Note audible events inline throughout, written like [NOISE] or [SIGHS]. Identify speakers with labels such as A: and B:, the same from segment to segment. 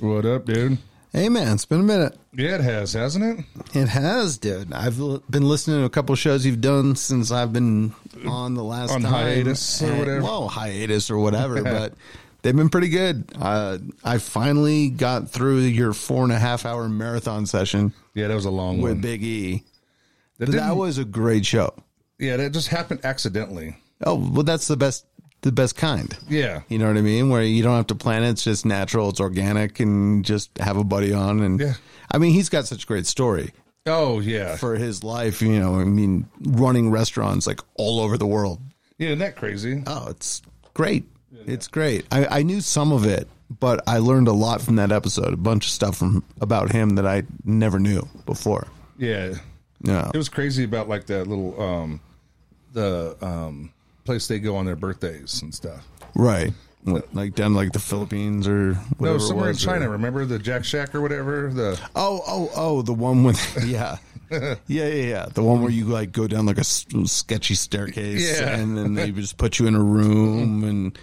A: What up, dude?
B: Hey man, it's been a minute.
A: Yeah, it has, hasn't it?
B: It has, dude. I've l- been listening to a couple shows you've done since I've been on the last
A: On
B: time.
A: hiatus or
B: And-
A: whatever.
B: Well, hiatus or
A: [LAUGHS]
B: whatever, but they've been pretty good. Uh, I finally got through your four and a half hour marathon session
A: Yeah, that was a long
B: with
A: one.
B: Big E.
A: that
B: That
A: didn't-
B: was a great show.
A: yeah, that just happened accidentally.
B: Oh well, that's the best, the best kind.
A: Yeah,
B: You know what I mean? Where you don't have to plan it. It's just natural. It's organic and just have a buddy on. And
A: Yeah.
B: I mean, he's got such a great story
A: Oh yeah,
B: for his life. You know, I mean, running restaurants like all over the world.
A: yeah, isn't that crazy?
B: Oh, it's great. It's great. I, I knew some of it, but I learned a lot from that episode. A bunch of stuff from about him that I never knew before.
A: Yeah,
B: Yeah.
A: it was crazy about like that little um, the um place they go on their birthdays and stuff.
B: Right. What, like down like the Philippines or
A: No,
B: whatever. it
A: somewhere in
B: was, or-
A: China. Remember the Jack Shack or whatever? The
B: Oh, oh, oh, the one with [LAUGHS] yeah. Yeah, yeah, yeah. The one where you like go down like a s- sketchy staircase,
A: Yeah.
B: and then they just put you in a room and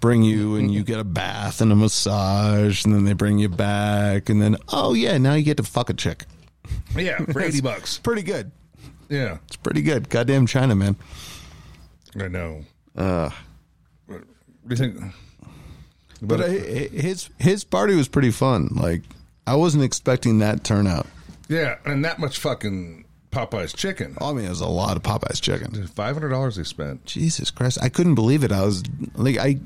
B: bring you, and you get a bath and a massage, and then they bring you back, and then oh yeah, now you get to fuck a chick.
A: yeah, [LAUGHS] for eighty bucks.
B: Pretty good.
A: Yeah,
B: It's pretty good. Goddamn China, man.
A: I know. Uh, what do you think?
B: But I, I- his his party was pretty fun. Like I wasn't expecting that turnout.
A: yeah, and that much fucking Popeyes chicken.
B: I mean, it was a lot of Popeyes chicken.
A: Five hundred dollars they spent.
B: Jesus Christ, I couldn't believe it. I was like, I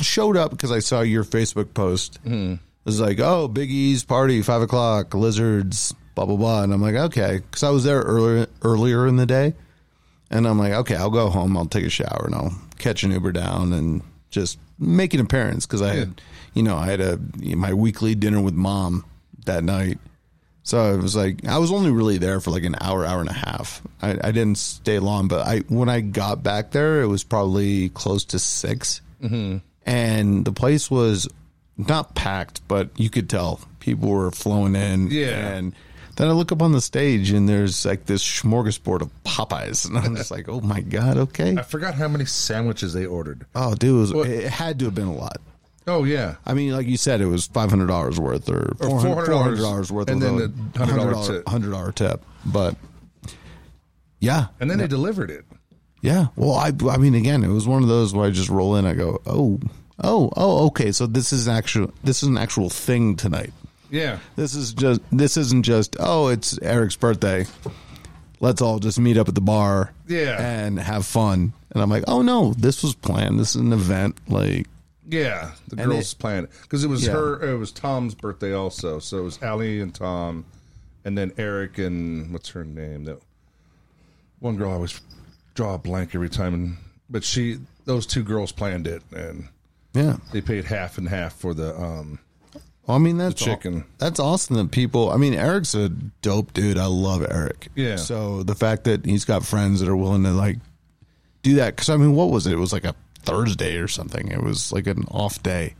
B: showed up because I saw your Facebook post. It was like, oh, Big E's party, five o'clock, lizards, blah blah blah, and I'm like, okay, because I was there earlier earlier in the day, and I'm like, okay, I'll go home, I'll take a shower, and I'll catch an Uber down and just make an appearance because I had, you know, I had a my weekly dinner with mom that night. So it was like I was only really there for like an hour, hour and a half. I, I didn't stay long, but I when I got back there, it was probably close to 6 mm-hmm. and the place was not packed, but you could tell people were flowing in.
A: Yeah.
B: and then I look up on the stage and there's like this smorgasbord of Popeyes, and I'm just like, oh my god, okay,
A: I forgot how many sandwiches they ordered.
B: oh dude, it, was, it had to have been a lot.
A: Oh yeah,
B: I mean, like you said, it was five hundred dollars worth or
A: Or
B: four hundred
A: $400
B: dollars worth,
A: and
B: of
A: then the $100 tip.
B: hundred dollar tip. But yeah,
A: and then they delivered it.
B: yeah. Well, I, I mean, again, it was one of those where I just roll in. I go, oh, oh, oh, okay. So this is actual. This is an actual thing tonight.
A: Yeah,
B: This is just. This isn't just. Oh, it's Eric's birthday. Let's all just meet up at the bar.
A: Yeah.
B: and have fun. And I'm like, oh no, this was planned. This is an event. Like,
A: yeah. The
B: And
A: girls
B: it-
A: planned because it was
B: Yeah.
A: her. It was Tom's birthday also, so it was Allie and Tom, and then Eric and what's her name? That one girl I always draw a blank every time, and but she those two girls planned it, and
B: yeah.
A: they paid half and half for the um
B: Well, I mean, that's
A: The chicken.
B: aw- that's awesome that people. I mean, Eric's a dope dude. I love Eric.
A: Yeah.
B: So the fact that he's got friends that are willing to like do that because I mean, what was it? It was like a Thursday or something. It was like an off day.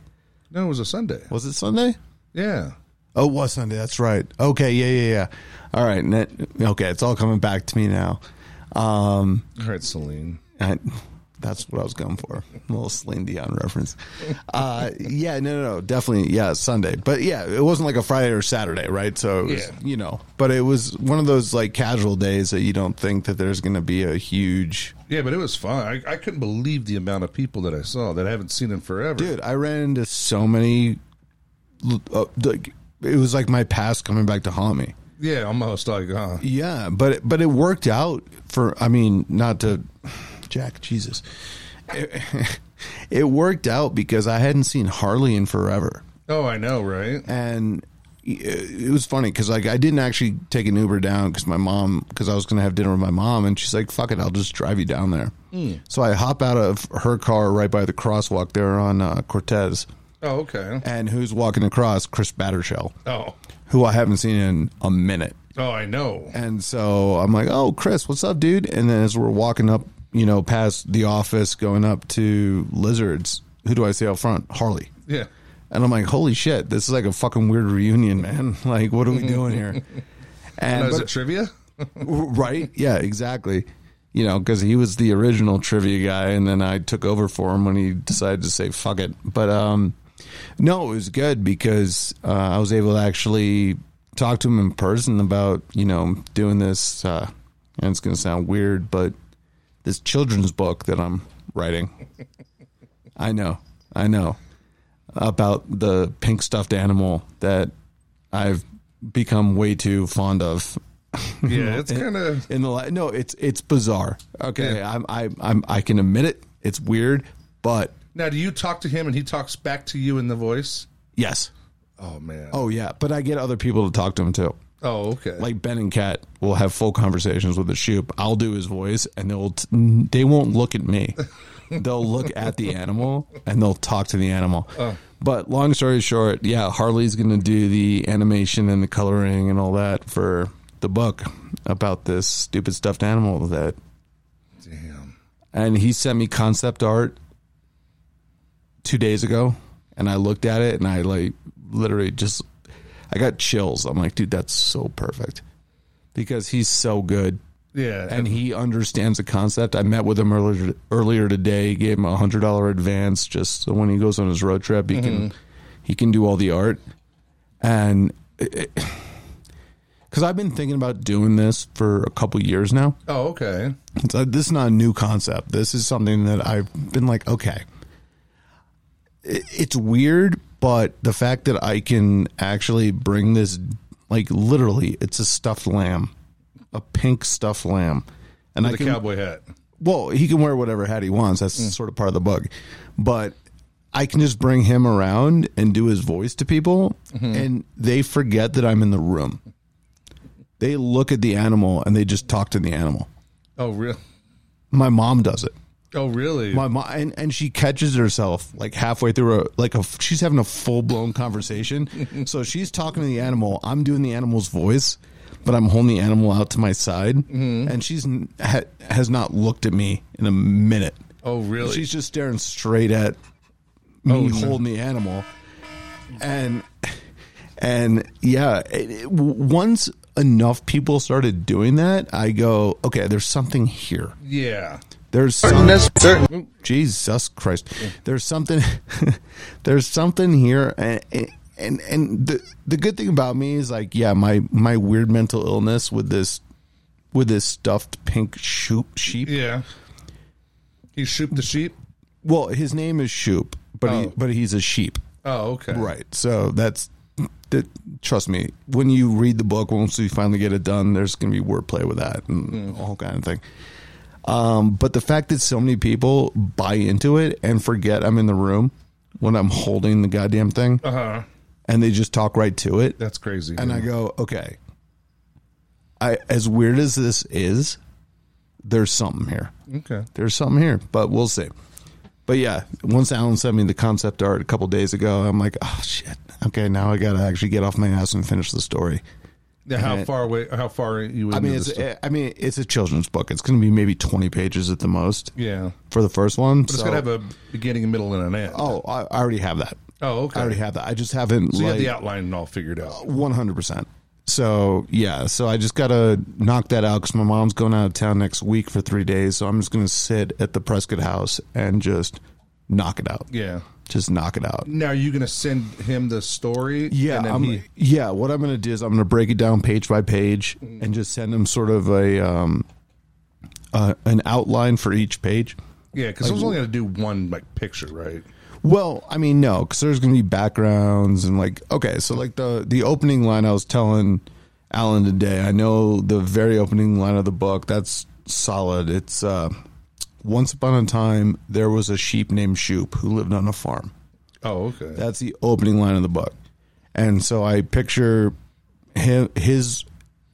A: no, it was a Sunday.
B: Was it Sunday?
A: Yeah,
B: Oh, it was Sunday. That's right. Okay. Yeah. Yeah. Yeah. All right. and that- Okay. It's all coming back to me now. Um,
A: all right, Celine.
B: I, that's what I was going for. A little Celine Dion reference. Uh, yeah, no, no, no, definitely. Yeah, Sunday. But yeah, it wasn't like a Friday or Saturday, right? So, it was,
A: Yeah.
B: you know, but it was one of those like casual days that you don't think that there's going to be a huge.
A: Yeah, but it was fun. I, I couldn't believe the amount of people that I saw that I haven't seen in forever.
B: Dude, I ran into so many. Uh, like, it was like my past coming back to haunt me.
A: Yeah, almost like, uh,
B: Yeah, but it, but it worked out for. I mean, not to Jack Jesus. It, [LAUGHS] it worked out because I hadn't seen Harley in forever,
A: oh, I know, right?
B: and it it was funny because like I didn't actually take an Uber down because my mom because I was gonna have dinner with my mom and she's like, "Fuck it, I'll just drive you down there." So I hop out of her car right by the crosswalk there on uh, Cortez,
A: Oh, okay.
B: and who's walking across? Chris Battershell,
A: Oh,
B: who I haven't seen in a minute.
A: oh, I know.
B: And so I'm like, oh, Chris, what's up, dude? And then as we're walking up, you know, past the office, going up to Lizards, who do I see out front? Harley.
A: Yeah,
B: And I'm like, holy shit, this is like a fucking weird reunion, man. [LAUGHS] Like, what are we doing here? And
A: no, is
B: but-
A: it
B: [LAUGHS]
A: trivia?
B: right? Yeah, exactly. You know, because he was the original trivia guy, and then I took over for him when he decided to say fuck it. But um, No, it was good because uh, I was able to actually talk to him in person about you know doing this, uh, and it's going to sound weird, but this children's book that I'm writing. I know, I know about the pink stuffed animal that I've become way too fond of
A: Yeah, it's kind of
B: in the li No, it's it's bizarre. Okay, I'm, I I'm I can admit it. It's weird, but
A: now. Do you talk to him and he talks back to you in the voice?
B: yes.
A: Oh man.
B: Oh yeah, but I get other people to talk to him too.
A: Oh, okay.
B: Like Ben and Kat will have full conversations with the shoop. I'll do his voice, and they'll t- they won't look at [LAUGHS] me. they'll look at the animal and they'll talk to the animal. But long story short, yeah, Harley's going to do the animation and the coloring and all that for the book about this stupid stuffed animal that
A: damn.
B: and he sent me concept art two days ago and i looked at it and i like literally just i got chills i'm like dude that's so perfect because he's so good
A: Yeah,
B: and he understands the concept i met with him earlier earlier today gave him a hundred dollar advance just so when he goes on his road trip he can he can do all the art and because i've been thinking about doing this for a couple years now
A: oh, okay.
B: it's uh, this is not a new concept. This is something that I've been like, okay. It, it's weird, but the fact that I can actually bring this, like literally, it's a stuffed lamb, a pink stuffed lamb, and
A: The
B: I can.
A: cowboy hat.
B: Well, he can wear whatever hat he wants. That's sort of part of the bug, but. I can just bring him around and do his voice to people, and they forget that I'm in the room. They look at the animal and they just talk to the animal.
A: Oh, real.
B: My mom does it.
A: Oh, really?
B: My mom, and, and she catches herself like halfway through a like a she's having a full blown conversation. so she's talking to the animal. I'm doing the animal's voice, but I'm holding the animal out to my side, and she's n- ha, has not looked at me in a minute.
A: oh, really?
B: She's just staring straight at me holding the animal, and and yeah, it, it- w- once enough people started doing that, I go okay. There's something here.
A: yeah.
B: There's some, Jesus Christ. There's something. [LAUGHS] there's something here, and and and the the good thing about me is like, yeah, my my weird mental illness with this with this stuffed pink shoop sheep.
A: Yeah. He shoot the sheep.
B: Well, his name is Shoop, but he,
A: Oh.
B: but he's a sheep,
A: Oh, okay.
B: right? So that's. That, trust me, when you read the book, once we finally get it done, there's going to be wordplay with that and all kind of thing. Um, but the fact that so many people buy into it and forget I'm in the room when I'm holding the goddamn thing,
A: Uh huh.
B: and they just talk right to it,
A: That's crazy.
B: and I go, okay. I as weird as this is, there's something here.
A: okay.
B: There's something here, but we'll see. But yeah, once Alan sent me the concept art a couple days ago, I'm like, oh shit. Okay, now I gotta actually get off my ass and finish the story.
A: Now, how far away? How far are you? Into
B: I mean,
A: this
B: it's
A: stuff?
B: I mean, it's a children's book. It's gonna be maybe 20 pages at the most
A: yeah.
B: for the first one.
A: But it's
B: so-
A: gonna have a beginning, a middle, and an end.
B: oh, I, I already have that.
A: Oh, okay.
B: I already have that. I just haven't
A: you have
B: like
A: the outline and all figured out.
B: 100. percent So yeah, so I just gotta knock that out because my mom's going out of town next week for three days. So I'm just gonna sit at the Prescott house and just knock it out.
A: Yeah.
B: Just knock it out.
A: Now, are you gonna send him the story?
B: Yeah,
A: And then
B: I'm,
A: he,
B: yeah. What I'm going to do is I'm going to break it down page by page
A: Mm.
B: and just send them sort of a um, uh, an outline for each page.
A: yeah, because I was only gonna do one like picture, right?
B: Well, I mean, no, because there's going to be backgrounds and like, okay, so like the the opening line I was telling Alan today. I know the very opening line of the book. That's solid. It's uh, once upon a time there was a sheep named Shoop who lived on a farm.
A: Oh, okay.
B: That's the opening line of the book. And so I picture him, his,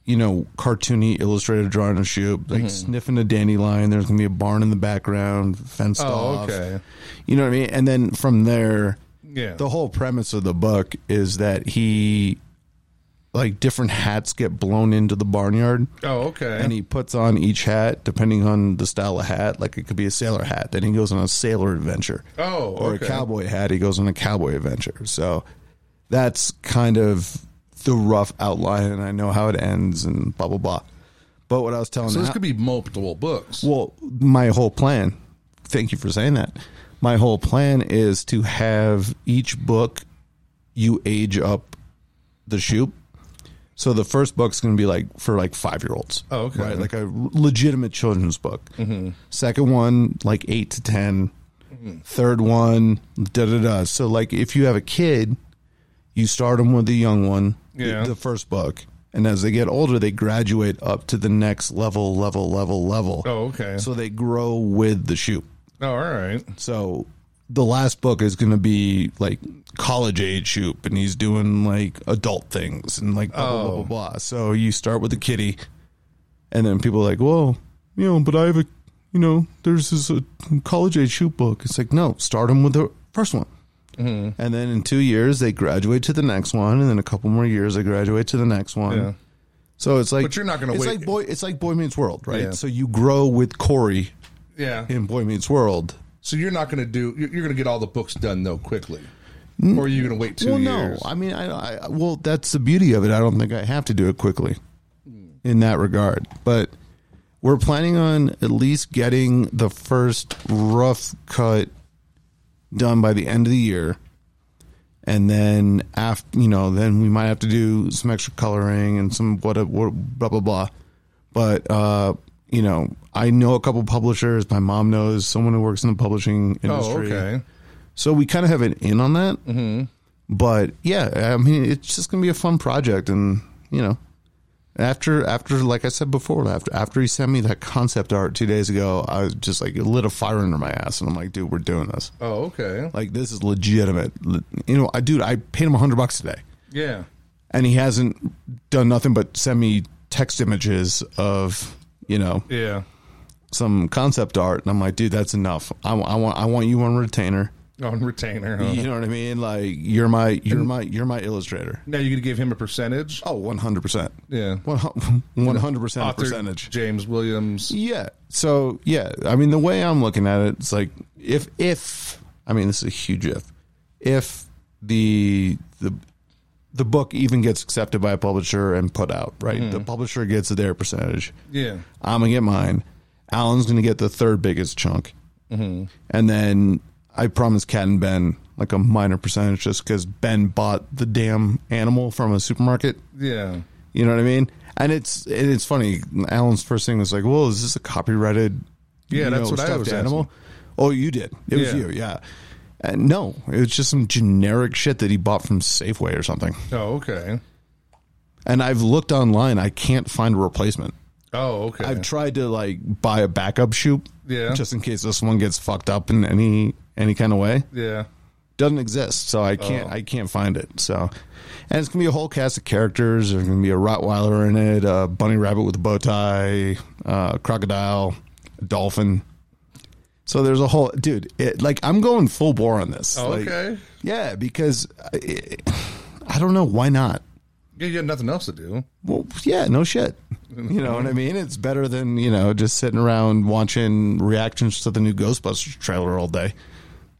B: you know, cartoony illustrated drawing of shoe,
A: Mm-hmm.
B: like sniffing a dandelion. There's going to be a barn in the background, fenced
A: oh,
B: off.
A: okay.
B: You know what I mean? And then from there,
A: Yeah.
B: the whole premise of the book is that he, like, different hats get blown into the barnyard
A: oh, okay.
B: and he puts on each hat depending on the style of hat. Like it could be a sailor hat, then he goes on a sailor adventure.
A: Oh,
B: or
A: okay.
B: a cowboy hat, he goes on a cowboy adventure. So that's kind of the rough outline, and I know how it ends, and blah blah blah. But what I was telling
A: so this
B: Al-
A: could be multiple books.
B: well, my whole plan. Thank you for saying that. my whole plan is to have each book you age up the shoot. So the first book's going to be like for like five year olds.
A: Oh, okay. Mm-hmm.
B: Right, like a legitimate children's book. Second one, like eight to 10 Third one, da da da. So like if you have a kid, you start them with the young one, the-
A: Yeah.
B: the first book, and as they get older, they graduate up to the next level, level, level, level.
A: Oh, okay.
B: So they grow with the shoe.
A: oh, all right.
B: So the last book is going to be like college age Shoop, and he's doing like adult things and like blah,
A: Oh.
B: blah, blah, blah, blah. So you start with a kitty, and then people are like, well, you know, but I have a, you know, there's this uh, college age Shoop book. It's like, no, start him with the first one.
A: Mm-hmm.
B: And then in two years, they graduate to the next one, and then a couple more years, they graduate to the next one.
A: Yeah.
B: So it's like,
A: But you're not gonna
B: It's
A: wait-
B: like boy, it's like Boy Meets World, right?
A: Yeah.
B: So you grow with Corey
A: Yeah.
B: in Boy Meets World,
A: So you're not going to do. You're, you're going to get all the books done though quickly, or are you going to wait two
B: well,
A: years?
B: no. I mean, I, I well, that's the beauty of it. I don't think I have to do it quickly in that regard. But we're planning on at least getting the first rough cut done by the end of the year. And then after, you know, then we might have to do some extra coloring and some what, what blah blah blah. But uh, you know, I know a couple publishers. My mom knows someone who works in the publishing
A: Oh,
B: industry.
A: okay.
B: So we kind of have an in on that. But yeah, I mean, it's just going to be a fun project, and you know, after after like I said before, after after he sent me that concept art two days ago, I was just like it lit a fire under my ass, and I'm like, dude, we're doing this.
A: Oh, okay.
B: Like this is legitimate. Le- You know, I dude, I paid him a hundred bucks today,
A: Yeah.
B: and he hasn't done nothing but send me text images of you know
A: Yeah.
B: some concept art, and I'm like, dude, that's enough. I, wa- I want I want you on retainer.
A: On Oh, retainer. Huh?
B: You know what I mean? Like you're my you're my you're my illustrator.
A: Now you're going to give him a percentage.
B: Oh, 100 percent.
A: Yeah.
B: [LAUGHS] One hundred percent
A: Author
B: percentage.
A: James Williams.
B: Yeah. So yeah, I mean the way I'm looking at it, it's like if if I mean this is a huge if if the the the book even gets accepted by a publisher and put out, right? The publisher gets their percentage.
A: Yeah.
B: I'm gonna get mine. Alan's gonna get the third biggest chunk,
A: Mm-hmm.
B: and then I promised Cat and Ben like a minor percentage just because Ben bought the damn animal from a supermarket.
A: Yeah.
B: You know what I mean? And it's and it's funny. Alan's first thing was like, "Well, is this a copyrighted?
A: Yeah, that's what I was asking.
B: Oh, you did. It was
A: Yeah.
B: you. Yeah. And no, it was just some generic shit that he bought from Safeway or something.
A: Oh, okay.
B: And I've looked online. I can't find a replacement.
A: Oh, okay.
B: I've tried to like buy a backup shoe,
A: Yeah.
B: just in case this one gets fucked up in any any kind of way.
A: yeah.
B: Doesn't exist, so I can't
A: Oh.
B: I can't find it. So, and it's gonna be a whole cast of characters. There's gonna be a Rottweiler in it, a bunny rabbit with a bow tie, uh, crocodile, a dolphin. So there's a whole dude. It, like I'm going full bore on this.
A: Oh,
B: Like,
A: okay.
B: yeah, because I, I don't know why not.
A: Yeah, you got nothing else to do.
B: Well, yeah, no shit. [LAUGHS] You know what I mean? It's better than, you know, just sitting around watching reactions to the new Ghostbusters trailer all day.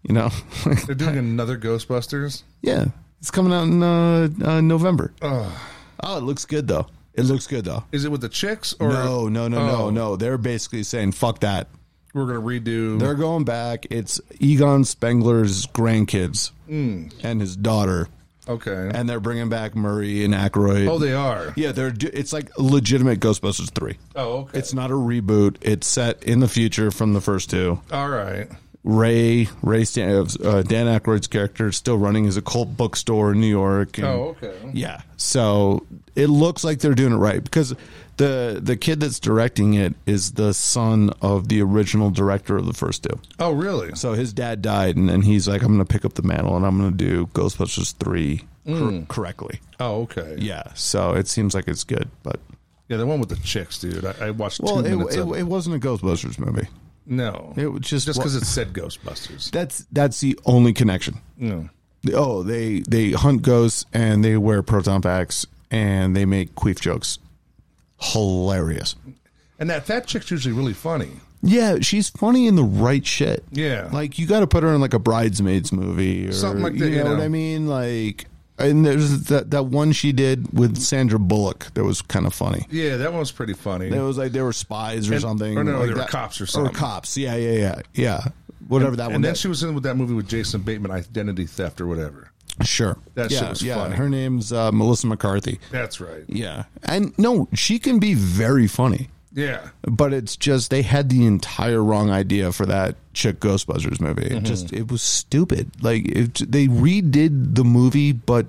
B: You know? [LAUGHS]
A: They're doing another Ghostbusters.
B: yeah. It's coming out in uh, uh, November. Oh, it looks good, though. It looks good, though.
A: Is it with the chicks or
B: No, no, no,
A: Oh.
B: no, no. They're basically saying, fuck that.
A: We're gonna redo.
B: They're going back. It's Egon Spengler's grandkids
A: Hmm.
B: and his daughter.
A: okay.
B: And they're bringing back Murray and Aykroyd.
A: oh, they are.
B: yeah, they're. do- It's like legitimate Ghostbusters three.
A: Oh, okay.
B: It's not a reboot. It's set in the future from the first two.
A: all right.
B: Mm. Ray, Ray Stan, uh, Dan Aykroyd's character is still running his occult bookstore in New York. and-
A: Oh, okay.
B: Yeah. So it looks like they're doing it right because the the kid that's directing it is the son of the original director of the first two.
A: Oh, really?
B: So his dad died, and then he's like, "I'm going to pick up the mantle and I'm going to do Ghostbusters three cor-
A: Mm.
B: correctly."
A: Oh, okay. Yeah.
B: Yeah. So it seems like it's good, but
A: the one with the chicks, dude. I, I watched
B: well,
A: two
B: it,
A: minutes
B: it,
A: of it.
B: it wasn't a Ghostbusters movie.
A: No,
B: It was just
A: just because it said Ghostbusters.
B: That's that's the only connection.
A: No.
B: Oh, they they hunt ghosts and they wear proton packs and they make queef jokes. Hilarious.
A: And that fat chick's usually really funny.
B: Yeah, she's funny in the right shit.
A: Yeah.
B: Like you got to put her in like a bridesmaids movie or
A: Something like that,
B: You know,
A: you
B: what
A: know.
B: I mean? Like and there's that that one she did with Sandra Bullock that was kind of funny.
A: Yeah, that one was pretty funny.
B: It was like they were spies or something.
A: or no,
B: like
A: they were
B: that.
A: cops or something.
B: Or cops. Yeah, yeah, yeah. Yeah. whatever that one.
A: And then
B: is.
A: she was in with that movie with Jason Bateman, Identity Theft or whatever.
B: sure,
A: That
B: yeah,
A: shit was
B: yeah.
A: funny.
B: Her name's uh, Melissa McCarthy.
A: That's right.
B: Yeah, and no, she can be very funny,
A: Yeah.
B: but it's just they had the entire wrong idea for that chick Ghostbusters movie. It just it was stupid. Like it, they redid the movie, but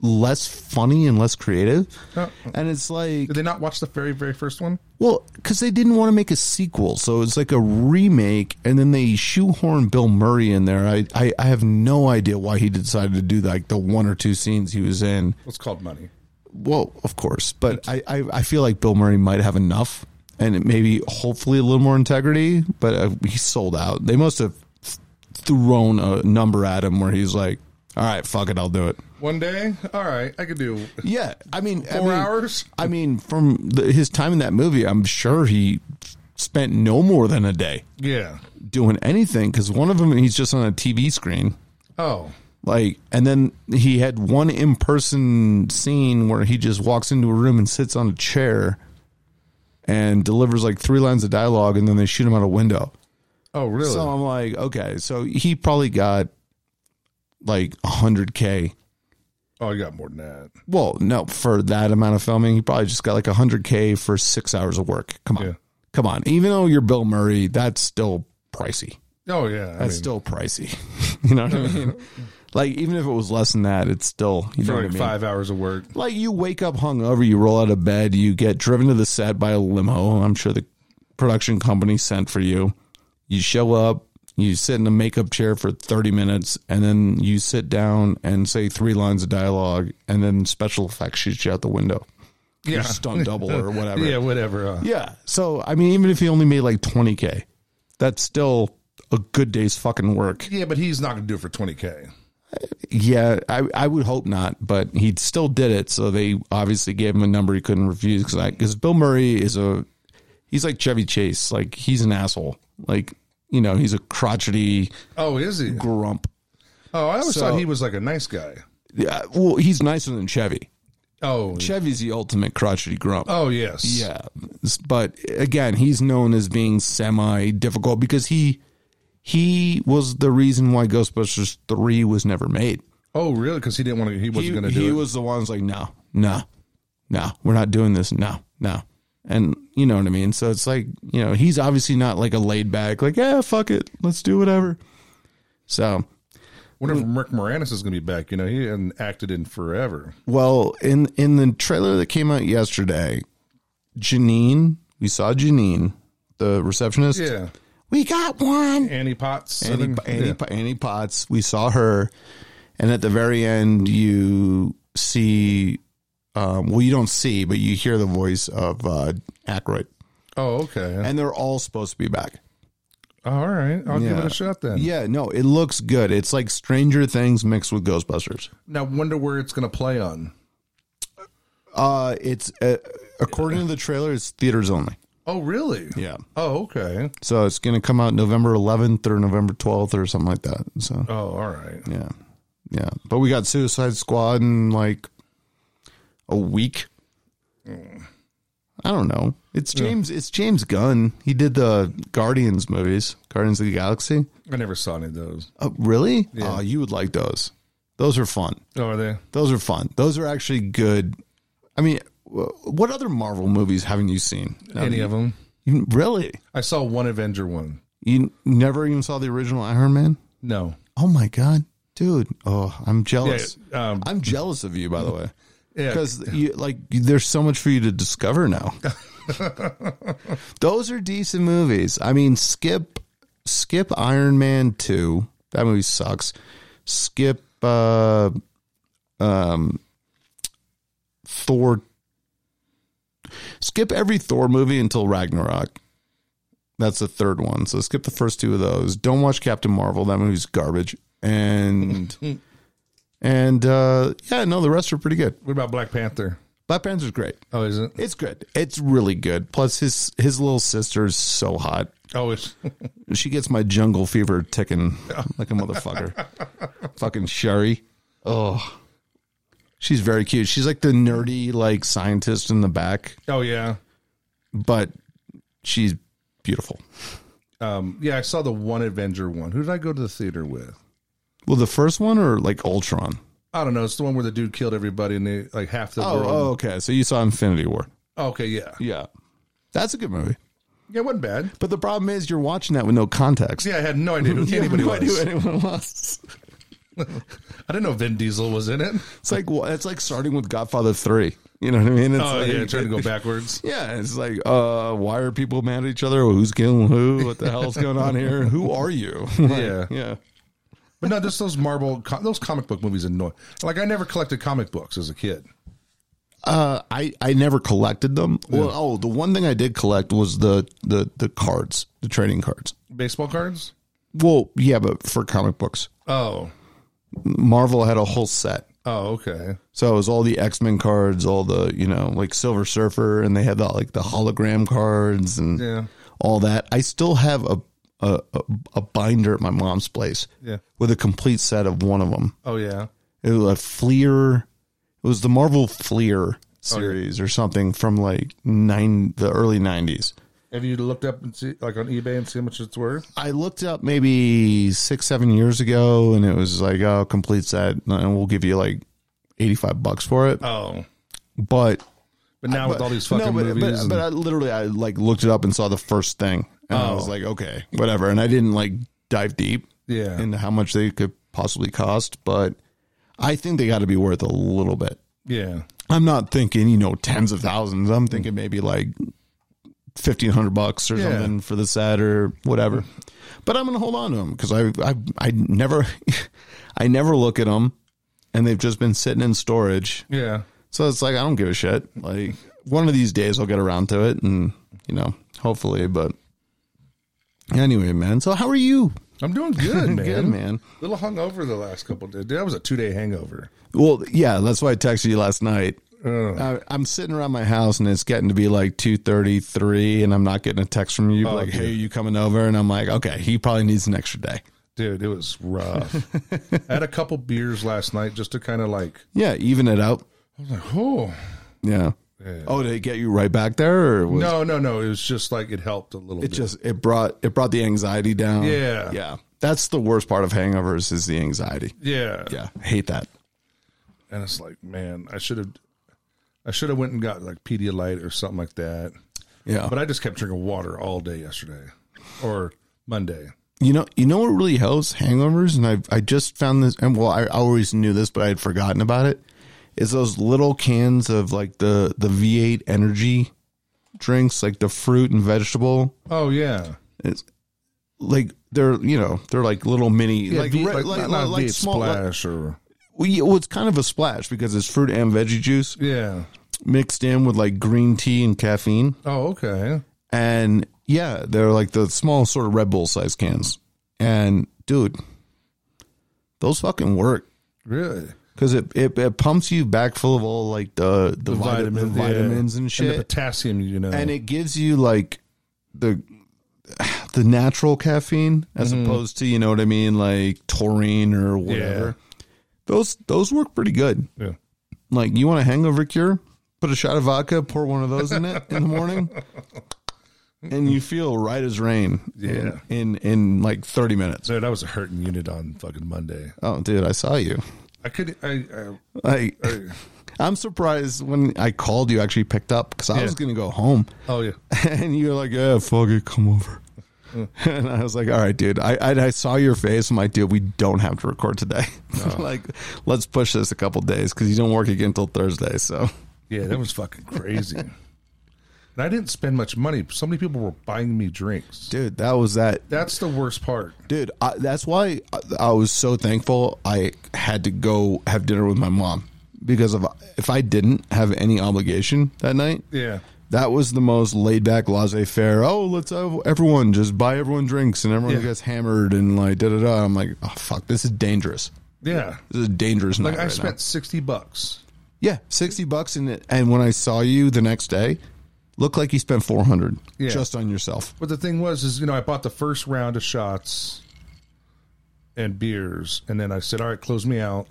B: less funny and less creative.
A: Oh.
B: And it's like
A: Did they not watch the very, very first one?
B: Well, because they didn't want to make a sequel, so it's like a remake, and then they shoehorn Bill Murray in there. I, I, I have no idea why he decided to do like the one or two scenes he was in.
A: It's called Money.
B: Well, of course, but I, I, I feel like Bill Murray might have enough, and it maybe hopefully a little more integrity. But uh, he sold out. They must have th- thrown a number at him where he's like, "All right, fuck it, I'll do it."
A: One day? All right. I could do
B: Yeah, I mean, I
A: four
B: mean-
A: hours.
B: I mean, from the, his time in that movie, I'm sure he spent no more than a day
A: Yeah.
B: doing anything because one of them he's just on a TV screen,
A: Oh.
B: like, and then he had one in person scene where he just walks into a room and sits on a chair and delivers like three lines of dialogue, and then they shoot him out a window.
A: Oh, really?
B: So I'm like, okay, so he probably got like 100k.
A: oh, I got more than that.
B: Well, no, for that amount of filming, he probably just got like 100K for six hours of work. Come on.
A: Yeah.
B: Come on. Even though you're Bill Murray, that's still pricey.
A: Oh, yeah. I
B: That's
A: mean,
B: still pricey. [LAUGHS] you know what I mean? Like, even if it was less than that, it's still, you
A: for
B: know what I
A: like
B: mean?
A: five hours of work.
B: Like, you wake up hungover, you roll out of bed, you get driven to the set by a limo. I'm sure the production company sent for you. You show up, you sit in a makeup chair for 30 minutes, and then you sit down and say three lines of dialogue, and then special effects shoots you out the window.
A: Yeah.
B: stunt double or whatever.
A: [LAUGHS] Yeah, whatever. Uh,
B: Yeah. So I mean, even if he only made like twenty k, that's still a good day's fucking work.
A: yeah, but he's not going to do it for 20K.
B: Yeah, I I would hope not, but he still did it. So they obviously gave him a number he couldn't refuse because because Bill Murray is a he's like Chevy Chase, like he's an asshole, like you know he's a crotchety
A: Oh, is he?
B: grump.
A: Oh, I always
B: So-
A: thought he was like a nice guy.
B: Yeah, well, he's nicer than Chevy.
A: Oh,
B: Chevy's the ultimate crotchety grump.
A: oh yes.
B: Yeah, but again, he's known as being semi difficult because he he was the reason why Ghostbusters three was never made.
A: Oh, really? Because he didn't want to. He
B: He,
A: wasn't going to
B: he
A: do
B: was the one who's like, no, no, no, we're not doing this. No, no, and you know what I mean. So it's like you know he's obviously not like a laid back like yeah fuck it let's do whatever. So
A: it. Wonder if Rick Moranis is going to be back. You know, he hadn't acted in forever.
B: Well, in in the trailer that came out yesterday, Janine, we saw Janine, the receptionist.
A: Yeah.
B: We got one.
A: Annie Potts. I
B: Annie,
A: think-
B: Annie,
A: yeah.
B: Annie Potts. We saw her, and at the very end, you see. Um, well, you don't see, but you hear the voice of uh, Aykroyd,
A: Oh, okay.
B: and they're all supposed to be back.
A: All right. I'll give
B: Yeah.
A: it a shot then.
B: Yeah, no, it looks good. It's like Stranger Things mixed with Ghostbusters.
A: Now, wonder where it's going to play on.
B: Uh, it's uh, according to the trailer, it's theaters only.
A: Oh, really?
B: Yeah.
A: Oh, okay.
B: So it's going to come out November 11th or November 12th or something like that. So
A: Oh, all right.
B: yeah, yeah. But we got Suicide Squad in like a week. I don't know. It's James. It's James Gunn. He did the Guardians movies, Guardians of the Galaxy.
A: I never saw any of those.
B: Oh, really? Oh, you would like those. Those are fun.
A: Oh, are they?
B: Those are fun. Those are actually good. I mean, wh- what other Marvel movies haven't you seen?
A: any of them?
B: You- really?
A: e- I saw one Avenger one.
B: You never even saw the original Iron Man?
A: No.
B: Oh my god, dude! Oh, I'm
A: Yeah.
B: jealous.
A: Um,
B: I'm jealous of you, by the way,
A: yeah.
B: because you like there's so much for you to discover now. Those are decent movies. I mean, skip skip Iron Man two. That movie sucks. Skip uh, um, Thor. Skip every Thor movie until Ragnarok. That's the third one. So skip the first two of those. Don't watch Captain Marvel. That movie's garbage. And and uh, yeah, no, the rest are pretty good.
A: What about Black Panther?
B: Black Panther's great.
A: Oh, is it?
B: It's good. It's really good. Plus his his little sister is so hot.
A: Oh, it's. [LAUGHS]
B: She gets my jungle fever ticking like a [LAUGHS] motherfucker. Fucking Shuri. Oh. She's very cute. She's like the nerdy like scientist in the back,
A: oh, yeah.
B: but she's beautiful.
A: Um, yeah, I saw the one Avenger one. Who did I go to the theater with?
B: Well, the first one or like Ultron?
A: I don't know. It's the one where the dude killed everybody and they, like half the
B: Oh, oh,
A: world. Oh,
B: okay. So you saw Infinity War.
A: Okay, yeah,
B: Yeah. That's a good movie.
A: yeah, it wasn't bad.
B: But the problem is you're watching that with no
A: [LAUGHS]
B: context.
A: Yeah, I had no idea who
B: You have [LAUGHS]
A: anybody
B: no
A: was.
B: idea who anyone was.
A: I didn't know Vin Diesel was in it.
B: It's like well, it's like starting with Godfather Three. You know what I mean? It's
A: Oh
B: like,
A: yeah, trying to go backwards.
B: Yeah, it's like, uh, why are people mad at each other? Who's killing who? What the hell's going on here? Who are you? [LAUGHS]
A: Yeah.
B: yeah.
A: But no, just those Marvel, co- those comic book movies annoy. Like I never collected comic books as a kid.
B: Uh, I I never collected them. Well, oh, the one thing I did collect was the the the cards, the trading cards.
A: Baseball cards.
B: Well, yeah, but for comic books,
A: Oh,
B: Marvel had a whole set.
A: oh, okay.
B: So it was all the X Men cards, all the you know like Silver Surfer, and they had the like the hologram cards and
A: Yeah.
B: all that. I still have a a, a- a binder at my mom's place
A: Yeah.
B: with a complete set of one of them.
A: Oh yeah.
B: It was a Fleer. It was the Marvel Fleer series or something from like nine the early nineties.
A: Have you looked up and see like on eBay and see how much it's worth?
B: I looked up maybe six seven years ago, and it was like, oh, complete set, and we'll give you like eighty five bucks for it.
A: Oh,
B: But
A: but now with all these fucking
B: but,
A: movies,
B: But,
A: and-
B: but I literally, I like looked it up and saw the first thing, and I
A: Oh.
B: was like, okay, whatever. And I didn't like dive deep
A: yeah,
B: into how much they could possibly cost, but I think they got to be worth a little bit.
A: yeah,
B: I'm not thinking you know tens of thousands. I'm thinking maybe like fifteen hundred bucks or
A: Yeah.
B: something for the set or whatever. But I'm gonna hold on to them because I I I never [LAUGHS] I never look at them, and they've just been sitting in storage.
A: yeah.
B: So it's like I don't give a shit. Like one of these days I'll get around to it, and you know, hopefully. But anyway, man. So how are you?
A: [LAUGHS] I'm doing good, man.
B: Good man.
A: Little hungover the last couple of days. Dude, that was a two day hangover.
B: Well, yeah, that's why I texted you last night.
A: Oh.
B: I, I'm sitting around my house and it's getting to be like two thirty three, and I'm not getting a text from you like,
A: dude.
B: "Hey, you coming over?" And I'm like, "Okay, he probably needs an extra day."
A: Dude, it was [LAUGHS] rough. I had a couple beers last night just to kind of like,
B: Yeah, even it out.
A: I was like, oh.
B: Yeah. Oh, did it get you right back there, or was
A: No, no, no. It was just like it helped a little
B: it
A: bit.
B: just it brought it brought the anxiety down?
A: Yeah.
B: yeah. That's the worst part of hangovers is the anxiety.
A: yeah.
B: Yeah, hate that.
A: And it's like, man, I should have I should have went and got like Pedialyte or something like that.
B: Yeah,
A: But I just kept drinking water all day yesterday or Monday.
B: You know, you know what really helps hangovers, and I I just found this, and well, I always knew this, but I had forgotten about it. Is those little cans of like the the V8 energy drinks, like the fruit and vegetable.
A: Oh yeah.
B: It's like they're you know they're like little mini
A: Yeah,
B: like,
A: V-
B: re- like,
A: not-
B: like,
A: not
B: like
A: V8
B: small. Like,
A: splash or
B: well, yeah, well, it's kind of a splash because it's fruit and veggie juice
A: yeah.
B: mixed in with like green tea and caffeine,
A: Oh okay.
B: and yeah, they're like the small sort of Red Bull size cans. And dude, those fucking work.
A: Really?
B: because it, it it pumps you back full of all like the the, vit- the
A: yeah.
B: vitamins and shit,
A: the potassium, you know.
B: and it gives you like the [SIGHS] the natural caffeine as opposed to you know what I mean, like taurine or whatever. Those those work pretty good.
A: yeah.
B: Like you want a hangover cure, put a shot of vodka, pour one of those in it in the morning. And you feel right as rain,
A: Yeah.
B: In, in in like thirty minutes.
A: Dude, I was a hurting unit on fucking Monday.
B: Oh, dude, I saw you.
A: I could I,
B: Like,
A: I, I
B: [LAUGHS] I'm surprised when I called you actually picked up because I was gonna go home, [LAUGHS]
A: oh yeah.
B: and you were like, "Yeah, fuck it, come over." [LAUGHS] And I was like, "All right, dude." I, I I saw your face. I'm like, "Dude, we don't have to record today. [LAUGHS] like, let's push this a couple days because you don't work again until Thursday." So,
A: Yeah, that was fucking crazy. [LAUGHS] and I didn't spend much money. So many people were buying me drinks.
B: dude, that was that.
A: That's the worst part.
B: Dude, I, that's why I, I was so thankful I had to go have dinner with my mom because of if I didn't have any obligation that night,
A: Yeah.
B: That was the most laid back, laissez faire. Oh, let's have everyone just buy everyone drinks and everyone
A: Yeah.
B: gets hammered and like da da da. I'm like, oh fuck, this is dangerous.
A: Yeah.
B: This is dangerous.
A: Like
B: night
A: I
B: right
A: spent
B: now.
A: 60 bucks.
B: yeah, sixty bucks in it. And when I saw you the next day, looked like you spent four hundred
A: Yeah.
B: just on yourself.
A: But the thing was is you know, I bought the first round of shots and beers and then I said, "All right, close me out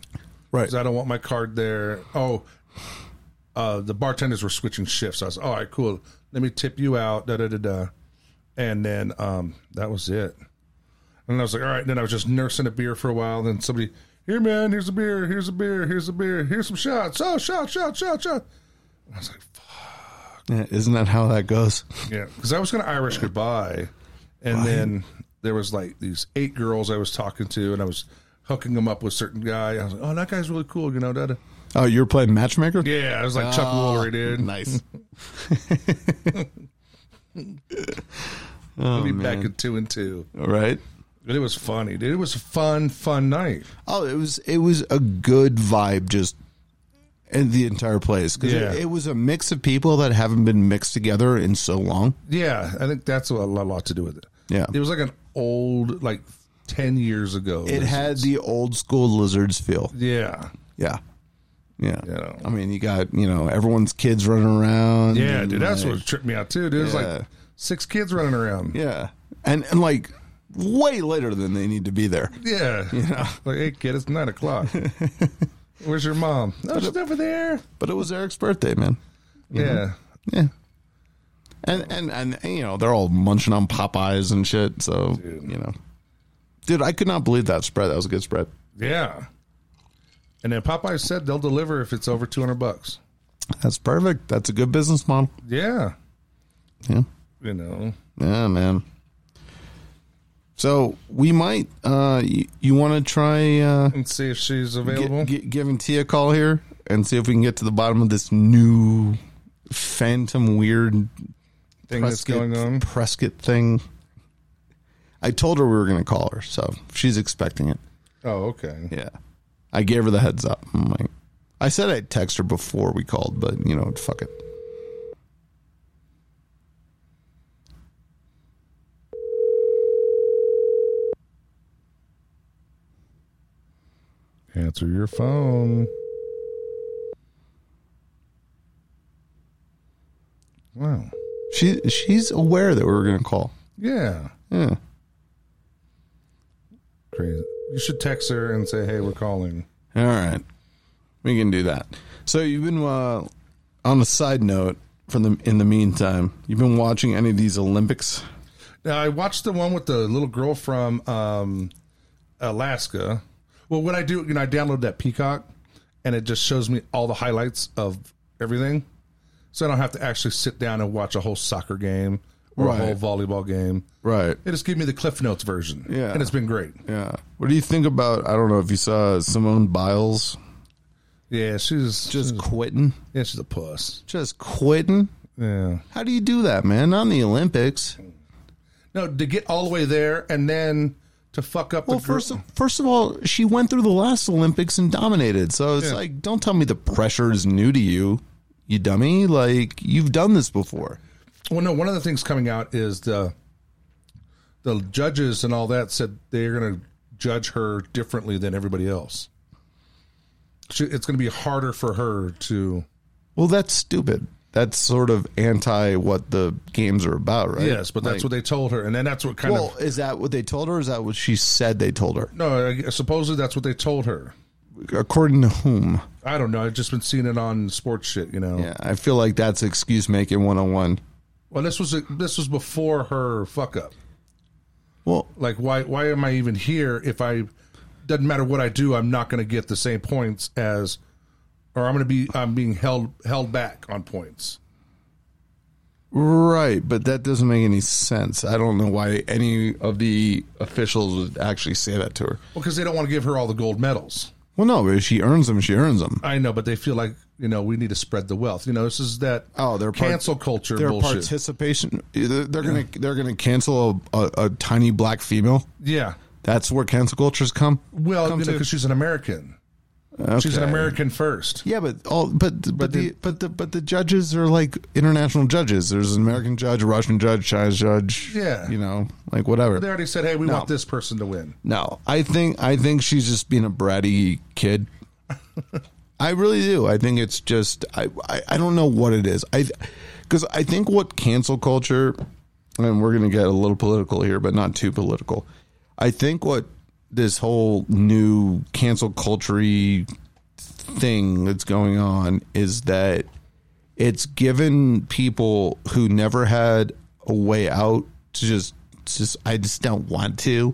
B: Right.
A: cuz I don't want my card there." Oh, uh, the bartenders were switching shifts. I was, "All right, cool. Let me tip you out." Da da da da. and then um, that was it. And I was like, all right. Then I was just nursing a beer for a while. Then somebody, here, man, here's a beer, here's a beer, here's a beer, here's some shots. Oh, shot, shot, shot, shot. I was like,
B: Yeah, isn't that how that goes?
A: yeah, because I was going to Irish goodbye, and then there was like these eight girls I was talking to, and I was hooking them up with certain guy. I was like, oh, that guy's really cool, you know. Da, da.
B: Oh, you're playing matchmaker?
A: Yeah, I was like Chuck
B: Oh,
A: Woolery, dude.
B: Nice.
A: We'll be back at two and two.
B: All right.
A: But it was funny, dude. It was a fun, fun night.
B: Oh, it was it was a good vibe just in the entire place because
A: Yeah.
B: it, it was a mix of people that haven't been mixed together in so long.
A: Yeah, I think that's a lot, lot to do with it.
B: Yeah.
A: it was like an old, like ten years ago.
B: It had the old school lizards feel.
A: yeah,
B: Yeah. Yeah.
A: Yeah.
B: I mean, you got, you know, everyone's kids running around.
A: yeah,
B: and,
A: dude. That's
B: like,
A: what tripped me out too. Dude, it was
B: Yeah.
A: like six kids running around.
B: Yeah. And and like way later than they need to be there.
A: Yeah. [LAUGHS] Like, hey, kid, it's nine o'clock. Where's your mom? Oh, she's over there.
B: But it was Eric's birthday, man.
A: Yeah.
B: Yeah. And, and and and, you know, they're all munching on Popeyes and shit, so you know. Dude, I could not believe that spread. That was a good spread.
A: Yeah. And then Popeye said they'll deliver if it's over 200 bucks.
B: That's perfect. That's a good business model.
A: Yeah.
B: Yeah.
A: You know,
B: Yeah, man. So we might uh you, you wanna try uh
A: and see if she's available.
B: gi- gi- giving T a call here and see if we can get to the bottom of this new phantom weird
A: Thing that's going on.
B: Prescott thing. I told her we were gonna call her, so she's expecting it.
A: Oh, okay.
B: Yeah. I gave her the heads up. I'm like, I said I'd text her before we called, but you know, fuck it.
A: Answer your phone. Wow.
B: She she's aware that we were gonna call.
A: Yeah.
B: Yeah.
A: Crazy. You should text her and say, hey, we're calling.
B: All right. We can do that. So you've been uh, on a side note from the in the meantime, you've been watching any of these Olympics?
A: Now I watched the one with the little girl from um, Alaska. Well, what I do, you know, I download that Peacock, and it just shows me all the highlights of everything, so I don't have to actually sit down and watch a whole soccer game or a
B: Right.
A: whole volleyball game.
B: Right.
A: It just gave me the Cliff Notes version,
B: Yeah.
A: and it's been great.
B: Yeah. What do you think about I don't know if you saw Simone Biles
A: Yeah, she's
B: just quitting?
A: yeah, she's a puss.
B: Just quitting?
A: Yeah,
B: How do you do that, man? Not in the Olympics.
A: no, to get all the way there and then to fuck up
B: Well,
A: the girl-
B: first of, first of all, she went through the last Olympics and dominated. So it's
A: Yeah.
B: like, don't tell me the pressure is new to you, you dummy. Like you've done this before.
A: Well, no. One of the things coming out is the the judges and all that said they're going to judge her differently than everybody else. She, it's going to be harder for her to.
B: Well, that's stupid. That's sort of anti what the games are about, right?
A: Yes, but that's what they told her, and then that's what kind
B: Well,
A: of.
B: is that what they told her? Or is that what she said they told her?
A: No, I- supposedly that's what they told her.
B: According to whom?
A: I don't know. I've just been seeing it on sports shit, you know.
B: Yeah, I feel like that's excuse making 101.
A: Well, this was a, this was before her fuck up.
B: Well,
A: Like, why why am I even here if I doesn't matter what I do, I'm not going to get the same points as, or I'm going to be I'm being held held back on points.
B: right, but that doesn't make any sense. I don't know why any of the officials would actually say that to her.
A: Well, because they don't want to give her all the gold medals.
B: Well, no, but if she earns them, she earns them.
A: I know, but they feel like you know we need to spread the wealth. You know, this is that
B: Oh, they're part-
A: cancel culture
B: Their
A: bullshit.
B: participation, they're they're gonna they're gonna cancel a, a, a tiny black female.
A: yeah,
B: That's where cancel cultures come.
A: well, you know,
B: to-
A: because she's an American. She's an
B: Okay.
A: American first.
B: Yeah, but all but but, the, but the but the judges are like international judges. There's an American judge, a Russian judge, Chinese judge.
A: Yeah.
B: you know, like whatever.
A: They already said, hey, we want this person to win.
B: No, I think I think she's just being a bratty kid. I really do. I think it's just I I, I don't know what it is. I because I think what cancel culture, and we're gonna get a little political here, but not too political. I think what this whole new cancel culture thing that's going on is that it's given people who never had a way out to just just I just don't want to.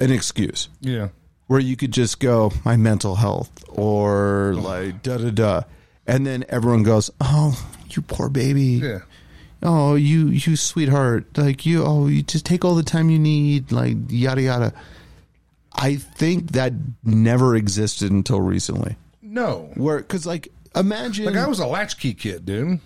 B: An excuse
A: Yeah.
B: where you could just go my mental health or like da da da, and then everyone goes, oh, you poor baby,
A: Yeah.
B: oh you you sweetheart like you oh you just take all the time you need like yada yada i think that never existed until recently
A: No.
B: where because like imagine
A: Like I was a latchkey kid, dude.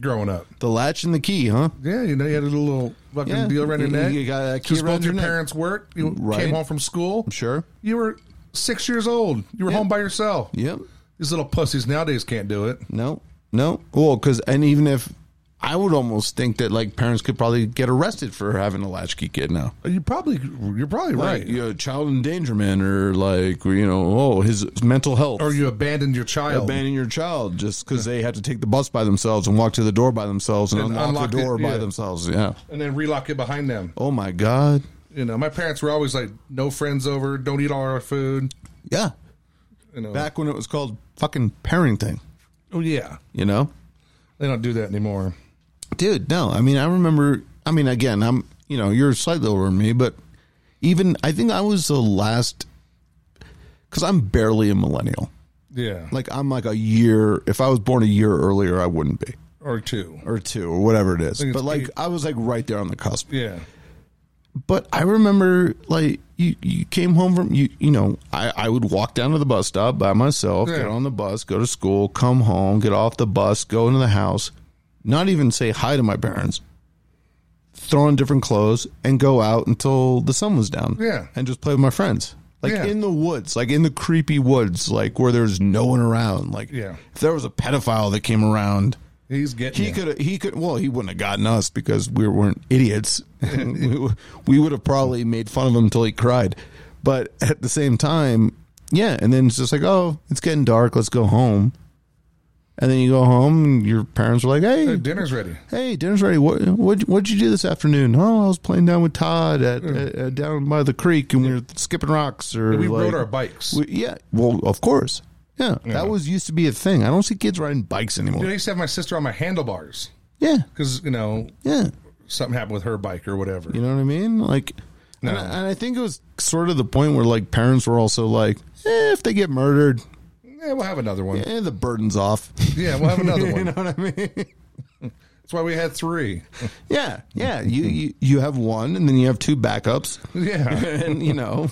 A: Growing up.
B: the latch and the key huh
A: Yeah, you know, you had a little fucking
B: Yeah.
A: deal around your
B: You-
A: neck.
B: you got a key
A: Just
B: around
A: both
B: your
A: your
B: neck.
A: parents worked. You
B: Right.
A: came home from school.
B: sure
A: You were six years old. You were home by yourself.
B: yep
A: These little pussies nowadays can't do it.
B: no no well because and even if i would almost think that like parents could probably get arrested for having a latchkey kid now
A: You probably, you're probably
B: like
A: right.
B: you know, child endangerment or like you know oh his mental health
A: or you abandoned your child.
B: abandoning your child just because they had to take the bus by themselves and walk to the door by themselves and,
A: And
B: unlock,
A: unlock
B: the door
A: it,
B: by
A: yeah.
B: themselves. Yeah.
A: and then relock it behind them.
B: Oh my god.
A: You know, my parents were always like, "No friends over, don't eat all our food."
B: Yeah.
A: You know,
B: Back when it was called fucking parenting,
A: oh yeah,
B: you know,
A: they don't do that anymore.
B: dude. No, I mean I remember. I mean, again, I'm you know you're slightly older than me, but even I think I was the last because I'm barely a millennial.
A: Yeah,
B: Like I'm like a year. If I was born a year earlier, I wouldn't be
A: or two.
B: or two or whatever it is.
A: it's
B: But like
A: eight.
B: I was like right there on the cusp.
A: Yeah,
B: but I remember like you, you came home from you you know I, I would walk down to the bus stop by myself
A: Yeah.
B: get on the bus go to school come home get off the bus go into the house not even say hi to my parents throw on different clothes and go out until the sun was down
A: Yeah.
B: and just play with my friends like
A: Yeah.
B: in the woods like in the creepy woods like where there's no one around like
A: Yeah.
B: if there was a pedophile that came around
A: he's getting.
B: he
A: it.
B: could he could well he wouldn't have gotten us because we weren't idiots. [LAUGHS] we, w- we would have probably made fun of him until he cried. But at the same time, yeah. And then it's just like, oh, it's getting dark. Let's go home. And then you go home, and your parents are like,
A: Hey,
B: hey,
A: dinner's ready.
B: hey, dinner's ready. What what what'd you do this afternoon? Oh, I was playing down with Todd at, at, at down by the creek, and we were skipping rocks. Or
A: We
B: like-
A: rode our bikes.
B: We- yeah, well, of course. Yeah, that was used to be a thing. I don't see kids riding bikes
A: Dude, I
B: anymore.
A: used to have my sister on my handlebars
B: Yeah,
A: because you know
B: yeah.
A: something happened with her bike or whatever.
B: You know what I mean? Like, and, I, and I think it was sort of the point where like parents were also like, eh, if they get murdered,
A: Yeah, we'll have another one. Yeah,
B: eh, the
A: [LAUGHS]
B: burden's off.
A: we'll
B: [LAUGHS]
A: have another
B: you
A: one.
B: know what I mean?
A: That's why we had
B: [LAUGHS]
A: three.
B: yeah, yeah. You, you you have one, and then you have two backups, [LAUGHS]
A: Yeah,
B: and you know,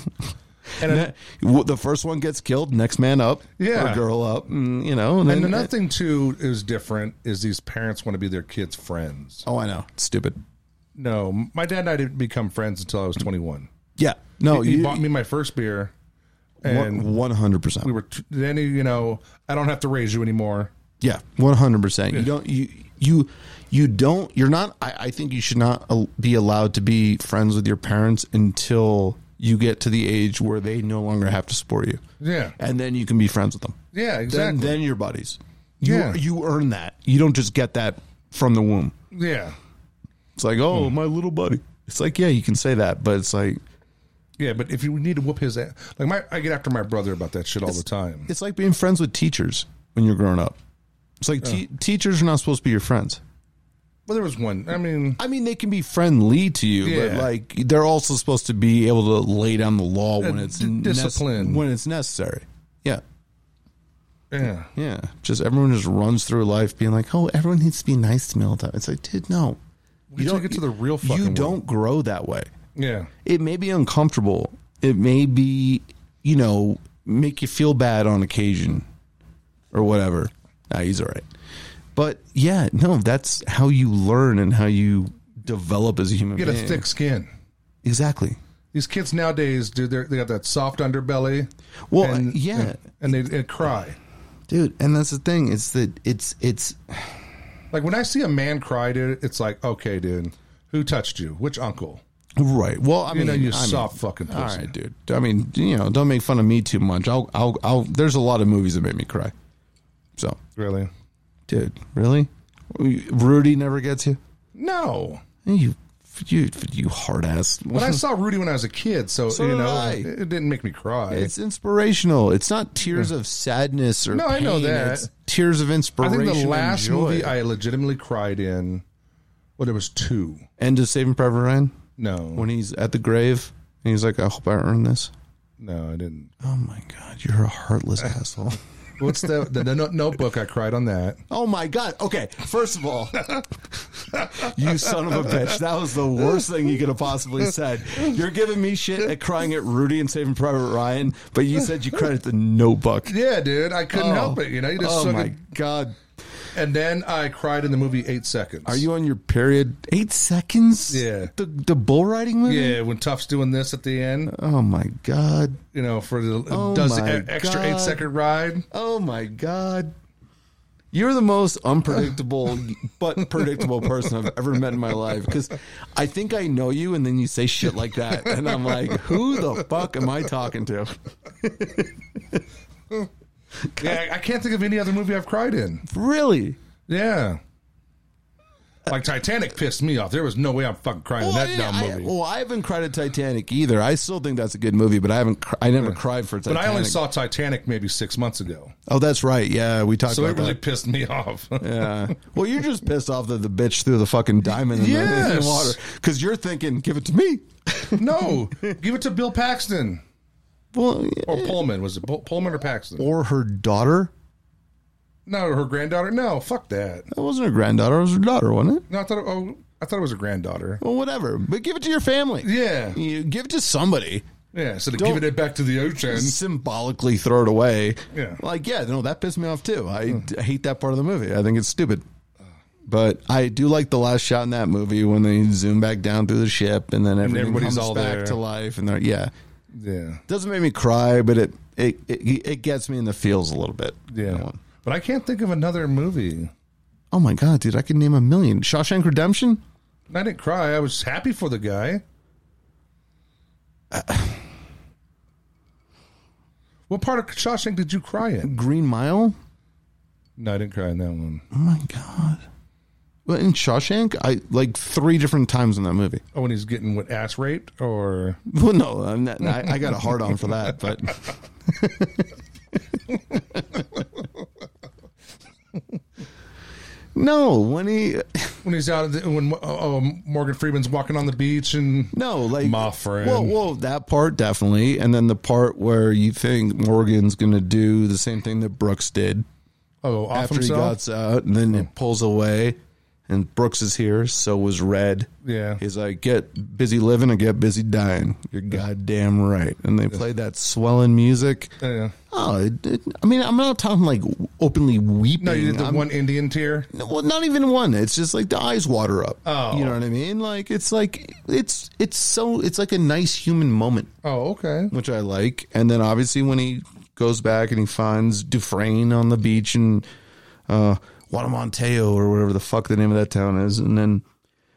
A: and, an-
B: w- the first one gets killed, next man up,
A: Yeah.
B: or girl up, and, you know, and
A: [LAUGHS]
B: then.
A: and another thing too is different is these parents want to be their kids' friends.
B: oh, I know, stupid.
A: No, my dad and I didn't become friends until I was twenty one.
B: Yeah, no,
A: he
B: you,
A: bought me my first beer, and
B: one hundred percent.
A: we were t- then he, you know I don't have to raise you anymore.
B: Yeah, one hundred percent. You don't you you you don't you're not. I, I think you should not al- be allowed to be friends with your parents until you get to the age where they no longer have to support you,
A: Yeah,
B: and then you can be friends with them.
A: yeah,
B: Then
A: exactly.
B: then you're buddies. You
A: Yeah.
B: you earn that. You don't just get that from the womb.
A: yeah,
B: It's like oh
A: Mm.
B: my little buddy. It's like yeah you can say that, but it's like
A: yeah. But if you need to whoop his ass, like my I get after my brother about that shit all the time.
B: it's like being friends with teachers when you're growing up. It's like te- teachers are not supposed to be your friends.
A: Well, there was one. I mean,
B: I mean, they can be friendly to you, but
A: Yeah.
B: like they're also supposed to be able to lay down the law when
A: Uh,
B: it's
A: d-
B: nec-
A: discipline.
B: when it's necessary. Yeah,
A: yeah,
B: yeah. Just everyone just runs through life being like, "Oh, everyone needs to be nice to me all the time." It's like, dude, no,
A: We should get to the real fucking
B: You
A: world.
B: don't grow that way.
A: yeah,
B: It may be uncomfortable. It may be, you know, make you feel bad on occasion, or whatever. Nah, he's all right. But yeah, no, that's how you learn and how you develop as a human
A: get
B: being.
A: a thick skin.
B: Exactly.
A: These kids nowadays, dude, they they got that soft underbelly.
B: Well, yeah.
A: and, they, they cry.
B: dude, and that's the thing. It's that it's it's
A: Like when I see a man cry, dude, it's like, okay, dude, who touched you? Which uncle?
B: right. Well, I
A: You
B: mean,
A: know, you
B: I mean,
A: soft fucking pussy.
B: all right, dude. I mean, you know, don't make fun of me too much. I'll, I'll, I'll. There's a lot of movies that make me cry. So,
A: Really?
B: dude, really, Rudy never gets you.
A: No.
B: You, you, you hard ass.
A: But
B: [LAUGHS]
A: I saw Rudy when I was a kid, so, you
B: did
A: know,
B: I.
A: it it didn't make me cry.
B: It's inspirational. It's not tears of sadness or
A: No, I know
B: pain.
A: that.
B: It's tears of
A: I
B: inspiration.
A: think the
B: and
A: last
B: joy.
A: movie I legitimately cried in Well, there was two.
B: End of Saving Private Ryan
A: No,
B: when he's at the grave and he's like, I hope I earned this.
A: no, I didn't.
B: Oh my god, you're a heartless asshole.
A: What's the the, the no- notebook? I cried on that.
B: Oh my god. Okay, first of all, [LAUGHS] you son of a bitch. That was the worst thing you could have possibly said. You're giving me shit at crying at Rudy and Saving Private Ryan, but you said you credit the notebook.
A: Yeah, dude, I couldn't
B: Oh.
A: help it. You know, you just
B: oh
A: took
B: my
A: it.
B: god.
A: And then I cried in the movie Eight Seconds.
B: Are you on your period? 8 seconds?
A: Yeah.
B: The the bull riding movie?
A: Yeah, when Tuff's doing this at the end,
B: Oh my god.
A: you know, for the
B: Oh
A: does the
B: my
A: e- extra
B: God.
A: eight second ride.
B: Oh my god. You're the most
A: [LAUGHS]
B: unpredictable but predictable person I've ever met in my life cuz I think I know you and then you say shit like that and I'm like, "Who the fuck am I talking to?"
A: Yeah, I I can't think of any other movie I've cried in.
B: Really?
A: Yeah. Like Titanic pissed me off. There was no way I'm fucking crying in that
B: I-
A: dumb
B: I,
A: movie.
B: well, I haven't cried at Titanic either. I still think that's a good movie, but I haven't cr- I never cried for
A: but
B: Titanic.
A: I only saw Titanic maybe six months ago.
B: Oh, that's right. Yeah, we talked
A: So it
B: about
A: really
B: that.
A: pissed me off.
B: [LAUGHS] Yeah. Well, you're just pissed off that the bitch threw the fucking diamond in, the, in
A: Yes.
B: the water because you're thinking, "Give it to me."
A: no. Give it to Bill Paxton.
B: Well,
A: Or Pullman. Was it Pul- Pullman or Paxton?
B: or her daughter.
A: No, her granddaughter. No, fuck that.
B: That wasn't her granddaughter. It was her daughter, wasn't it?
A: No, I thought it, oh, I thought it was a granddaughter.
B: Well, whatever. But give it to your family.
A: Yeah.
B: You give it to somebody.
A: Yeah. So to
B: Don't-
A: give it back to the ocean.
B: Symbolically throw it away.
A: Yeah.
B: Like, yeah, no, that pissed me off too. I, I hate that part of the movie. I think it's stupid. But I do like the last shot in that movie when they zoom back down through the ship and then everything
A: everybody's
B: comes
A: all
B: back
A: there.
B: to life and they're yeah.
A: Yeah.
B: Doesn't make me cry, but it it, it it gets me in the feels a little bit. That
A: Yeah.
B: one.
A: But I can't think of another movie.
B: Oh my god, dude! I could name a million. Shawshank Redemption.
A: I didn't cry. I was happy for the guy.
B: Uh,
A: [SIGHS] what part of Shawshank did you cry in?
B: Green Mile.
A: No, I didn't cry in that one.
B: Oh my god. Well, in Shawshank, I like three different times in that movie. [LAUGHS]
A: Oh, when he's getting what ass raped, or
B: Well, no, I'm not, I, I got a hard on for that, but [LAUGHS] no, when he
A: when he's out of the, when oh, Morgan Freeman's walking on the beach and
B: no, like
A: My friend.
B: Well, well, that part definitely, and then the part where you think Morgan's going to do the same thing that Brooks did
A: oh off
B: after he
A: himself.
B: gets out, and then
A: Oh.
B: it pulls away, and Brooks is here, so was Red.
A: Yeah.
B: He's like, get busy living and get busy dying. You're goddamn right. And they played that swelling music.
A: yeah.
B: Oh, it, it, I mean, I'm not talking like openly weeping.
A: No, you did the
B: Mm, I'm-
A: one Indian tear.
B: Well, not even one. It's just like the eyes water up.
A: Oh.
B: You know what I mean? Like it's like it's it's so it's like a nice human moment,
A: Oh, okay.
B: which I like. And then obviously when he goes back and he finds Dufresne on the beach and uh Guatemonteo or whatever the fuck the name of that town is, and then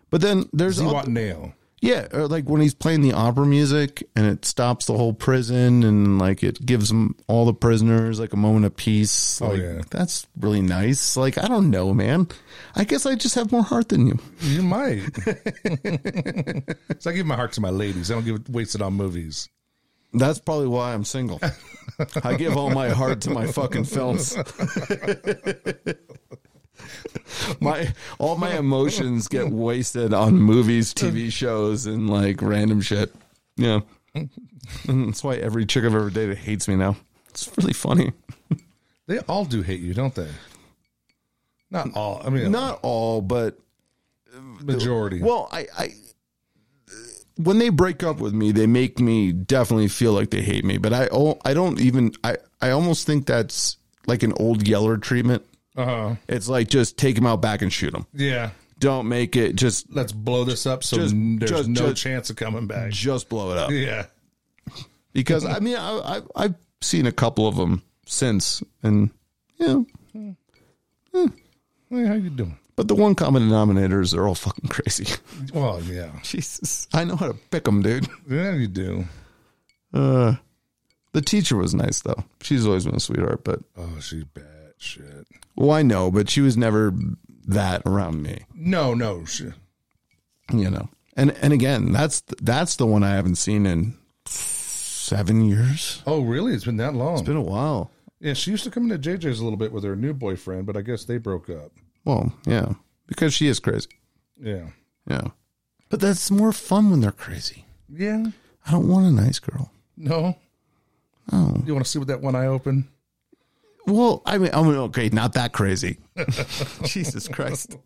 B: but then there's
A: You
B: all-
A: want nail?
B: yeah, or like when he's playing the opera music and it stops the whole prison and like it gives them all the prisoners like a moment of peace. Like,
A: yeah.
B: That's really nice. Like, I don't know, man. I guess I just have more heart than you.
A: You might. [LAUGHS] so I give my heart to my ladies. I don't give it wasted on movies.
B: That's probably why I'm single. I give all my heart to my fucking films. my all my emotions get wasted on movies, TV shows, and like random shit. Yeah, and that's why every chick I've ever dated hates me now. It's really funny.
A: They all do hate you, don't they? Not all. I mean,
B: Not all, but
A: majority.
B: well, I, I when they break up with me, they make me definitely feel like they hate me. But I, oh, I don't even. I, I almost think that's like an old Yeller treatment.
A: uh-huh.
B: It's like just take him out back and shoot him.
A: Yeah.
B: Don't make it just
A: Let's blow this up so
B: Just-
A: n- there's
B: just-
A: no
B: just-
A: chance of coming back.
B: just blow it up.
A: Yeah.
B: Because I mean, I, I I've seen a couple of them since, and you know,
A: Hey, how you doing?
B: but the one common denominator is they're all fucking crazy.
A: Well, yeah.
B: Jesus, I know how to pick them, dude.
A: Yeah, you do.
B: Uh, the teacher was nice though. She's always been a sweetheart, but
A: Oh, she's bad shit.
B: Well, I know, but she was never that around me,
A: No, no. She,
B: you know. And and again, that's that's the one I haven't seen in seven years.
A: oh, really? It's been that long.
B: Been a while.
A: yeah, she used to come into JJ's a little bit with her new boyfriend, but I guess they broke up.
B: Well, yeah, because she is crazy.
A: Yeah.
B: Yeah. But that's more fun when they're crazy.
A: Yeah.
B: I don't want a nice girl.
A: No.
B: Oh.
A: You want to see with that one eye open?
B: Well, I mean, I mean okay, not that crazy. [LAUGHS] Jesus Christ.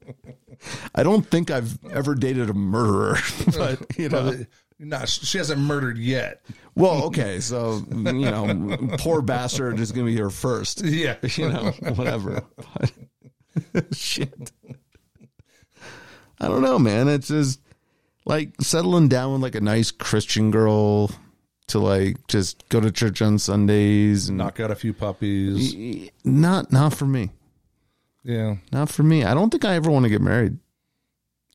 B: I don't think I've ever dated a murderer, [LAUGHS]
A: [LAUGHS]
B: but
A: uh,
B: you know.
A: Not. She hasn't murdered yet.
B: Well, okay, so you know, poor bastard is going to be here first.
A: [LAUGHS] [LAUGHS] Yeah.
B: [LAUGHS] you know, whatever. But- [LAUGHS] shit. I don't know, man. It's just like settling down with like a nice Christian girl to like just go to church on Sundays and
A: Knock out a few puppies.
B: not not for me.
A: Yeah.
B: Not for me. I don't think I ever want to get married.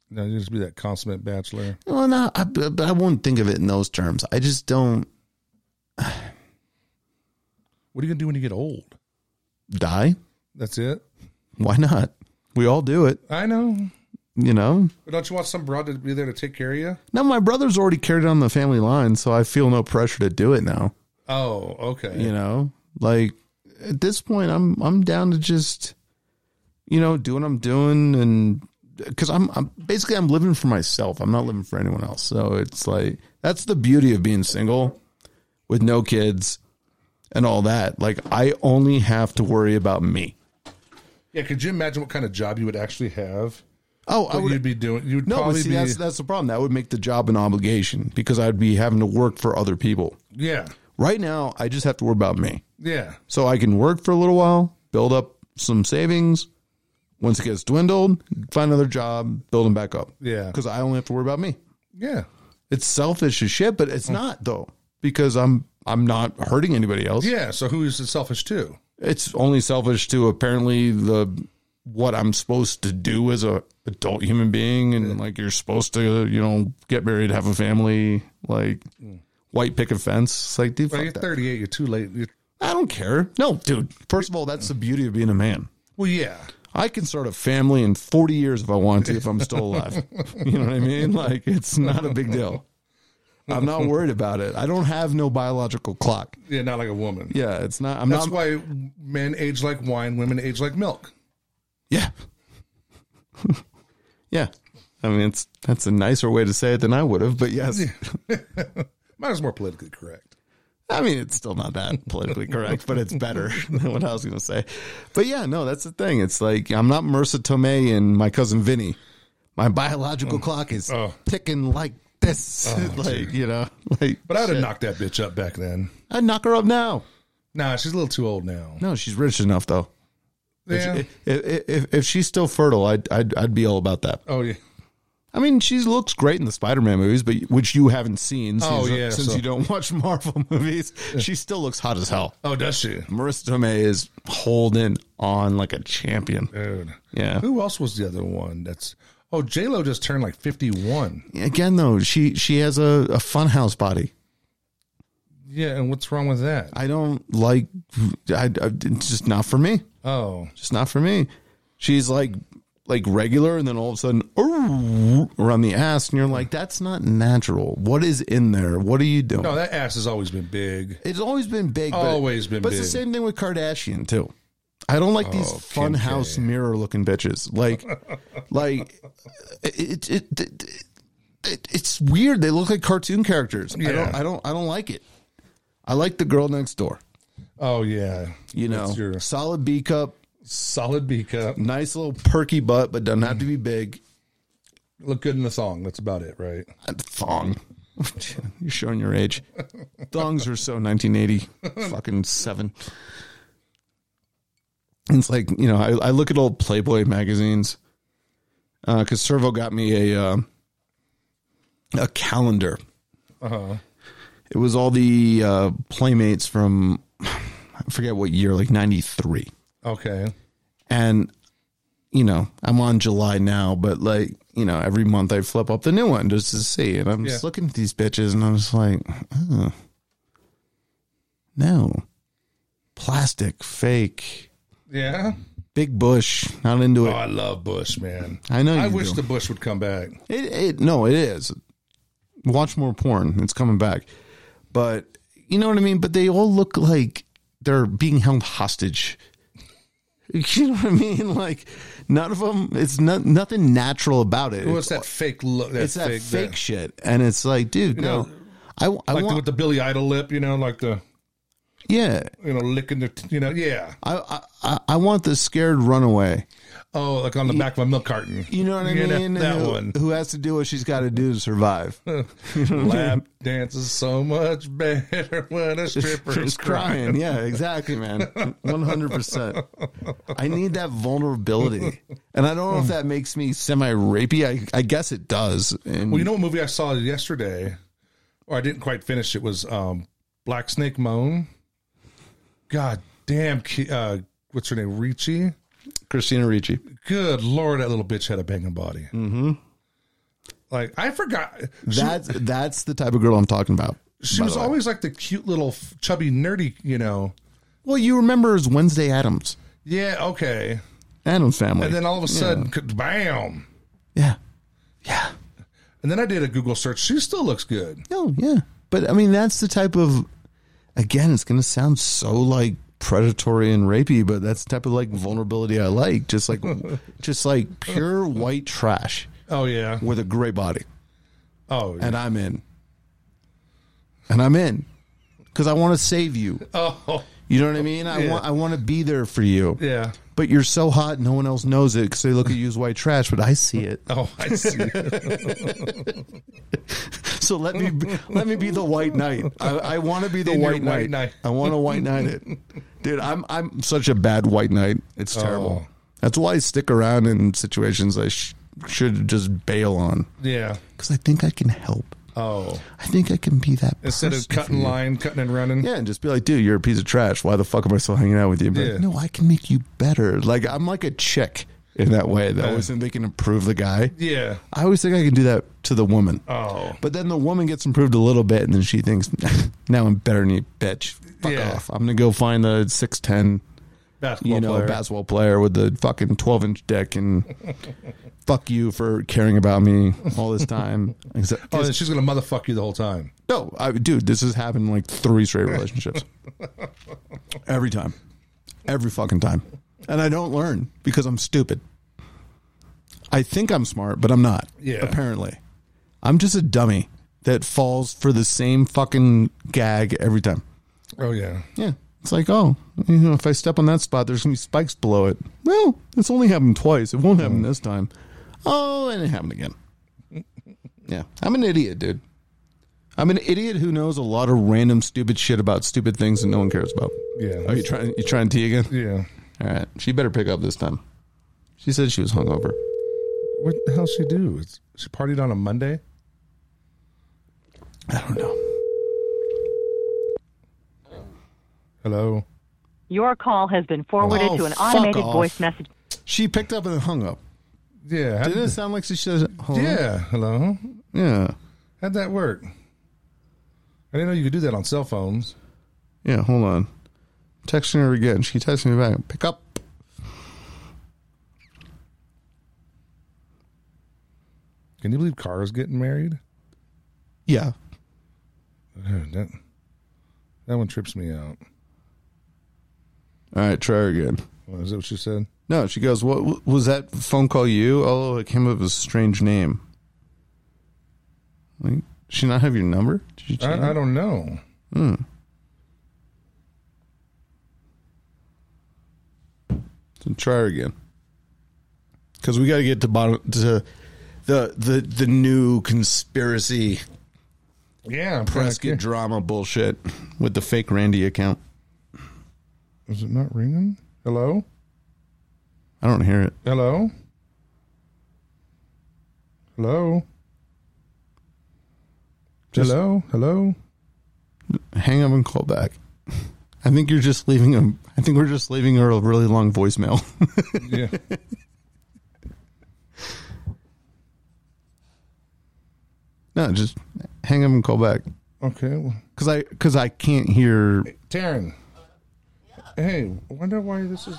A: No, you just be that consummate bachelor.
B: Well, no, I, but but I won't think of it in those terms. I just don't
A: What are you gonna do when you get old?
B: die.
A: That's it.
B: Why not? We all do it,
A: I know.
B: you know.
A: But don't you want some broad to be there to take care of you?
B: Now my brother's already carried on the family line, so I feel no pressure to do it now.
A: Oh, okay.
B: you know like at this point i'm i'm down to just you know do what i'm doing and because I'm, I'm basically i'm living for myself i'm not living for anyone else so it's like that's the beauty of being single with no kids and all that like i only have to worry about me
A: Yeah. Could you imagine what kind of job you would actually have?
B: oh i
A: What
B: would
A: you'd be doing? You'd
B: no but
A: probably
B: see
A: be.
B: that's that's the problem that would make the job an obligation because i'd be having to work for other people
A: yeah.
B: right now i just have to worry about me
A: Yeah.
B: So I can work for a little while, build up some savings. Once it gets dwindled, find another job, build them back up.
A: Yeah.
B: Because I only have to worry about me.
A: Yeah.
B: It's selfish as shit, but it's not though. Because I'm I'm not hurting anybody else.
A: Yeah. So who is selfish too?
B: It's only selfish to apparently the what I'm supposed to do as a adult human being and like you're supposed to, you know, get married, have a family, like
A: Mm.
B: white picket fence. It's like dude,
A: Well,
B: fuck
A: you're
B: that.
A: 38. You're too late. You're,
B: I don't care. No, dude. First of all, that's the beauty of being a man.
A: well, yeah.
B: I can start a family in 40 years if I want to, if I'm still alive. You know what I mean? Like, it's not a big deal. I'm not worried about it. I don't have no biological clock.
A: Yeah. Not like a woman.
B: Yeah, it's not. I'm
A: That's
B: not.
A: why men age like wine, women age like milk.
B: yeah. [LAUGHS] yeah. I mean, it's that's a nicer way to say it than I would have, but yes.
A: Mine is more politically correct.
B: I mean, it's still not that politically correct, but it's better [LAUGHS] than what I was going to say. But yeah, no, that's the thing. It's like I'm not Marissa Tomei and my cousin Vinny. My biological clock is
A: Oh.
B: ticking like this, [LAUGHS] like you know, like.
A: But I'd have knocked that bitch up back then.
B: I'd knock her up now.
A: Nah, she's a little too old now.
B: No, she's rich enough though.
A: Yeah.
B: If, if, if, if she's still fertile, I'd, I'd I'd be all about that.
A: oh yeah.
B: I mean, she looks great in the Spider-Man movies, but which you haven't seen since,
A: Oh, yeah,
B: since
A: so-
B: you don't [LAUGHS] watch Marvel movies. She still looks hot as hell.
A: Oh, does she?
B: Marissa Tomei is holding on like a champion.
A: Dude.
B: Yeah.
A: Who else was the other one? That's oh, J Lo just turned like fifty one.
B: Again, though, she she has a, a funhouse body.
A: Yeah, and what's wrong with that?
B: I don't like. I, I it's just not for me.
A: Oh,
B: Just not for me. She's like like regular, and then all of a sudden, "Ooh," around the ass, and you're like, that's not natural. What is in there? What are you doing?
A: no, Oh, that ass has always been big.
B: It's always been big. but-
A: Always been
B: but
A: big.
B: it's the same thing with Kardashian too. I don't like these
A: Kim
B: funhouse mirror looking
A: [LAUGHS]
B: bitches. Like, like it, it, it, it- it's weird. They look like cartoon characters. I don't,
A: Yeah.
B: I don't, I don't like it. I like the girl next door.
A: Oh yeah,
B: You know,
A: That's your
B: solid B cup,
A: solid B cup.
B: nice little perky butt, but doesn't have to be big.
A: Look good in the thong. That's about it, right?
B: A Uh, Thong. [LAUGHS] You're showing your age. Thongs are so 1980, fucking seven. It's like you know, I, I look at old Playboy magazines because Servo got me a uh, a calendar.
A: Uh-huh.
B: It was all the uh, playmates from [SIGHS] I forget what year, like '93
A: Okay.
B: and you know i'm on july now but like you know every month i flip up the new one just to see and i'm just
A: Yeah.
B: looking at these bitches and i'm just like oh, no plastic fake
A: Yeah.
B: big bush not into
A: Oh,
B: it
A: I love Bush, man.
B: i know you
A: Oh, I wish the
B: do.
A: Bush would come back.
B: It, it no, it is. Watch more porn. It's coming back. But you know what I mean? But they all look like they're being held hostage. [LAUGHS] You know what I mean? Like none of them. It's not nothing natural about it.
A: What's that fake look? That
B: it's that fake,
A: that-
B: shit, and it's like, dude, no.
A: know,
B: I, I
A: like the,
B: want,
A: with the Billy Idol lip, you know, like the
B: yeah,
A: you know licking the, you know, yeah.
B: I, I, I, I want the scared runaway.
A: Oh, like on the back of a milk
B: [LAUGHS]
A: carton.
B: You know what I mean?
A: that
B: who,
A: one.
B: Who has to do what she's got to do to survive?
A: Lap dances so much better [LAUGHS] when a stripper is
B: She's
A: crying.
B: crying. Yeah, exactly, man. 100%. I need that vulnerability. And I don't know if that makes me semi rapey. I, I guess it does. And
A: Well, you know what movie I saw yesterday, or I didn't quite finish. It was um, Black Snake Moan. God damn, Ki- uh, what's her name? Ricci.
B: Christina Ricci.
A: Good lord, that little bitch had a banging body. Mm-hmm. Like I forgot, she,
B: That's, that's the type of girl I'm talking about.
A: she
B: by
A: was
B: the way.
A: always like the cute little f- chubby nerdy. You know?
B: Well, you remember as Wednesday Adams.
A: Yeah. Okay.
B: Adams family.
A: And then all of a sudden, c- bam.
B: yeah. Yeah.
A: And then I did a Google search. She still looks good.
B: No, yeah. But I mean, that's the type of, again, it's going to sound so like predatory and rapey, but that's the type of like vulnerability I like. Just like, [LAUGHS] just like pure white trash
A: Oh yeah.
B: with a gray body.
A: Oh.
B: And I'm in. And I'm in. Because I want to save you.
A: [LAUGHS] Oh.
B: You know what I mean? I want I want to be there for you.
A: Yeah.
B: But you're so hot, no one else knows it because they look at you as white trash. But I see it. [LAUGHS]
A: Oh, I see.
B: So let me be- let me be the white knight. I, I want to be the
A: In your
B: white knight.
A: white knight.
B: I want to white knight it, dude. I'm I'm such a bad white knight. It's terrible.
A: Oh.
B: That's why I stick around in situations I sh- should just bail on
A: [LAUGHS] yeah.
B: because I think I can help.
A: Oh.
B: I think I can be that
A: Instead of
B: person for
A: cutting
B: you.
A: line, cutting and running.
B: Yeah, and just be like, dude, you're a piece of trash. Why the fuck am I still hanging out with you? But
A: Yeah.
B: no, I can make you better. Like I'm like a chick in that way. That always think they can improve the guy.
A: Yeah.
B: I always think I can do that to the woman.
A: Oh.
B: But then the woman gets improved a little bit, and then she thinks, [LAUGHS] "Now I'm better than you, bitch. Fuck
A: Yeah.
B: off. I'm gonna go find the six ten,
A: Basketball
B: you know,
A: player.
B: basketball player with the fucking twelve inch
A: [LAUGHS]
B: dick, and fuck you for caring about me all
A: [LAUGHS]
B: this time." Except,
A: oh, then she's gonna motherfuck you the whole time.
B: no, I, dude, this has happened in like three straight relationships. [LAUGHS] Every time, every fucking time, and I don't learn because I'm stupid. I think I'm smart, but I'm not.
A: Yeah.
B: apparently, I'm just a dummy that falls for the same fucking gag every time.
A: Oh yeah.
B: Yeah, it's like, oh, you know, if I step on that spot, there's gonna be spikes below it. Well, it's only happened twice. It won't happen this time. Oh, and it happened again. Yeah, I'm an idiot, dude. I'm an idiot who knows a lot of random stupid shit about stupid things that no one cares about.
A: Yeah.
B: Oh, you trying? You trying tea again?
A: Yeah.
B: All right, she better pick up this time. She said she was hungover.
A: What the hell she do? It's, she partied on a Monday.
B: I don't know.
A: Hello.
C: Your call has been forwarded
B: Oh,
C: to an
B: fuck
C: automated
B: off.
C: voice message.
B: She picked up and hung up.
A: Yeah. how-
B: Didn't it sound like she said? Hello?
A: yeah. Hello.
B: yeah,
A: How'd that work? I didn't know you could do that on cell phones.
B: yeah. Hold on. Texting her again. She texted me back. Pick up.
A: Can you believe Cara's getting married?
B: Yeah.
A: Uh, That, that one trips me out.
B: All right, try her again.
A: Well, Is that what she said?
B: No, she goes, "What w- was that phone call you? Oh, it came up with a strange name." Like, she not have your number? Did you change?
A: I, I don't know.
B: it? Try her again. Cuz we got to get to bottom to the the the new conspiracy
A: Yeah. I'm trying to-
B: Prescott drama bullshit with the fake Randy account.
A: Is it not ringing? Hello.
B: I don't hear it.
A: Hello? Hello?
B: Just-
A: Hello? Hello?
B: Hang up and call back. I think you're just leaving a I think we're just leaving her a really long voicemail. [LAUGHS]
A: Yeah.
B: no, just hang up and call back.
A: [LAUGHS] okay. Well,
B: Cause I, cause I can't hear.
A: Taryn. Hey, I wonder why this is.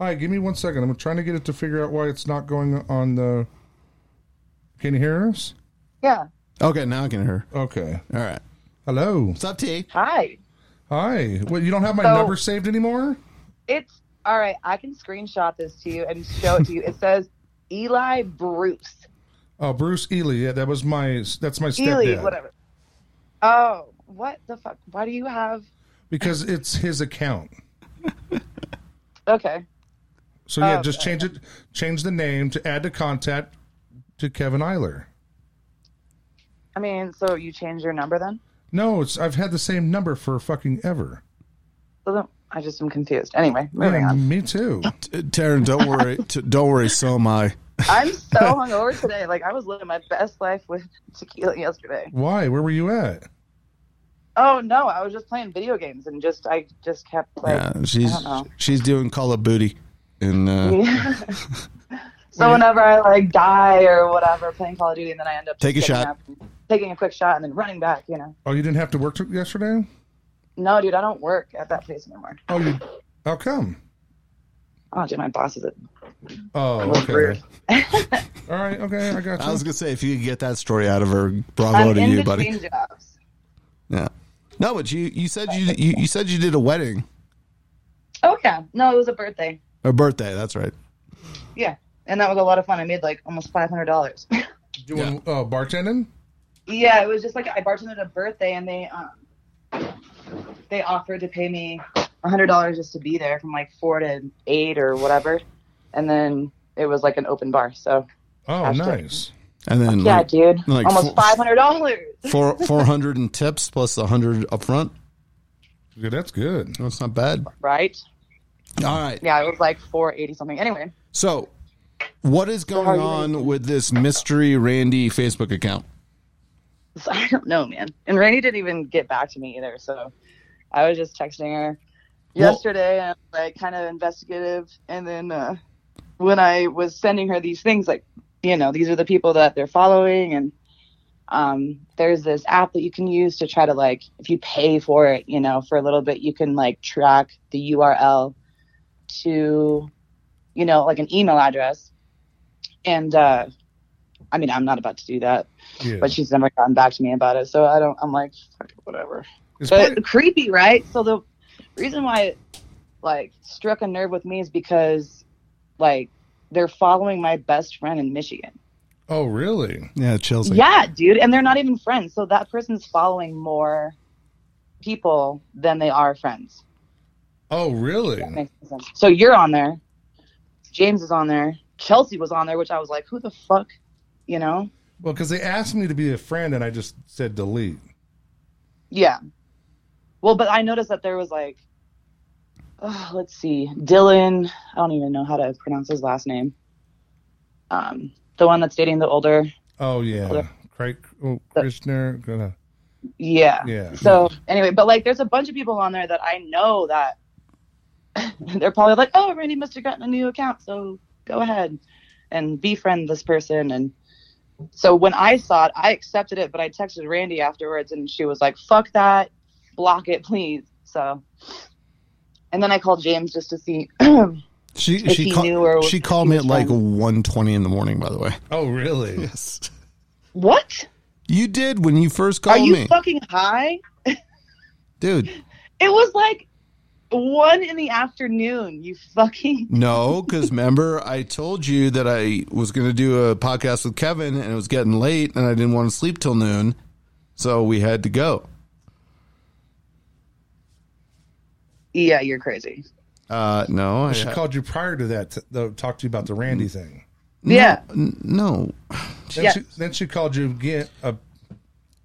A: Hi, give me one second. I'm trying to get it to figure out why it's not going on the. Can you hear us?
D: Yeah.
B: Okay, now I can hear.
A: Okay.
B: All right.
A: Hello.
B: What's up, T?
D: Hi.
A: Hi. Well, you don't have my
D: So-
A: number saved anymore?
D: It's All right, I can screenshot this to you and show it to you. It says Eli Bruce.
A: Oh, Bruce Ely. Yeah, that was my. That's my stepdad.
D: Ely, whatever. Oh, what the fuck? Why do you have?
A: Because it's his account.
D: Okay.
A: So yeah,
D: Oh,
A: just change it. Change the name to add to contact to Kevin Eiler.
D: I mean, so you changed your number then?
A: No, it's I've had the same number for fucking ever.
D: Well, then I just am confused. Anyway, moving
A: Yeah, [LAUGHS]
D: on.
A: Me too.
B: T- Taryn, don't worry. T- don't worry. So am I.
D: I'm so hungover today. Like I was living my best life with [LAUGHS] tequila yesterday.
A: Why? Where were you at?
D: Oh no, I was just playing video games and just I just kept like
B: Yeah, she's
D: I don't know.
B: she's doing Call of Booty, and uh,
D: [LAUGHS] so whenever I like die or whatever playing Call of Duty, and then I end up just
B: Take a
D: getting
B: shot.
D: up and taking a quick shot, and then running back. You know,
A: Oh, you didn't have to work t- yesterday.
D: no, dude, I don't work at that place anymore.
A: Oh, you. How come?
D: Oh, dude, my boss is a
A: Oh,
D: little
A: okay.
D: rude.
A: [LAUGHS] All right. Okay, I got you.
B: I was gonna say if you could get that story out of her, bravo
D: I'm
B: to
D: in
B: you, buddy.
D: between jobs.
B: Yeah. No, but you you said you, you you said you did a wedding
D: Oh yeah, no, it was a birthday.
B: or birthday. That's right.
D: Yeah, and that was a lot of fun. I made like almost five hundred dollars. [LAUGHS]
A: Doing uh, bartending.
D: Yeah, it was just like I bartended a birthday, and they um, they offered to pay me a hundred dollars just to be there from like four to eight or whatever, and then it was like an open bar. So
A: Oh,
D: Ashton.
A: nice.
B: And then
D: yeah,
B: like,
D: dude,
B: like
D: almost
B: four-
D: five hundred dollars.
B: four four hundred in tips plus a hundred up front.
A: Yeah, that's good.
B: That's not bad.
D: Right?
B: All right.
D: Yeah, it was like four eighty something. Anyway,
B: So, what is
D: are
B: going
D: you-
B: on with this mystery Randy Facebook account?
D: so [LAUGHS] I don't know, man. And Rainey didn't even get back to me either, so I was just texting her
B: Well-
D: yesterday and like kind of investigative. And then uh, when I was sending her these things, like you know, these are the people that they're following, and um, there's this app that you can use to try to like, if you pay for it, you know, for a little bit, you can like track the URL to, you know, like an email address. And uh, I mean, I'm not about to do that
A: Yeah.
D: but she's never gotten back to me about it. So I don't. I'm like, fuck it, whatever.
A: It's
D: But
A: probably-
D: creepy, right? So the reason why it like struck a nerve with me is because like they're following my best friend in Michigan.
A: oh, really?
B: Yeah, chills.
D: yeah, dude, and they're not even friends. So that person's following more people than they are friends.
A: Oh, really?
D: That makes sense. So you're on there. James is on there. Chelsea was on there, which I was like, who the fuck, you know?
A: Well, because they asked me to be a friend, and I just said delete.
D: Yeah. Well, but I noticed that there was like, oh, let's see, Dylan. I don't even know how to pronounce his last name. Um, the one that's dating the older.
A: Oh yeah,
D: Yeah.
A: Craig oh, Krishner. gonna-
D: Yeah.
A: Yeah.
D: So anyway, but like, there's a bunch of people on there that I know that [LAUGHS] they're probably like, oh, Randy must have gotten a new account, so go ahead and befriend this person. And so when I saw it, I accepted it, but I texted Randy afterwards, and she was like, fuck that, block it, please. So, and then I called James just to see. [CLEARS THROAT]
B: She
D: If
B: she
D: he
B: call,
D: knew or
B: she
D: if
B: called
D: he
B: me at
D: was
B: like
D: friends.
B: 1.20 in the morning. By the way, [LAUGHS]
A: Oh really?
B: yes,
D: what?
B: you did when you first
D: Are
B: called
D: you
B: me,
D: fucking high?
B: dude.
D: It was like one in the afternoon, you fucking. [LAUGHS]
B: No, because remember I told you that I was going to do a podcast with Kevin, and it was getting late, and I didn't want to sleep till noon, so we had to go.
D: Yeah, you're crazy.
B: Uh, no, I,
A: She called you prior to that to, though, talk to you about the Randy thing.
D: Yeah.
B: n- no,
A: Then,
D: Yeah.
A: she, then she called you again. Uh,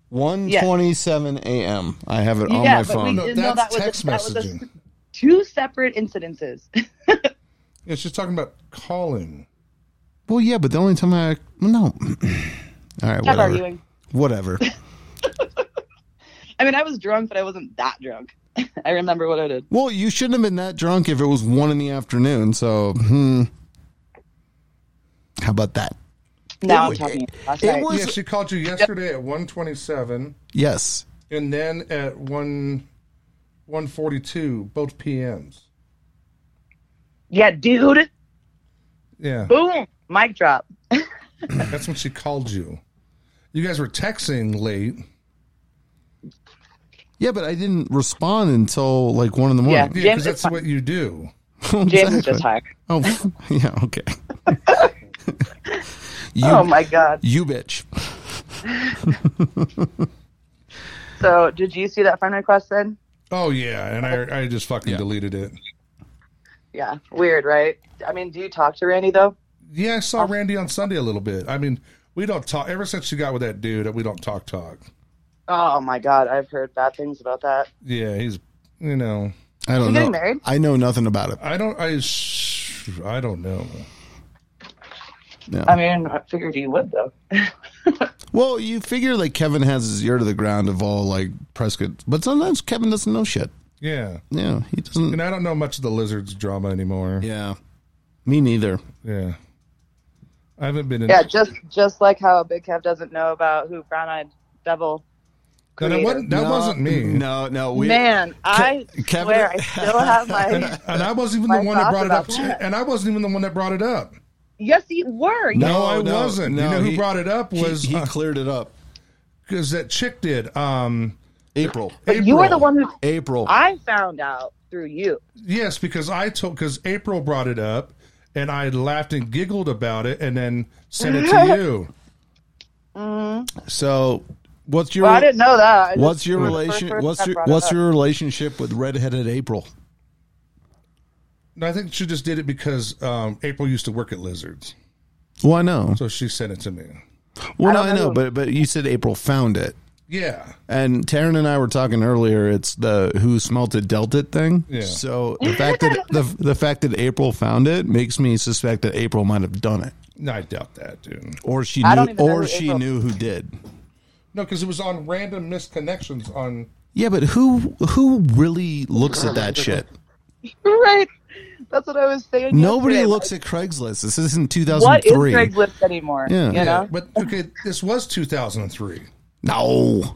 B: one twenty-seven a.m. I have it on
D: yeah,
B: my
D: but
B: phone.
D: we didn't know
A: that's
D: that was,
A: text
D: that was a-
A: messaging.
D: two separate incidences. [LAUGHS]
A: yeah, she's talking about calling.
B: Well, yeah, but the only time I no. [CLEARS THROAT] All right,
D: Stop
B: whatever.
D: arguing.
B: Whatever.
D: I mean, I was drunk, but I wasn't that drunk. [LAUGHS] I remember what I did.
B: Well, you shouldn't have been that drunk if it was one in the afternoon. So, hmm. how about that?
D: Now
B: wa-
D: I'm talking. about last
B: it
D: night.
B: was-
A: Yeah, she called you yesterday at one twenty-seven,
B: Yes,
A: and then at one one forty-two, both PMs.
D: yeah, dude.
A: Yeah,
D: Boom. Mic drop.
A: that's when she called you. You guys were texting late.
B: yeah, but I didn't respond until like one in the
D: Yeah.
B: morning.
A: Yeah,
D: James,
A: because that's
D: it's fine.
A: what you do.
B: [LAUGHS]
D: James is just high.
B: Oh, [LAUGHS] yeah,
D: [LAUGHS]
B: okay. you,
D: Oh my god.
B: you bitch.
D: So did you see that friend request then?
A: Oh yeah, and I I just fucking deleted it.
D: Yeah. Weird, right? I mean, do you talk to Randy though?
A: Yeah, I saw Randy on Sunday a little bit. I mean, we don't talk ever since she got with that dude. We don't talk talk.
D: Oh my god, I've heard bad things about that.
A: Yeah, he's you know
B: I don't
D: You
B: know.
D: getting married?
B: I know nothing about it.
A: I don't I sh- I don't know.
B: No.
D: I mean, I figured you would though. [LAUGHS]
B: well, you figure like Kevin has his ear to the ground of all like Prescott, but sometimes Kevin doesn't know shit.
A: Yeah,
B: Yeah, he doesn't.
A: and I don't know much of the lizards drama anymore. Yeah,
B: yeah, me neither.
A: I haven't been in.
D: Yeah, just just like how Big Kev doesn't know about who Brown Eyed Devil.
A: No, that wasn't, that
B: No,
A: wasn't me.
B: No, no, we.
D: Man, I
B: Kevin-
D: swear I still
B: [LAUGHS]
D: have my.
A: And I wasn't even
D: My
A: the one that
D: thoughts
A: brought it
D: about
A: up.
D: that.
A: And I wasn't even the one that brought it up.
D: yes, you were.
A: No,
D: No.
A: I
B: no,
A: wasn't.
B: no,
A: you know who
B: he-
A: brought it up
B: He-
A: was
B: he,
D: uh,
B: cleared it up.
A: because that chick did. Um,
B: April,
D: You were the
A: April.
D: one who
B: April.
D: I found out through you.
A: Yes, because I told because April brought it up, and I laughed and giggled about it, and then sent it to you.
B: so, what's your
D: Well, I didn't know that. I just- [LAUGHS]
B: what's your
D: it was the
B: relation
D: first
B: what's your
D: person that brought it
B: what's
D: up.
B: your relationship with redheaded April?
A: And I think she just did it because um, April used to work at Lizards,
B: Well, I know.
A: so she sent it to me.
B: Well, no,
D: don't
B: I know,
D: know.
B: but but you said April found it,
A: Yeah,
B: and Taryn and I were talking earlier. It's the who smelt it dealt it thing.
A: Yeah.
B: So the fact that the the fact that April found it makes me suspect that April might have done it,
A: no, I doubt that, dude.
B: or she
D: I don't
B: knew,
D: even know
B: or
D: who
B: she
D: April-
B: knew who did.
A: No, because it was on random misconnections on.
B: Yeah, but who who really looks at that shit?
D: right? That's what I was saying.
B: Nobody
D: yesterday.
B: looks at Craigslist. This isn't two
D: Like, What
B: thousand
D: is
B: three.
D: Craigslist anymore?
B: Yeah.
D: You
B: Yeah,
D: know?
A: But okay, this was 2003.
B: No.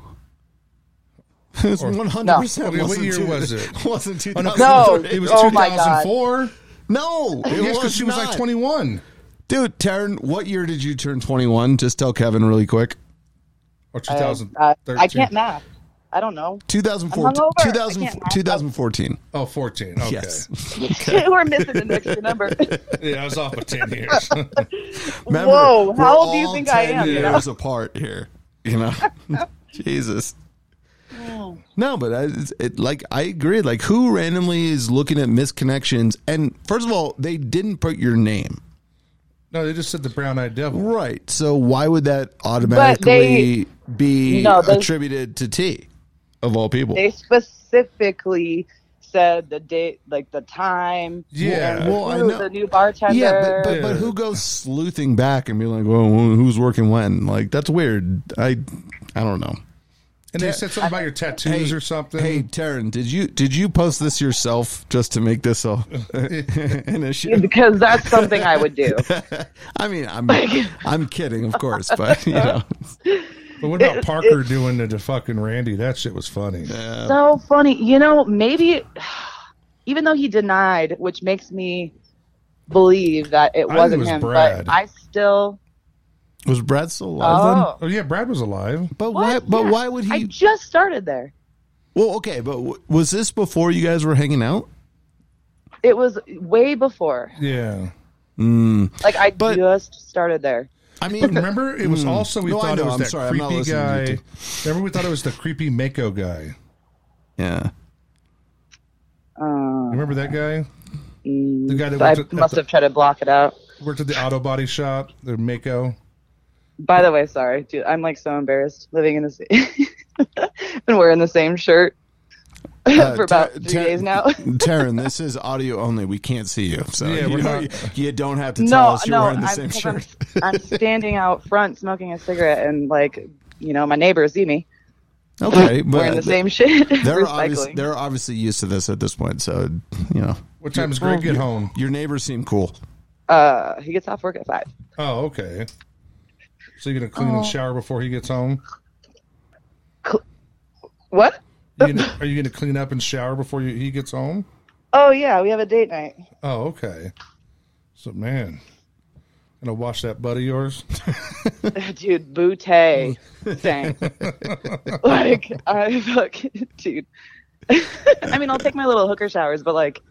B: [LAUGHS] It's one hundred percent.
A: Okay, what year was it?
B: [LAUGHS] Wasn't two
A: Oh,
B: thousand?
D: No.
A: It was
D: Oh, my God.
A: 2004.
B: No, it
A: Yes,
B: was
A: because she was like
B: not.
A: 21.
B: Dude, Taryn, what year did you turn 21? Just tell Kevin really quick.
A: Or
D: Uh,
A: 2013.
D: I can't math. I don't know.
B: 2014.
D: hungover. I
B: 2000
D: can't math.
B: 2014.
A: Oh, 14. Okay.
B: Yes.
D: [LAUGHS] We're missing
B: [LAUGHS]
D: an extra number.
A: Yeah, I was off by 10 years. [LAUGHS]
B: Remember,
D: Whoa, how
B: we're
D: old do you
B: all
D: think I
B: 10
D: am, you know?
B: years apart here. You know? [LAUGHS] Jesus.
D: Oh.
B: No, but I, it's- it, like I agree. Like, who randomly is looking at misconnections? And first of all, they didn't put your name,
A: no, they just said the brown eyed devil.
B: right? So why would that automatically be
D: No, they-
B: attributed to T of all people?
D: They specifically said the date, like the time.
A: Yeah,
D: and
B: well, I
D: who
B: know-
D: the new bartender.
B: Yeah, but, but, but who goes sleuthing back and be like, well, who's working when? Like, that's weird. I I don't know.
A: And they said something about your tattoos or something.
B: Hey, Taryn, did you did you post this yourself just to make
A: [LAUGHS]
B: this all an issue?
D: [LAUGHS] because that's something I would
B: [LAUGHS]
D: do.
B: I mean, I'm I'm kidding, of course, but you know,
A: But what about Parker doing the, the fucking Randy? That shit was funny.
D: so funny. You know, maybe [SIGHS] even though he denied, which makes me believe that it
A: think it
D: wasn't
A: was
D: him,
A: Brad.
D: but I still.
B: was Brad still alive then?
D: Oh,
A: Oh, yeah, Brad was alive.
B: But
D: What?
B: why? But
D: Yeah.
B: why would he?
D: I just started there.
B: well, okay, but w- was this before you guys were hanging out?
D: It was way before.
A: Yeah.
D: Like I
B: But-
D: just started there.
B: I
A: But
D: [LAUGHS]
B: mean,
A: remember, it was also, we
B: Hmm. No, I
A: thought it
B: know.
A: was
B: I'm
A: that
B: sorry. I'm not
A: creepy
B: listening to you
A: guy. Remember, we thought it was the creepy Mako guy.
B: yeah,
D: Uh,
A: Remember that guy? The
B: Mm,
A: guy that
D: so I
A: worked at, at
D: must have tried to block it out.
A: the, worked at the auto body shop, the Mako.
D: By the way, sorry, dude. I'm like so embarrassed living in this [LAUGHS] and wearing the same shirt for about
B: Tar-
D: three
B: Uh, Tar-
D: days
B: [LAUGHS]
D: now.
B: Taryn, this is audio only. We can't see you, so
A: Yeah,
B: you,
A: we're
B: don't-
A: not-
B: you don't have to tell
D: no,
B: us you're
D: no,
B: wearing
D: I'm,
B: the same
D: [LAUGHS] 'cause I'm-
B: shirt.
D: I'm standing out front smoking a cigarette, and like you know, my neighbors see me
B: Okay,
D: [LAUGHS] wearing the
B: but
D: same shit. [LAUGHS]
B: they're obviously
D: recycling.
B: they're obviously used to this at this point. So you know,
A: What time does
B: Mm-hmm.
A: Greg get home?
B: your neighbors seem cool.
D: uh, he gets off work at five.
A: Oh, okay. So you're gonna clean
B: Oh.
A: and shower before he gets home?
D: What?
A: You gonna- are you gonna clean up and shower before you, he gets home?
D: Oh yeah, we have a date night. [LAUGHS]
A: Oh, okay. So man, gonna wash that butt of yours? [LAUGHS]
B: [LAUGHS]
D: dude, bootay thing. [LAUGHS] like I fuck, dude. I mean, I'll take my little hooker showers, but like,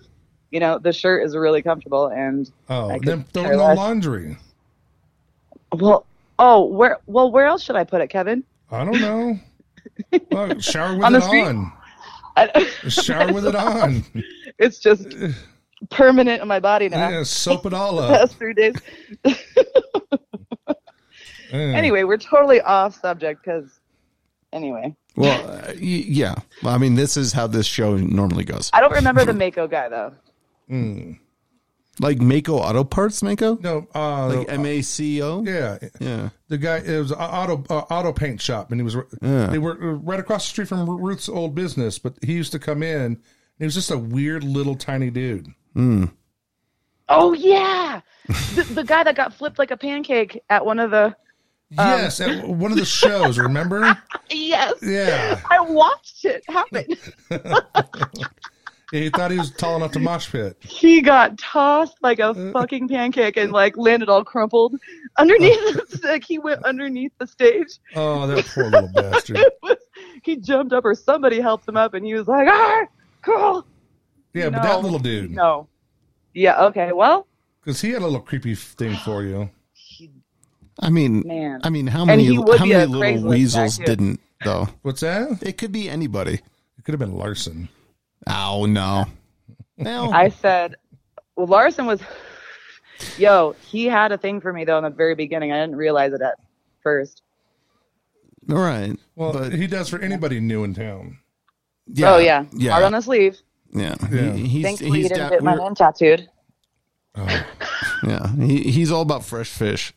D: you know, the shirt is really comfortable and
A: Oh,
D: I
A: and
D: could
A: then throw
D: care
A: in the
D: less.
A: laundry.
D: well, oh, where well, where else should I put it, Kevin?
A: I don't
D: [LAUGHS]
A: know. Well, shower with
D: On the
A: it
D: street?
A: on.
D: I, [LAUGHS]
A: Shower with it on.
D: it's just permanent in my body now.
A: Yeah, soap it all up.
D: [LAUGHS] Past three days.
A: Yeah.
D: Anyway, we're totally off subject because anyway,
B: Well, uh, y- yeah. I mean, this is how this show normally goes.
D: I don't remember the Mako guy though.
B: Like Mako Auto Parts, Mako,
A: No, uh,
B: like M A C O.
A: yeah.
B: Yeah.
A: The guy it was a auto uh, auto paint shop, and he was
B: Yeah.
A: they were uh, right across the street from Ruth's old business. But he used to come in, and he was just a weird little tiny dude.
D: Oh yeah, the, the guy that got flipped like a pancake at one of the Um.
A: Yes, at one of the shows. Remember?
D: [LAUGHS] yes.
A: Yeah,
D: I watched it happen.
A: he thought he was tall enough to mosh pit.
D: He got tossed like a fucking pancake and like landed all crumpled underneath. the- like he went underneath the stage.
A: Oh, that poor little bastard.
D: It was, he jumped up or somebody helped him up, and he was like, "Ah, cool."
A: Yeah, but
D: No.
A: that little dude,
D: No. Yeah. Okay. Well,
A: because he had a little creepy thing for you.
B: I mean,
D: Man.
B: I mean, how many
D: he would
B: how
D: be
B: many
D: a Craigslist
B: little
D: guy,
B: weasels
D: too.
B: didn't though?
A: What's that?
B: It could be anybody.
A: It could have been Larson.
B: Oh no. Well,
D: I said, well, Larson was, [SIGHS] yo, he had a thing for me though in the very beginning. I didn't realize it at first.
B: all right.
A: Well,
B: but
A: he does for anybody new in town.
B: yeah,
D: oh yeah,
B: yeah,
D: hard on the sleeve.
B: yeah.
A: Yeah.
B: He, he's
D: Thankfully, he
B: he's
D: didn't
B: down-
D: get my
B: we're-
D: name tattooed.
A: Oh,
B: yeah. He, he's all about fresh fish.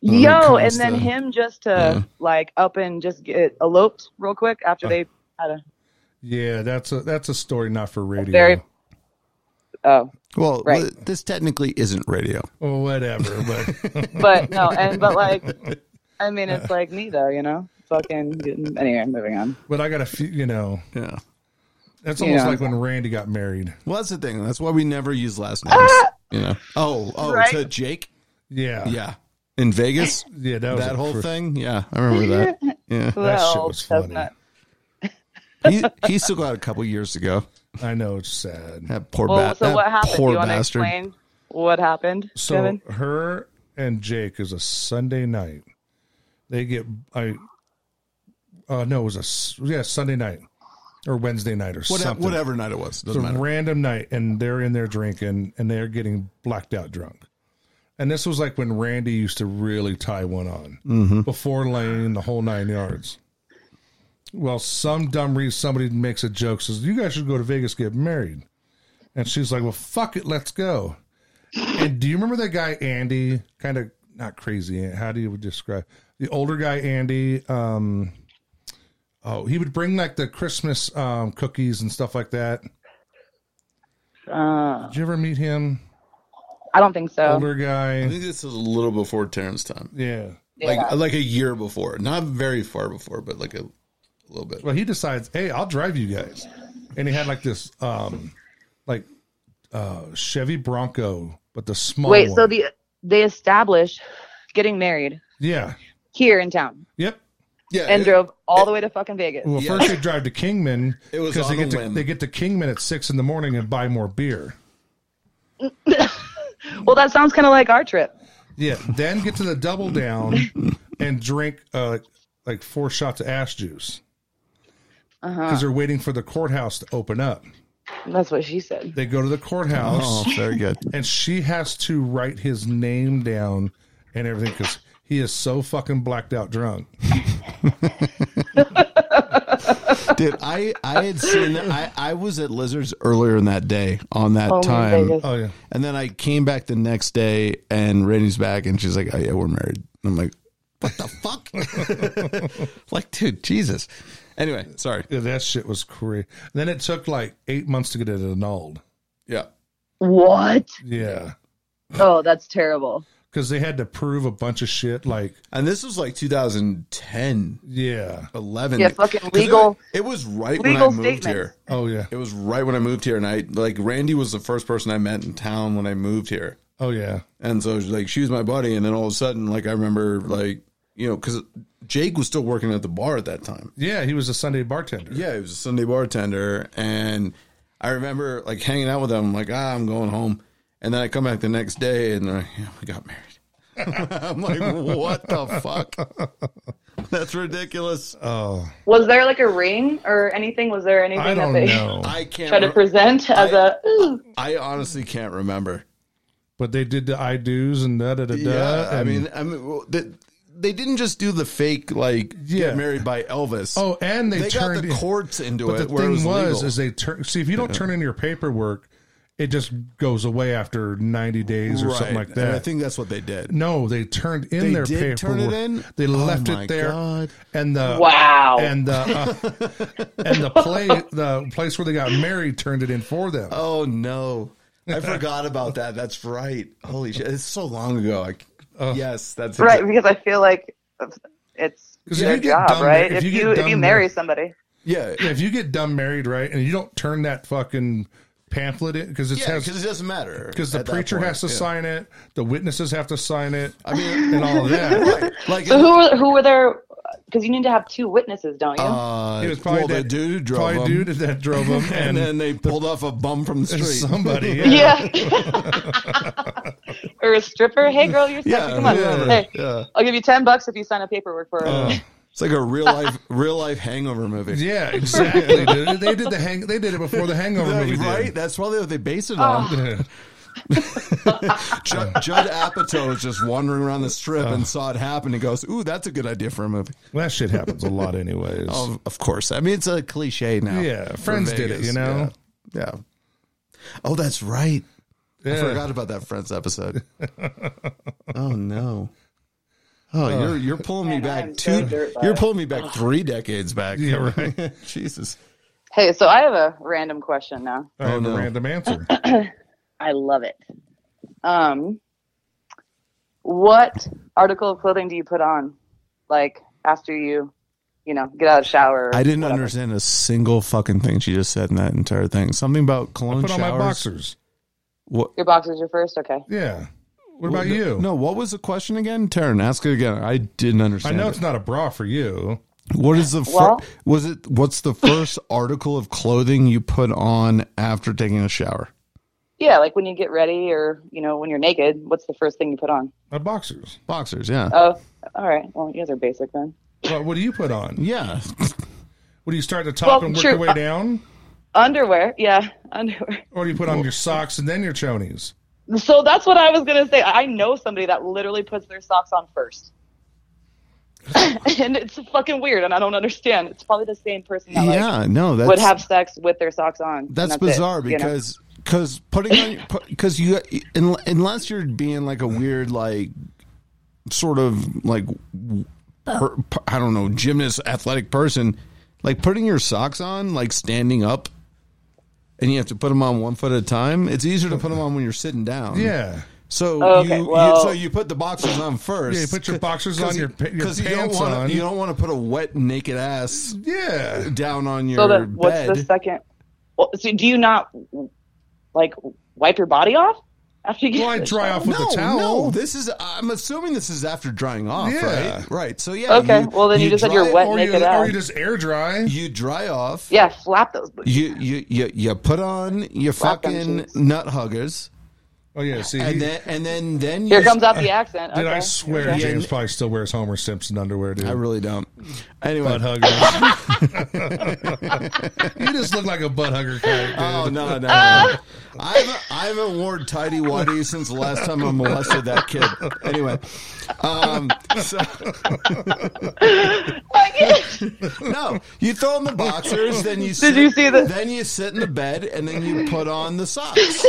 B: When it
D: Yo, and
B: comes
D: then
B: to-
D: him just to
B: Yeah. Oh.
D: like up and just get eloped real quick after they had a
A: yeah, that's a that's a story not for radio.
D: very. Oh,
B: Well,
D: Right.
B: li- this technically isn't radio.
A: Well, whatever, but [LAUGHS]
B: [LAUGHS]
D: but no, and but like, I mean, it's like me though, you know, fucking. Anyway, moving on.
A: but I got a few. You know,
B: Yeah.
A: that's almost
D: Yeah.
A: like when Randy got married.
B: Well, that's the thing. That's why we never use last names. You know. Oh, oh,
D: Ah! Right.
B: to Jake.
A: Yeah,
B: Yeah. In Vegas,
A: yeah. That, was
B: that
A: a
B: whole
A: fr-
B: thing. Yeah, I remember that. Yeah.
A: That shit
D: Well,
A: was
D: that's
A: funny.
D: not-
B: He he still got a couple years ago.
A: I know it's sad.
B: That poor
D: Well,
B: bat.
D: so
B: that
D: what happened? Do
B: Poor
D: you want to
B: bastard.
D: explain what happened,
A: So
D: Kevin?
A: her and Jake is a Sunday night. They get I. Uh, no, it was a s- yeah Sunday night or Wednesday night or
B: Whatever,
A: something.
B: whatever night it was,
A: It's a
B: doesn't matter.
A: random night, and they're in there drinking, and they're getting blacked out drunk. And this was like when Randy used to really tie one on
B: Mm-hmm.
A: before Lane, the whole nine yards. Well, some dumb reason somebody makes a joke says you guys should go to Vegas get married, and she's like, "Well, fuck it, let's go." And do you remember that guy Andy? Kind of not crazy. How do you describe the older guy Andy? Um, oh, he would bring like the Christmas um, cookies and stuff like that.
D: Uh,
A: Did you ever meet him?
D: I don't think so.
A: Older
B: I
A: guy.
B: think this is a little before Terrence time,
A: Yeah.
D: Yeah.
B: like like a year before, not very far before, but like a, little bit.
A: Well, he decides, hey, I'll drive you guys, and he had like this, um, like uh Chevy Bronco, but the small.
D: Wait,
A: one.
D: so the they established getting married
A: yeah,
D: here in town
A: yep.
B: Yeah,
D: and drove
B: eh,
D: all the way to fucking Vegas.
A: Well,
B: Yeah.
A: first they drive to Kingman
B: It was
A: because they
B: on a
A: get to
B: whim.
A: they get to Kingman at six in the morning and buy more beer.
D: Well, that sounds kind of like our trip.
A: Yeah, then get to the double
D: [LAUGHS]
A: down and drink uh like four shots of ash juice
D: Uh-huh.
A: because they're waiting for the courthouse to open up.
D: That's what she said.
A: They go to the courthouse.
B: Oh, very good.
A: and she has to write his name down and everything because he is so fucking blacked out drunk.
B: Dude, I I had seen that. I I was at Lizards earlier in that day on that
D: Only
B: time,
D: Vegas.
A: Oh yeah,
B: and then I came back the next day, and Randy's back, and she's like, "Oh yeah, we're married." And I'm like, "What the fuck?" [LAUGHS] like, dude, Jesus. Anyway, sorry.
A: yeah that shit was crazy. Then it took like eight months to get it annulled.
B: Yeah.
D: What?
A: Yeah,
D: Oh, that's terrible.
A: because they had to prove a bunch of shit. Like
B: And this was like 2010,
A: yeah,
B: 11.
D: Yeah, fucking
B: 'Cause it-
D: legal-
B: It, was right when I
D: legal
B: moved
D: statements.
B: here.
A: oh yeah,
B: It was right when I moved here, and I like Randy was the first person I met in town when I moved here,
A: oh yeah.
B: and so like she was my buddy, and then all of a sudden, like I remember, like you know, because Jake was still working at the bar at that time.
A: Yeah, he was a Sunday bartender.
B: Yeah, he was a Sunday bartender, and I remember like hanging out with them. I'm like, ah, I'm going home. And then I come back the next day and they're like, yeah, we got married. [LAUGHS] I'm like, what the fuck? That's ridiculous.
A: Oh,
D: Was there like a ring or anything? Was there anything
A: I don't
D: that they [LAUGHS]
A: know.
B: I can't.
D: try to
B: re-
D: present as [LAUGHS] a? Ooh.
B: I honestly can't remember.
A: But they did the I do's and da da da da.
B: Yeah, I
A: and-
B: mean, I mean, well, they, they didn't just do the fake like
A: Yeah.
B: get married by Elvis.
A: oh, and they,
B: they got
A: turned
B: the
A: in-
B: courts into
A: But
B: it.
A: the
B: where
A: thing
B: it
A: was,
B: was, legal.
A: is they turn. See, if you don't turn in your paperwork, it just goes away after ninety days or something
B: Right.
A: like
B: And I
A: that.
B: think that's what they did.
A: no, they turned in
B: They
A: their paperwork.
B: did turn it in?
A: They
B: Oh
A: left
B: my
A: it there,
B: God.
A: and the
D: Wow.
A: and the uh,
B: [LAUGHS]
A: and the play the place where they got married turned it in for them.
B: Oh no,
A: [LAUGHS]
B: I forgot about that. That's right. Holy shit, it's so long ago. I,
A: Oh.
B: yes, that's
D: right
B: exa-
D: because I feel like it's
A: 'Cause if
D: their
A: you get
D: job,
A: dumb-
D: right?
A: if
D: If,
A: you get
D: you if you
A: dumb-
D: marry somebody,
B: Yeah,
A: If you get dumb married right, and you don't turn that fucking pamphlet in because it
B: yeah,
A: has
B: because it doesn't matter.
A: because the
B: at that
A: preacher
B: point.
A: has to
B: Yeah.
A: sign it, the witnesses have to sign it,
B: I mean,
A: and all of that.
B: [LAUGHS] like
D: so who were who were there? Because you need to have two witnesses, don't you?
B: uh,
A: It was probably
B: well, the
A: that-
B: dude who drove
A: probably
B: him,
A: dude that drove him,
B: [LAUGHS] and
A: and,
B: then they pulled off a bum
A: [LAUGHS]
B: from the street.
A: somebody. Yeah.
D: yeah. [LAUGHS] or a stripper. Hey, girl, you're sexy.
B: Yeah,
D: Come on.
B: whoever.
D: Hey,
B: Yeah.
D: I'll give you ten bucks if you sign a paperwork for it.
A: Uh.
B: It's like
A: [LAUGHS]
B: a real life, real life hangover movie.
A: Yeah, exactly, dude. They did the hang. They did it before the Hangover
B: That-
A: movie,
B: right?
A: did.
B: That's probably what they based it
D: Oh.
B: on. Judd, Judd Apatow was just wandering around the strip
A: Uh.
B: and saw it happen and goes, "Ooh, that's a good idea for a movie."
A: Well, that shit happens a lot, anyways.
B: Of, of course. I mean, it's a cliche now.
A: yeah,
B: for
A: Friends did it,
B: Vegas.
A: you know.
B: Yeah. Yeah. Oh, that's right.
A: Yeah.
B: I forgot about that Friends episode. [LAUGHS] oh no. Oh,
A: Uh.
B: you're you're pulling me
D: Man, I
B: back
D: am so
B: two.
D: dirt
B: you're
D: bad.
B: pulling me back three decades back.
A: Yeah,
B: [LAUGHS]
A: right.
B: Jesus.
D: Hey, so I have a random question now.
A: I have
B: Oh, no.
A: a random
B: [LAUGHS]
A: answer.
D: I love it. Um, what article of clothing do you put on, like after you, you know, get out of the shower? or
B: I didn't
D: whatever?
B: understand a single fucking thing she just said in that entire thing. Something about cologne
A: Put on my
B: showers.
A: boxers.
B: What?
D: Your boxers are first. Okay.
A: Yeah. What about
B: no,
A: you?
B: No, what was the question again? Taryn, ask it again. I didn't
A: I
B: understand.
A: know
B: it.
A: it's not a bra for you.
B: What is the fir-
D: Well-
B: was it? What's the
D: [LAUGHS]
B: first article of clothing you put on after taking a shower?
D: Yeah, like when you get ready, or you know, when you're naked, what's the first thing you put on?
A: My boxers.
B: Boxers, yeah,
D: Oh, all right. Well, you guys are basic then.
A: Well, what do you put on?
B: yeah.
A: What do you start at the top
D: Well,
A: and work
D: true.
A: your way down,
D: Underwear, yeah, [LAUGHS] underwear.
A: or do you put on your socks and then your chonies?
D: So that's what I was gonna say. I know somebody that literally puts their socks on first, [LAUGHS] and it's fucking weird, and I don't understand. It's probably the same
B: [LAUGHS]
D: person that like,
B: yeah, no, that's
D: would have sex with their socks on. and
B: that's,
D: it,
B: bizarre
D: you know?
B: because because putting on because you un- unless you're being like a weird like sort of like per, per- I don't know gymnast athletic person like putting your socks on like standing up and you have to put them on one foot at a time. It's easier to put them on when you're sitting down.
A: Yeah.
B: So
D: Oh, okay.
B: you, you
D: Well-
B: so you put the boxers on first.
A: Yeah, you put your boxers on, your, pa- your
B: because
A: pants
B: you don't want
A: on.
B: you don't want to put a wet naked ass
A: yeah.
B: down on your
D: So the, what's
B: bed.
D: the second? Well, so do you not like wipe your body off after you get?
A: Well, I dry off with
B: no,
A: a towel.
B: no. This is. I'm assuming this is after drying off,
A: Yeah.
B: right? Right. So yeah.
D: Okay, well, then you just said
B: dry-
D: you're wet.
A: or,
D: Make
A: you,
D: it
A: or
D: out.
A: you just air dry.
B: You dry off.
D: Yeah, flap those. booties.
B: You you you you put on your
D: Flap them
B: fucking
D: cheeks.
B: nut huggers,
A: oh, yeah. See, he-
B: and then and then then
D: Here
B: you-
D: comes out the accent.
A: Dude,
D: okay.
A: I
D: [LAUGHS]
A: swear
D: Okay.
A: James probably still wears Homer Simpson underwear, dude.
B: I really don't. Anyway,
A: butt hugger.
B: [LAUGHS]
A: [LAUGHS] you just look like a butt hugger character.
B: Oh no [LAUGHS] no! no. I haven't I haven't worn tidy whitey since the last time I molested that kid. Anyway, um, so, no, you throw on the boxers, then you sit,
D: you see the-
B: Then you sit in the bed, and then you put on the [LAUGHS] socks,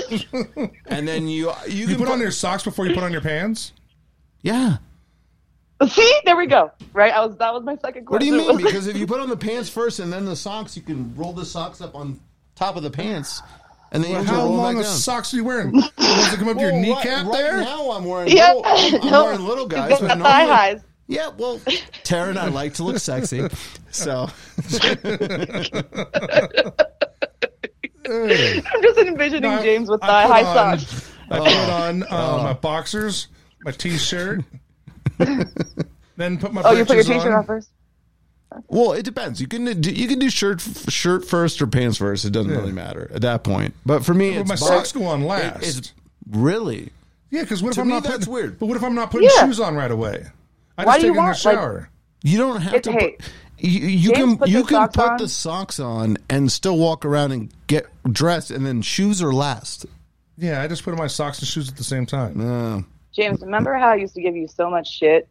B: and then you you,
A: you
B: can
A: put on your socks before you put on your pants?
B: yeah.
D: [LAUGHS] See, there we go. Right, I was. That was my second question.
B: What do you mean? [LAUGHS]
D: was- [LAUGHS]
B: Because if you put on the pants first and then the socks, you can roll the socks up on top of the pants, and then you have to
A: How
B: roll
A: long
B: back
A: of
B: down.
A: socks are you wearing? Does it come up to your
B: Well, right-
A: kneecap
B: right
A: there?
B: now I'm wearing
D: Yeah,
B: little, I'm, I'm
D: no,
B: wearing little
D: he's
B: guys. but
D: got the
B: normally-
D: thigh highs.
B: Yeah,
D: [LAUGHS]
B: well, Taryn, I like to look sexy, so
A: Hey.
D: I'm just envisioning
A: No, I-
D: James with
A: I
D: thigh
A: put
D: high
A: on-
D: socks.
B: [LAUGHS]
A: I put on
B: Oh.
A: uh, my boxers,
B: [LAUGHS]
A: my t shirt, then put my
D: Oh, you put your
A: breeches
D: t-shirt
A: on.
D: on first.
B: Well, it depends. You can do, you can do shirt shirt first or pants first. It doesn't really matter at that point. But for me,
A: But
B: it's
A: my
B: bo-
A: socks go on
B: it-
A: last.
B: it's really
A: yeah, because what if
B: to
A: I'm
B: me,
A: not
B: that's
A: putting,
B: weird.
A: But what if I'm not putting
D: Yeah.
A: shoes on right away? I
D: Why
A: just
D: do
A: take
D: you
A: in the
D: want, like-
A: shower.
B: you don't have
D: It's
B: to.
D: hate.
B: Put, you you
D: James
B: can
D: put
B: you
D: the
B: can
D: socks
B: put
D: on.
B: the socks on and still walk around and get dressed, and then shoes are last. Uh,
A: yeah, I just put on my socks and shoes at the same time.
D: James, remember how I used to give you so much shit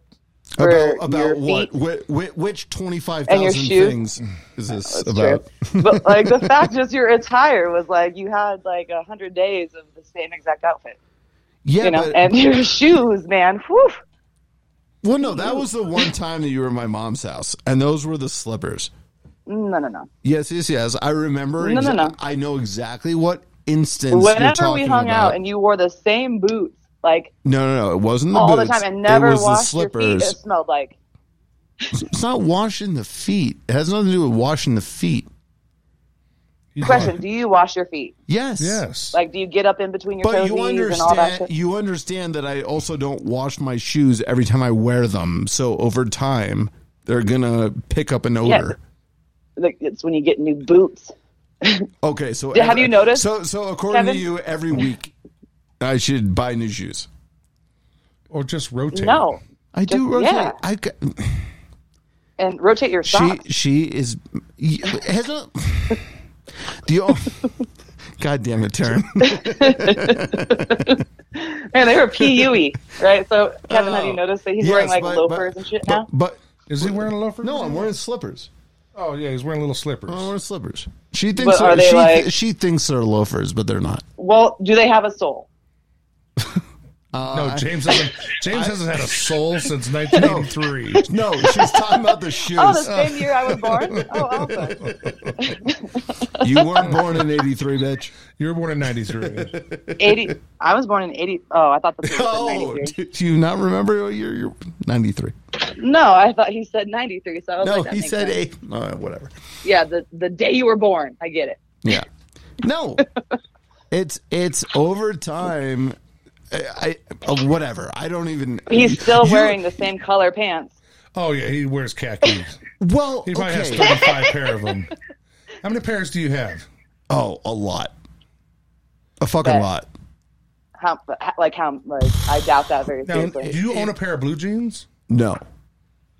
D: for
B: about about
D: your
B: what?
D: feet?
B: Wh- wh- which twenty five
D: And your
B: thousand
D: shoes?
B: things is this
D: That's
B: about?
D: true. but like
B: [LAUGHS]
D: the fact just your attire was like you had like a hundred days of the same exact outfit.
B: Yeah,
D: you know,
B: but,
D: and [LAUGHS] your shoes, man. Whew.
B: well, no, that was the one time that you were at my mom's house, and those were the slippers.
D: No, no, no.
B: Yes, yes, yes. I remember.
D: No, no, no.
B: I know exactly what instance. you're
D: Whenever
B: talking
D: we hung
B: about.
D: out and you wore the same boots, like
B: no, no, no. It wasn't the
D: all
B: boots.
D: the time, and
B: it
D: never
B: was the
D: washed your feet,
B: slippers.
D: it
B: [LAUGHS]
D: smelled like.
B: It's not washing the feet. It has nothing to do with washing the feet.
A: You
D: Question:
A: know,
D: Do you wash your feet?
B: Yes.
A: Yes.
D: Like, do you get up in between your
B: But
D: toes
B: you
D: and all that?
B: understand.
D: shit?
B: You understand that I also don't wash my shoes every time I wear them. So over time, they're gonna pick up an
D: Yeah.
B: odor.
D: Like, it's when you get new boots.
B: Okay. So
D: Yeah, have you noticed,
B: So so according
D: Kevin?
B: to you, every week I should buy new shoes.
A: or just rotate.
D: No,
B: I do.
D: Just-
B: rotate.
D: yeah.
B: I. ca-
D: and rotate your
B: She
D: socks.
B: she is has a do you God damn it, Taryn.
D: [LAUGHS] Man, they were PUE, right? So, Kevin, have you noticed that he's wearing
B: Oh. Yes,
D: like
B: but-
D: loafers
B: but-
D: and shit
B: but,
D: now?
B: But
A: Is he wearing a loafer?
B: no, I'm wearing slippers.
A: Oh yeah, he's wearing little slippers.
B: I'm wearing slippers. She thinks
D: But
B: they're-
D: are they
B: she,
D: like-
B: she thinks they're loafers, but they're not.
D: Well, do they have a sole?
B: Uh,
A: no, James
B: [LAUGHS]
A: hasn't. James hasn't had a soul since 1983.
B: No, she's talking about
D: [LAUGHS]
B: the shoes.
D: Oh, the same year I was
B: [LAUGHS]
D: born. Oh, awesome.
B: you weren't born in '83, [LAUGHS] bitch.
A: You were born in 93.
B: [LAUGHS]
D: Eighty. I was born in eighty. Oh, I thought the was
B: Oh,
D: ninety three.
B: do, do you not remember what year you're '93?
D: No, I thought he said ninety three. So I was
B: No,
D: like, that
B: he
D: makes
B: said
D: sense.
B: eight. Uh, whatever.
D: Yeah, the the day you were born. I get it.
B: Yeah. [LAUGHS] No. it's it's over time. I, I uh, whatever. I don't even.
D: He's
B: [LAUGHS]
D: still
B: You-
D: wearing the same color pants.
A: Oh yeah, he wears khakis.
B: Well,
A: He probably has
B: okay.
A: 35 pair of them. How many pairs do you have?
B: Oh, a lot. A fucking
D: But-
B: lot.
D: How like how like I doubt that very
A: Now, do
D: seriously.
A: you own a pair of blue jeans?
B: No,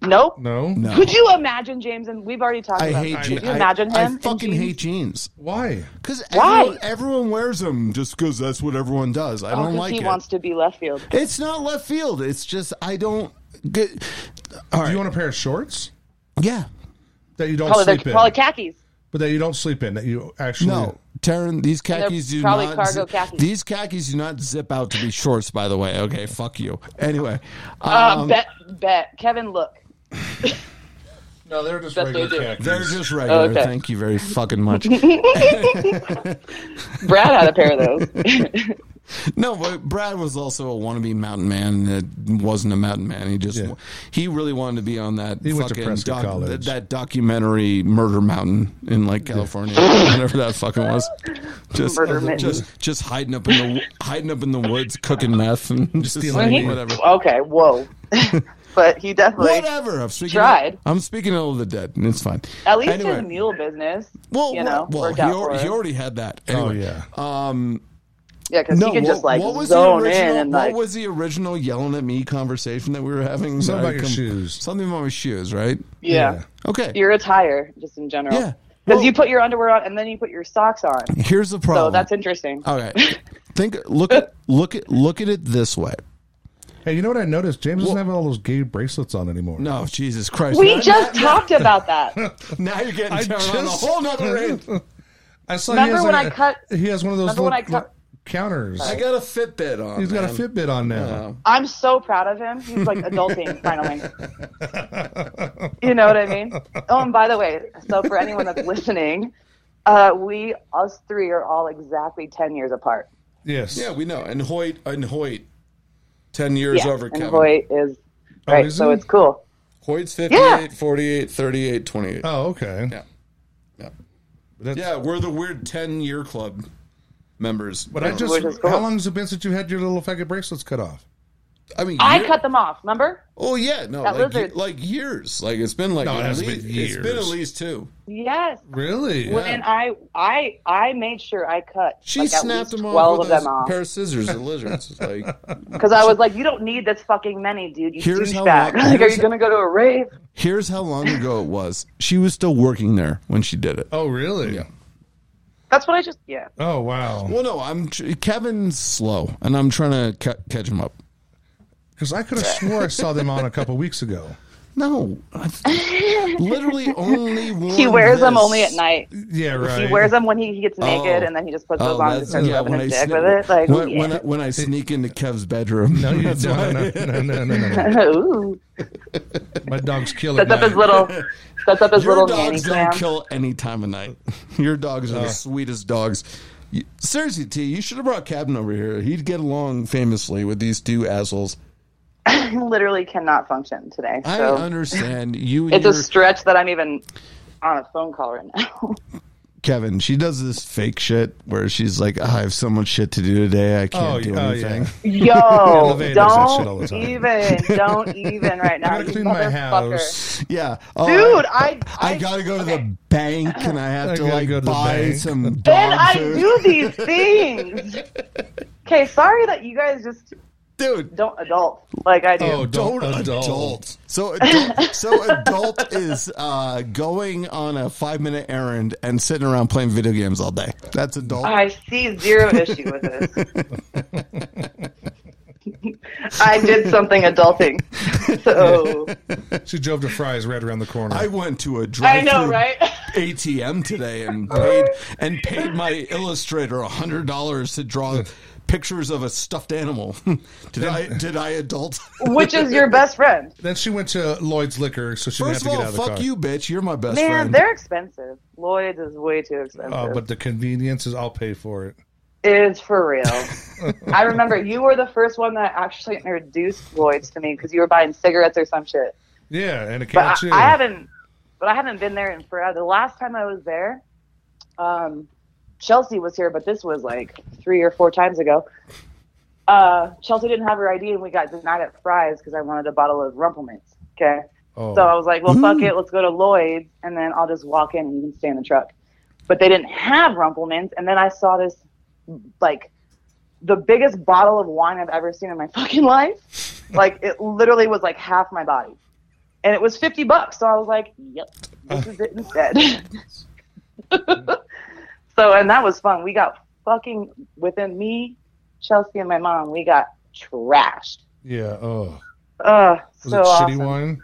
D: nope.
A: No.
B: no.
D: Could you imagine James? And we've already talked
B: I
D: about.
B: hate
D: that.
B: jeans.
D: Could you imagine
B: I,
D: him?
B: I fucking hate jeans.
A: Why?
B: Because
D: Why?
B: everyone, everyone wears them just because that's what everyone does. I don't
D: Because
B: like
D: he
B: it.
D: wants to be left field.
B: it's not left field. It's just I don't. Get, all
A: Do
B: right.
A: you own a pair of shorts
B: yeah.
A: that you don't
D: Probably,
A: sleep
D: they're
A: in?
D: probably khakis.
A: but that you don't sleep in. That you actually.
B: No, Taryn, these khakis do
D: probably
B: not.
D: cargo
B: zip-
D: khakis.
B: These khakis do not zip out to be shorts. By the way, okay, fuck you. Anyway,
D: Uh,
B: um,
D: bet, bet. Kevin, look.
A: No, they're just
D: That they
A: regular
D: do.
A: khakis.
B: they're just regular.
D: Okay.
B: Thank you very fucking much.
D: Brad had a pair of
B: [LAUGHS]
D: those.
B: no, but Brad was also a wannabe mountain man that wasn't a mountain man. He just
A: Yeah.
B: he really wanted to be on that
A: He went to
B: fucking
A: Prescott College.
B: that, that documentary Murder Mountain in like California, whatever that fucking was. Just
D: Murder Mountain.
B: just just hiding up in the hiding up in the woods cooking meth and just
A: Stealing
B: like,
A: weed.
B: whatever.
D: okay,
B: [LAUGHS]
D: whoa. but he definitely.
B: Whatever. I'm speaking.
D: Tried.
B: Of, I'm speaking of the dead, and it's fine.
D: At least
B: anyway,
D: his mule business,
B: Well,
D: you know,
B: well,
D: worked
B: he,
D: out
B: al-
D: for
B: he
D: him.
B: already had that.
A: Oh
B: Anyway.
A: yeah.
D: Yeah, because
B: No,
D: he can
B: what,
D: just like
B: what was
D: zone
B: the original,
D: in and
B: what
D: like.
B: was the original yelling at me conversation that we were having?
A: Something
B: That I
A: about your shoes.
B: Something about my shoes, right?
D: yeah.
A: Yeah.
B: Okay.
D: your attire just in general.
B: Yeah. Well-
D: because
B: Oh.
D: you put your underwear on and then you put your
B: [LAUGHS]
D: socks on.
B: Here's the problem.
D: So that's interesting. [LAUGHS]
B: okay. Think. Look. at- Look at. Look at it this way.
A: Hey, you know what I noticed? James doesn't have all those gay bracelets on anymore.
B: No, Jesus Christ.
D: we
B: Now-
D: just talked about that.
B: [LAUGHS] now you're getting
A: I
B: turned on a
A: just-
B: whole [LAUGHS]
A: [LAUGHS]
B: nother end.
A: I saw.
D: Remember
A: he has
D: when
A: like
D: I
A: a-
D: cut-
A: He has one of those
D: Remember
A: little
D: when I cut-
A: counters.
B: I got a Fitbit on.
A: He's got a
B: man.
A: Fitbit on now.
D: I'm so proud of him. He's like
B: [LAUGHS]
D: adulting finally. You know what I mean? Oh, and by the way, so for anyone that's listening, uh, we us three are all exactly ten years apart.
A: Yes.
B: Yeah, we know. And Hoyt, and Hoyt, ten years over
D: and
B: Kevin. Oh,
D: Hoyt is right,
A: is
D: so
A: he?
D: it's cool.
B: Hoyt's 58,
D: Yeah.
B: 48, 38, 28.
A: Oh, okay.
B: Yeah. Yeah.
A: That's-
B: yeah, we're the weird 10 year club members.
A: But I
B: Yeah.
A: just,
D: Which is cool.
A: how long has it been since you had your little faggot bracelets cut off?
B: I mean,
D: I
B: year-
D: cut them off. Remember?
B: Oh yeah, no,
D: That
B: like,
D: lizard.
B: ye- like years. Like it's been like
A: No, it
B: at
A: hasn't
B: least,
A: been
B: it's been at
A: years.
B: least two.
D: Yes.
A: Really?
D: When I I I made sure I cut.
B: She
D: like, at
B: snapped
D: least
B: them
D: twelve
B: off
D: of
B: with
D: them
B: a
D: off
B: pair of scissors and lizards. [LAUGHS] It's like
D: because I was like, you don't need this fucking many, dude. You
B: Here's how long-
D: douchebag. [LAUGHS] Like, are
B: here's-
D: you gonna go to a rave?
B: here's how long ago it was. She was still working there when she did it.
A: Oh, really?
B: Yeah.
D: That's what I just yeah.
A: Oh, wow.
B: Well, no, I'm tr- Kevin's slow, and I'm trying to ca- catch him up.
A: Because I could have swore I saw them on a couple weeks ago.
B: No,
D: [LAUGHS]
B: I've- literally only one.
D: He wears them
B: this.
D: only at night.
A: Yeah, right.
D: He wears them when he, he gets naked,
B: Oh.
D: and then he just puts
B: Oh,
D: those on and
B: that's-
D: starts
B: yeah,
D: rubbing
B: when
D: his
B: I
D: dick
B: sneak-
D: with it. Like,
B: when,
D: yeah.
B: when I, when
D: [LAUGHS]
B: I sneak into Kev's bedroom.
A: No, you, no,
B: [LAUGHS] That's
A: no,
B: why-
A: no, [LAUGHS] no, no, no, no, no.
D: [LAUGHS] Ooh.
A: My
D: [LAUGHS]
A: dogs kill it.
D: Sets up
B: [LAUGHS]
D: his little, sets up his
B: Your
D: little
B: dogs
D: nanny
B: don't
D: cam.
B: kill any time of night. [LAUGHS] Your dogs
A: Oh.
B: are the sweetest dogs. You- Seriously, T, you should have brought Cabin over here. He'd get along famously with these two assholes.
D: [LAUGHS] Literally cannot function today.
B: I
D: So [LAUGHS]
B: understand you and
D: it's a
B: your
D: stretch that I'm even on a phone call right now. [LAUGHS]
B: Kevin. She does this fake shit where she's like, "Ah, "I have so much shit to do today. I can't
A: Oh,
B: do
A: yeah, oh, yeah.
B: anything." [LAUGHS]
D: Yo,
A: Levain does that shit all the
D: don't
A: time.
D: even,
A: [LAUGHS]
D: don't even right now.
A: I gotta
D: you
A: clean my
D: motherfucker.
A: house.
B: Yeah, Oh,
D: Dude, I-
B: I
D: I-
B: gotta go to
D: okay.
B: the bank and I
A: [LAUGHS]
B: have
A: I
B: to
A: gotta
B: like
A: go to the
B: buy
A: bank.
D: [LAUGHS]
B: some dog
D: Then I
B: food.
D: do these things. Okay, sorry that you guys just
B: Dude,
D: don't adult like I do.
A: Oh,
B: don't
A: don't
B: adult.
A: adult.
B: So adult, so
A: [LAUGHS]
B: adult is uh, going on a five minute errand and sitting around playing video games all day. That's adult.
D: I see zero issue with
A: [LAUGHS]
D: this. I did something adulting. So
A: [LAUGHS] She drove to Fry's right around the corner.
B: I went to a
D: I
B: drive
D: know, right?
B: ATM
A: [LAUGHS]
B: today and paid and paid my illustrator hundred dollars to draw pictures of a stuffed animal. [LAUGHS] did I
A: [LAUGHS]
B: did I adult?
D: Which is your best friend?
A: then she went to Lloyd's Liquor, so she didn't have to
B: First of
A: get
B: all,
A: out of the
B: fuck
A: car.
B: you, bitch. You're my best
D: Man,
B: friend.
D: they're expensive. Lloyd's is way too expensive.
A: Oh, but the convenience is I'll pay for it.
D: It's for real. I remember you were the first one that actually introduced Lloyd's to me because you were buying cigarettes or some shit.
A: Yeah, and a
D: But I,
A: couch.
D: I haven't, but I haven't been there in forever. The last time I was there, um, Chelsea was here, but this was like three or four times ago. Uh, Chelsea didn't have her ID, and we got denied at Fry's because I wanted a bottle of Rumplements. Okay,
A: Oh.
D: so I was like, well, fuck it, let's go to Lloyd's, and then I'll just walk in and you can stay in the truck. But they didn't have Rumplements, and then I saw this like the biggest bottle of wine I've ever seen in my [LAUGHS] fucking life. Like it literally was like half my body. And it was 50 bucks. So I was like, yep, this is it instead. [LAUGHS] so, and that was fun. We got fucking within me, Chelsea, and my mom, we got trashed.
A: Yeah. Oh,
D: Ugh,
A: was
D: so
A: it
D: awesome.
A: shitty wine?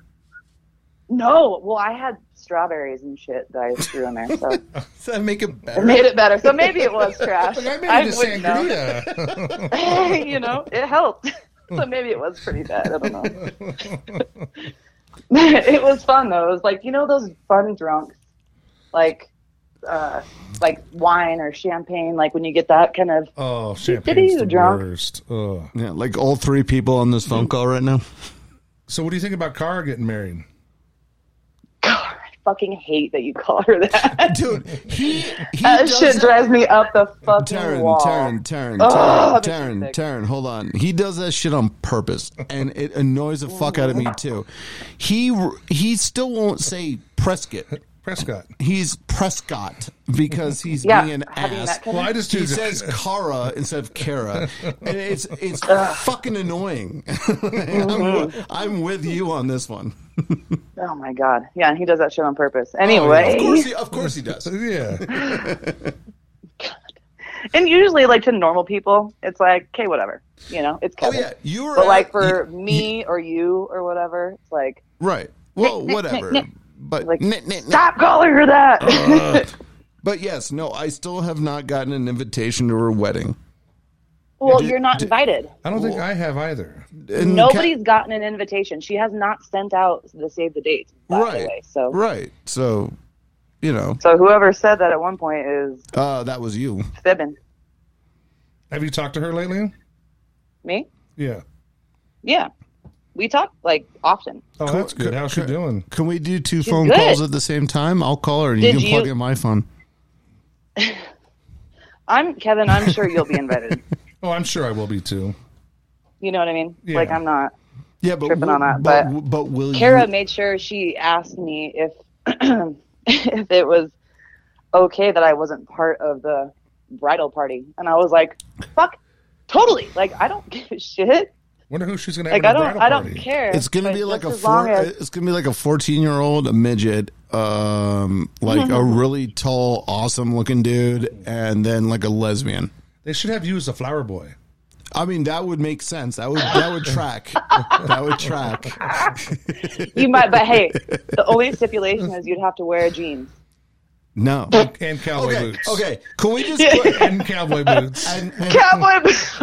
D: No, well, I had strawberries and shit that I threw in there. So it
B: Does that make it better?
D: made it better. So maybe it was trash.
A: Like, I made
D: I
A: it to
D: wouldn't know.
A: [LAUGHS] sangria.
D: you know, [LAUGHS] it helped. [LAUGHS] so maybe it was pretty bad. I don't know.
B: [LAUGHS]
D: [LAUGHS] it was fun though. It was like you know those fun drunks, like, uh, like wine or champagne. Like when you get that kind of
A: oh, champagne's the
D: drunk?
A: worst. Ugh.
B: Yeah, like all three people on this phone call right
D: [LAUGHS]
B: now.
A: So, what do you think about Cara getting married?
D: God, I fucking hate that you call her that.
B: Dude, he [LAUGHS] he
D: that
B: does
D: Uh, shit
B: that-
D: drives me up the fucking
B: Taryn,
D: wall.
B: Taryn, Taryn, Taryn, Taryn,
D: Ugh, Oh, that makes me
B: Taryn, hold on. He does that shit on purpose, and it annoys the fuck out of me too. He he still won't say Prescott.
A: [LAUGHS] Prescott.
B: He's Prescott because he's
D: Yeah,
B: being an
D: have you met
B: ass.
D: Kevin?
A: Well, I just
B: he
A: do [LAUGHS]
B: says Cara instead of Kara, and it's it's fucking annoying. [LAUGHS] I'm,
D: Mm-hmm.
B: I'm with you on this one.
D: Oh my god, yeah, and he does that shit on purpose.
B: Oh,
D: Anyway,
B: of course he, of course he does.
A: Yeah.
D: and usually like to normal people, it's like okay, whatever. You know, it's
B: Oh
D: Kevin.
B: yeah, you were
D: But like
B: at-
D: for
B: you-
D: me or you or whatever, it's like
B: right? Well, whatever. But
D: Like,
B: Nick, Nick, Nick.
D: stop calling her that.
B: Uh,
D: [LAUGHS]
B: But yes, no, I still have not gotten an invitation to her wedding.
D: well,
B: d-
D: you're not invited.
B: Mm,
A: I don't think I have either.
B: And
D: Nobody's
B: Ca-
D: gotten an invitation. She has not sent out the save the dates. By
B: right,
D: The way, so
B: right. So, you know,
D: so whoever said that at one point is
B: uh, that was you.
D: fibbing.
A: Have you talked to her lately?
D: Me?
A: Yeah.
D: Yeah. We talk like often.
A: Oh, that's good. How's she doing?
B: Can we do two phone
D: good.
B: calls at the same time? I'll call her and you
D: Did
B: can plug
D: you-
B: in my phone.
D: I'm Kevin. I'm sure you'll be invited.
B: [LAUGHS]
A: Oh, I'm sure I will be too.
D: You know what I mean?
A: Yeah.
D: Like I'm not.
B: Yeah, but
D: Tripping on that,
B: but, but, will
D: Kara
B: you?
D: made sure she asked me if [CLEARS THROAT] if it was okay that I wasn't part of the bridal party, and I was like, "Fuck, totally!" Like I don't [LAUGHS] give a shit.
A: Wonder who she's gonna have
D: Like
A: at
D: I
A: a
D: don't,
A: bridal
D: I don't
A: party.
D: care.
B: It's gonna
D: But
B: be like
D: just
B: a
D: as long
B: four,
D: as-
B: it's gonna be like a fourteen year old a midget, um, like
D: [LAUGHS]
B: a really tall, awesome looking dude, and then like a lesbian.
A: They should have you as a flower boy.
B: I mean, that would make sense. That would that would
D: [LAUGHS]
B: track. that would track.
D: you might, but hey, the only stipulation is you'd have to wear jeans.
B: No.
A: And cowboy
B: Okay.
A: boots.
B: Okay. Can we just? Put,
A: And [LAUGHS] cowboy boots.
B: and, and-
D: Cowboy. boots.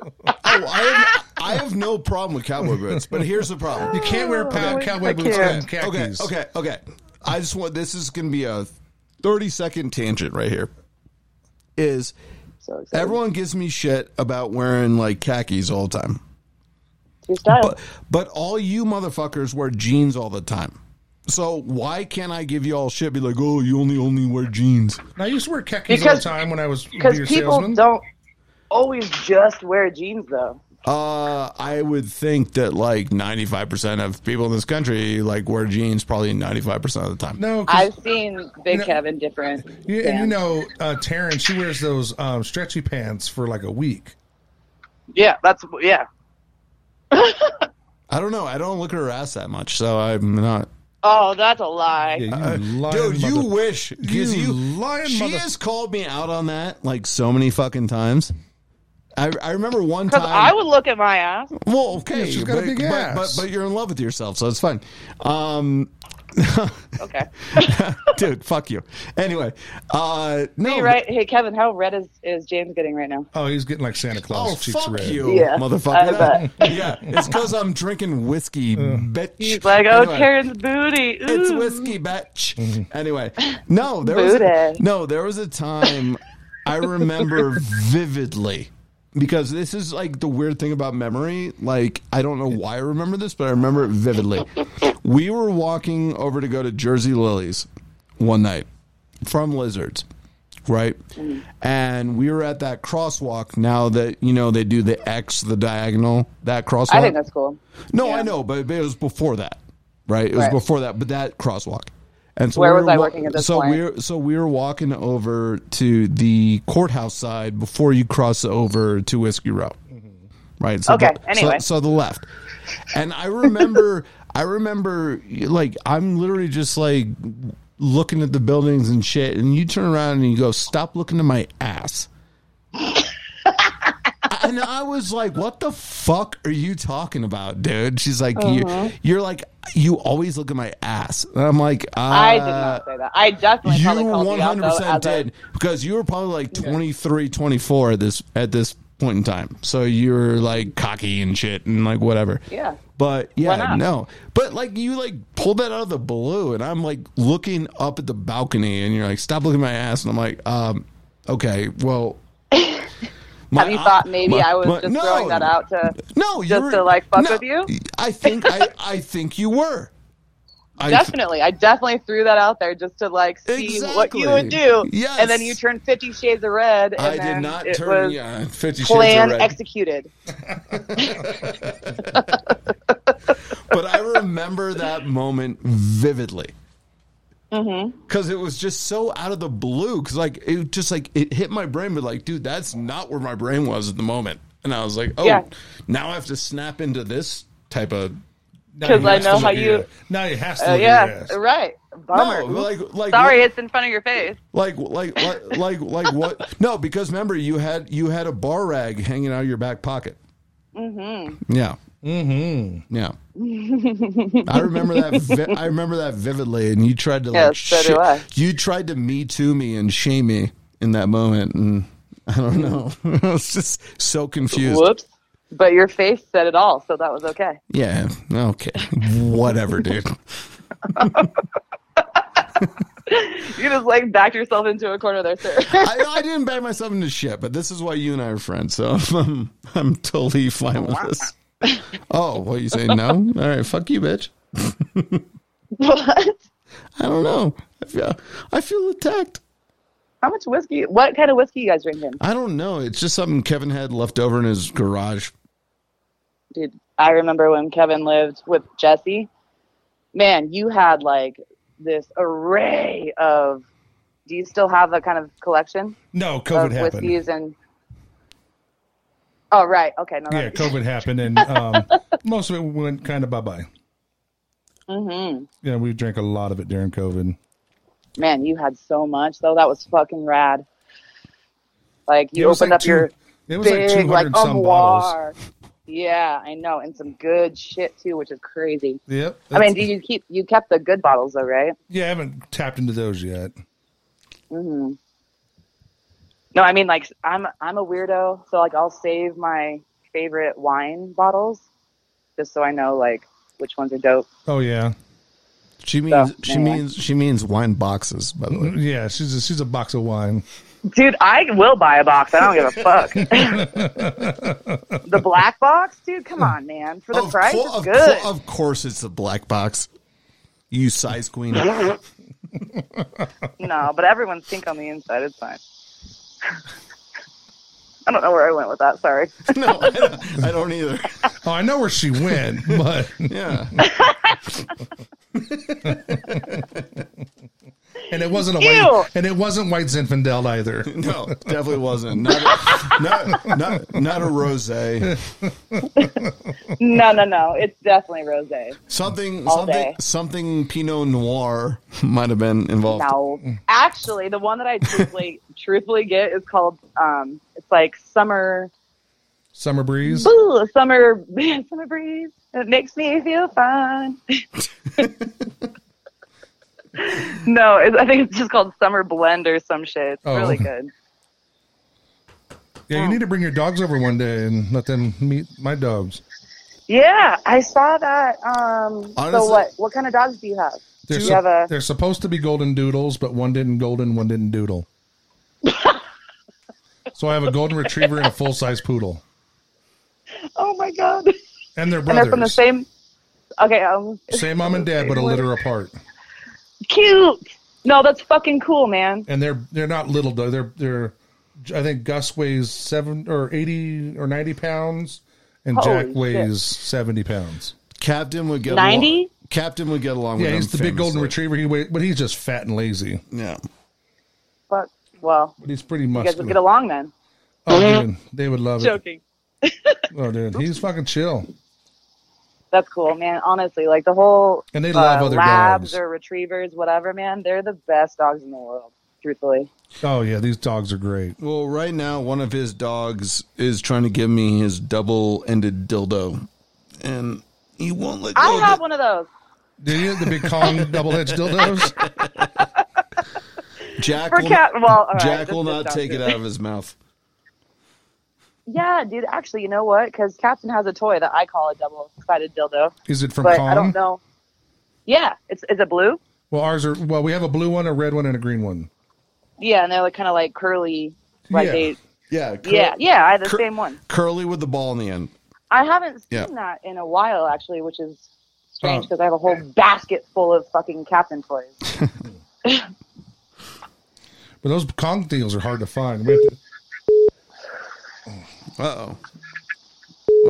B: oh, I, have, I have no problem with cowboy boots, but here's the problem.
A: you can't wear pow-
D: Okay.
A: cowboy
D: I
A: boots
D: can't.
A: and
B: okay,
A: khakis.
B: okay, okay. I just want this is going to be a 30 second tangent right here. Is
D: [LAUGHS] So excited.
B: everyone gives me shit about wearing like khakis all the time,
D: It's your style.
B: but but all you motherfuckers wear jeans all the time. So why can't I give you all shit? Be like, oh, you only only wear jeans.
A: And I used to wear khakis all
D: Because-
A: the time when I was a
D: because
A: beer
D: people
A: salesman.
D: don't always just wear jeans though.
B: Uh, I would think that like ninety five percent of people in this country like wear jeans probably ninety five percent of the time.
A: No, 'cause-
D: I've seen Big
A: know-
D: Kevin different.
A: you, and you
D: bands.
A: know, uh, Taryn, she wears those um, stretchy pants for like a week.
D: Yeah, that's yeah.
B: I don't know. I don't look at her ass that much, so I'm not.
D: Oh, that's a lie.
A: Yeah, you lying
B: Uh, Dude, you
A: mother-
B: wish. 'cause
A: You
B: You,
A: lying
B: She
A: mother-
B: has called me out on that like so many fucking times. I, I remember one time.
D: Because I would look at my ass.
B: well, okay,
A: Yeah, she's got a
B: but,
A: big
B: but-
A: ass.
B: But, but you're in love with yourself, so it's fine. Um, [LAUGHS]
D: Okay.
B: dude, fuck you. Anyway, uh, no,
D: You're right. Hey, Kevin, how red is, is James getting right now?
A: Oh, he's getting like Santa Claus
B: Oh,
A: cheeks
B: fuck
A: red.
B: you,
D: Yeah, I
B: motherfucker. [LAUGHS] yeah, it's because I'm drinking whiskey, bitch.
D: He's like, oh,
B: Anyway.
D: Karen's booty. Ooh.
B: It's whiskey, bitch. Anyway, no, there was
D: Booty.
B: no, there was a time I remember vividly because this is like the weird thing about memory. Like I don't know why I remember this, but I remember it vividly. We were walking over to go to Jersey Lilies one night from Lizards, right? And we were at that crosswalk. Now that you know they do the X, the diagonal, that crosswalk.
D: I think that's cool.
B: No,
D: Yeah.
B: I know, but but it was before that, right? It was
D: Right.
B: before that, but that crosswalk. And so
D: Where
B: we
D: was
B: were
D: I
B: wa-
D: working at this
B: so
D: point?
B: we're so we were walking over to the courthouse side before you cross over to Whiskey Row, right? So
D: Mm-hmm. Okay,
B: The,
D: anyway.
B: so, so the left, and I remember, [LAUGHS] I remember, like I'm literally just like looking at the buildings and shit, and you turn around and you go, "Stop looking at my ass." and I was like, "What the fuck are you talking about, dude?" She's like,
D: Uh-huh.
B: you, "You're like, you always look at my ass." And I'm like, uh,
D: I did not say that. I definitely
B: You
D: probably called
B: 100
D: you out
B: percent
D: though, as a-
B: did because you were probably like 23, 24 at this at this point in time. So you're like cocky and shit and like whatever.
D: Yeah.
B: But yeah,
D: not?
B: no. But like you like pulled that out of the blue, and I'm like looking up at the balcony, and you're like, "Stop looking at my ass," and I'm like, um, "Okay, well."
D: [LAUGHS]
B: my
D: Have you
B: eye-
D: thought maybe
B: my-
D: I was
B: my-
D: just
B: no.
D: throwing that out to?
B: No, you
D: just
B: were-
D: to, like, fuck
B: no,
D: with you?
B: I think I, I think you were. I,
D: Definitely, I definitely threw that out there just to like see what you would do.
B: Exactly. Yes.
D: And then you turned Fifty Shades of Red. And
B: I
D: then
B: did not
D: it
B: turn
D: was
B: yeah, [LAUGHS] Fifty Shades of
D: Plan
B: Red.
D: executed.
B: but I
D: [LAUGHS]
B: remember that moment vividly.
D: Mm-hmm.
B: Because it was just so out of the blue. Because like it just like it hit my brain, but like, dude, that's not where my brain was at the moment. And I was like, oh,
D: Yeah.
B: now I have to snap into this type of
A: Now
D: 'Cause
A: you
D: I
A: have to
D: know
A: look
D: how
A: at your-
D: you-
A: Now you have to
D: Uh,
A: look at your
D: yeah,
A: ass.
D: right. Bummer.
B: no, like like
D: Sorry, it's in front of your face.
B: like like like like like
D: [LAUGHS]
B: what? No, because remember you had you had a bar rag hanging out of your back pocket. Mm-hmm. Yeah. Mm-hmm.
D: [LAUGHS]
B: Yeah. I remember that. Vi- I remember that vividly, and you tried to like.
D: Yes, so do
B: shi-
D: I.
B: You tried to me to me and shame me in that moment, and I don't know. [LAUGHS] I was just so confused.
D: Whoops. But your face said it all, so that was okay.
B: Yeah. Okay. Whatever, dude.
D: You just like backed yourself into a corner there,
B: [LAUGHS]
D: sir. [LAUGHS]
B: I, I didn't bang myself into shit, but this is why you and I are friends. So [LAUGHS] I'm, I'm totally fine with this.
D: [LAUGHS]
B: Oh, what you say? No? All right, fuck you, bitch.
D: what?
B: I don't know. I feel, I feel attacked.
D: How much whiskey? What kind of whiskey you guys drinking?
B: I don't know. It's just something Kevin had left over in his garage.
D: dude, I remember when Kevin lived with Jesse. Man, you had like this array of. Do you still have that kind of collection
A: No, COVID
D: of
A: happened.
D: whiskeys and? Oh right, okay, no,
A: Yeah,
D: that-
A: COVID happened,
D: [LAUGHS]
A: and um, most of it went kind of bye bye.
D: Mhm.
A: Yeah, we drank a lot of it during COVID.
D: man, you had so much though. That was fucking rad. Like
A: It
D: you
A: was
D: opened
A: like
D: up your
A: two- it was like
D: big
A: 200
D: like,
A: some bottles.
D: armoire. Yeah, I know, and some good shit too, which is crazy.
A: Yep.
D: I mean,
A: that's-
D: do you keep you kept the good bottles though, right?
A: yeah, I haven't tapped into those yet.
D: hmm No, I mean like I'm I'm a weirdo, so like I'll save my favorite wine bottles just so I know like which ones are dope.
A: Oh yeah,
B: She means
D: So,
B: she
D: anyway.
B: means she means wine boxes. By the way,
A: yeah. She's a, she's a box of wine.
D: Dude, I will buy a box. I don't give a
A: [LAUGHS]
D: fuck. the black box, dude. Come on, man. For the price,
B: cour-
D: it's
B: of,
D: good.
B: cour- of course, it's a black box. You size queen. [LAUGHS]
D: No, but everyone's pink on the inside. It's fine. [LAUGHS] I don't know where I went with that. Sorry.
B: no, I don't, I don't either.
A: Oh, I know where she went, [LAUGHS] but
B: Yeah,
A: and it wasn't a
D: Ew.
A: white and it wasn't white Zinfandel either.
B: no, definitely wasn't. Not a, not, not, not a rosé.
D: No, no, no. It's definitely rose.
B: Something
D: All
B: something
D: day.
B: something Pinot Noir [LAUGHS] might have been involved.
D: No, actually, the one that
A: [LAUGHS]
D: I truthfully, truthfully get is called. Um, it's like summer,
A: Summer breeze.
D: boo, summer, [LAUGHS] summer breeze. It makes me feel fine.
A: [LAUGHS]
D: no, it's, I think it's just called summer blend or some shit. It's
A: Oh.
D: really good.
A: Yeah, you need to bring your dogs over one day and let them meet my dogs.
D: Yeah, I saw that. Um, so
B: Honestly-
D: what? What kind of dogs do you have?
A: They're,
D: Do
A: sup-
D: you have a-
A: they're supposed to be golden doodles, but one didn't golden, one didn't
D: [LAUGHS]
A: doodle. so I have a golden retriever and a full size poodle,
D: Oh my god! [LAUGHS]
A: and they're
D: And
A: brothers.
D: they're from the same. Okay, um,
A: Same mom and dad, but
D: [LAUGHS]
A: a litter apart.
D: cute. No, that's fucking cool, man.
A: And they're they're not little though. They're they're I think Gus weighs seven or eighty or ninety pounds, and
D: Holy
A: Jack weighs seventy pounds.
B: Captain would get
D: 90?
B: along- Captain would get along.
A: Yeah,
B: with
A: he's the
B: them
A: big golden
B: famously.
A: retriever. He weighs, but he's just fat and lazy.
B: Yeah.
D: Fuck. Well,
A: But he's pretty
D: you guys
A: muscular.
D: would get along then.
A: oh, dude, they would love it.
D: Joking.
A: Oh, dude, he's fucking chill.
D: That's cool, man. Honestly, like the whole uh,
A: And they love other
D: labs
A: dogs.
D: or retrievers, whatever, man. They're the best dogs in the world. Truthfully,
A: Oh yeah, these dogs are great.
B: Well, right now one of his dogs is trying to give me his double-ended dildo, and he won't let go.
D: I
B: of
D: have
B: it.
D: one of those.
A: Do you the big
D: [LAUGHS]
A: Kong double edged dildos?
B: Jack
D: For
B: will,
D: cat, well, all right,
B: Jack
D: this
B: will
D: is
B: not
D: dumb,
B: take it
D: dude.
B: out of his mouth.
D: Yeah, dude. Actually, you know what? Because Captain has a toy that I call a double-sided dildo,
A: Is it from
D: but
A: Kong?
D: I don't know. Yeah, it's is it blue?
A: Well, ours are. Well, we have a blue one, a red one, and a green one.
D: Yeah, and they're like kind of like curly, like
A: Yeah.
D: they.
B: Yeah, cur-
D: Yeah, yeah, I had the
B: Cur-
D: same one.
B: curly with the ball in the end.
D: I haven't seen
B: Yeah.
D: that in a while, actually, which is strange because I have a whole basket full of fucking captain toys.
A: But those Kong deals are hard to find. We have to-
B: Uh oh.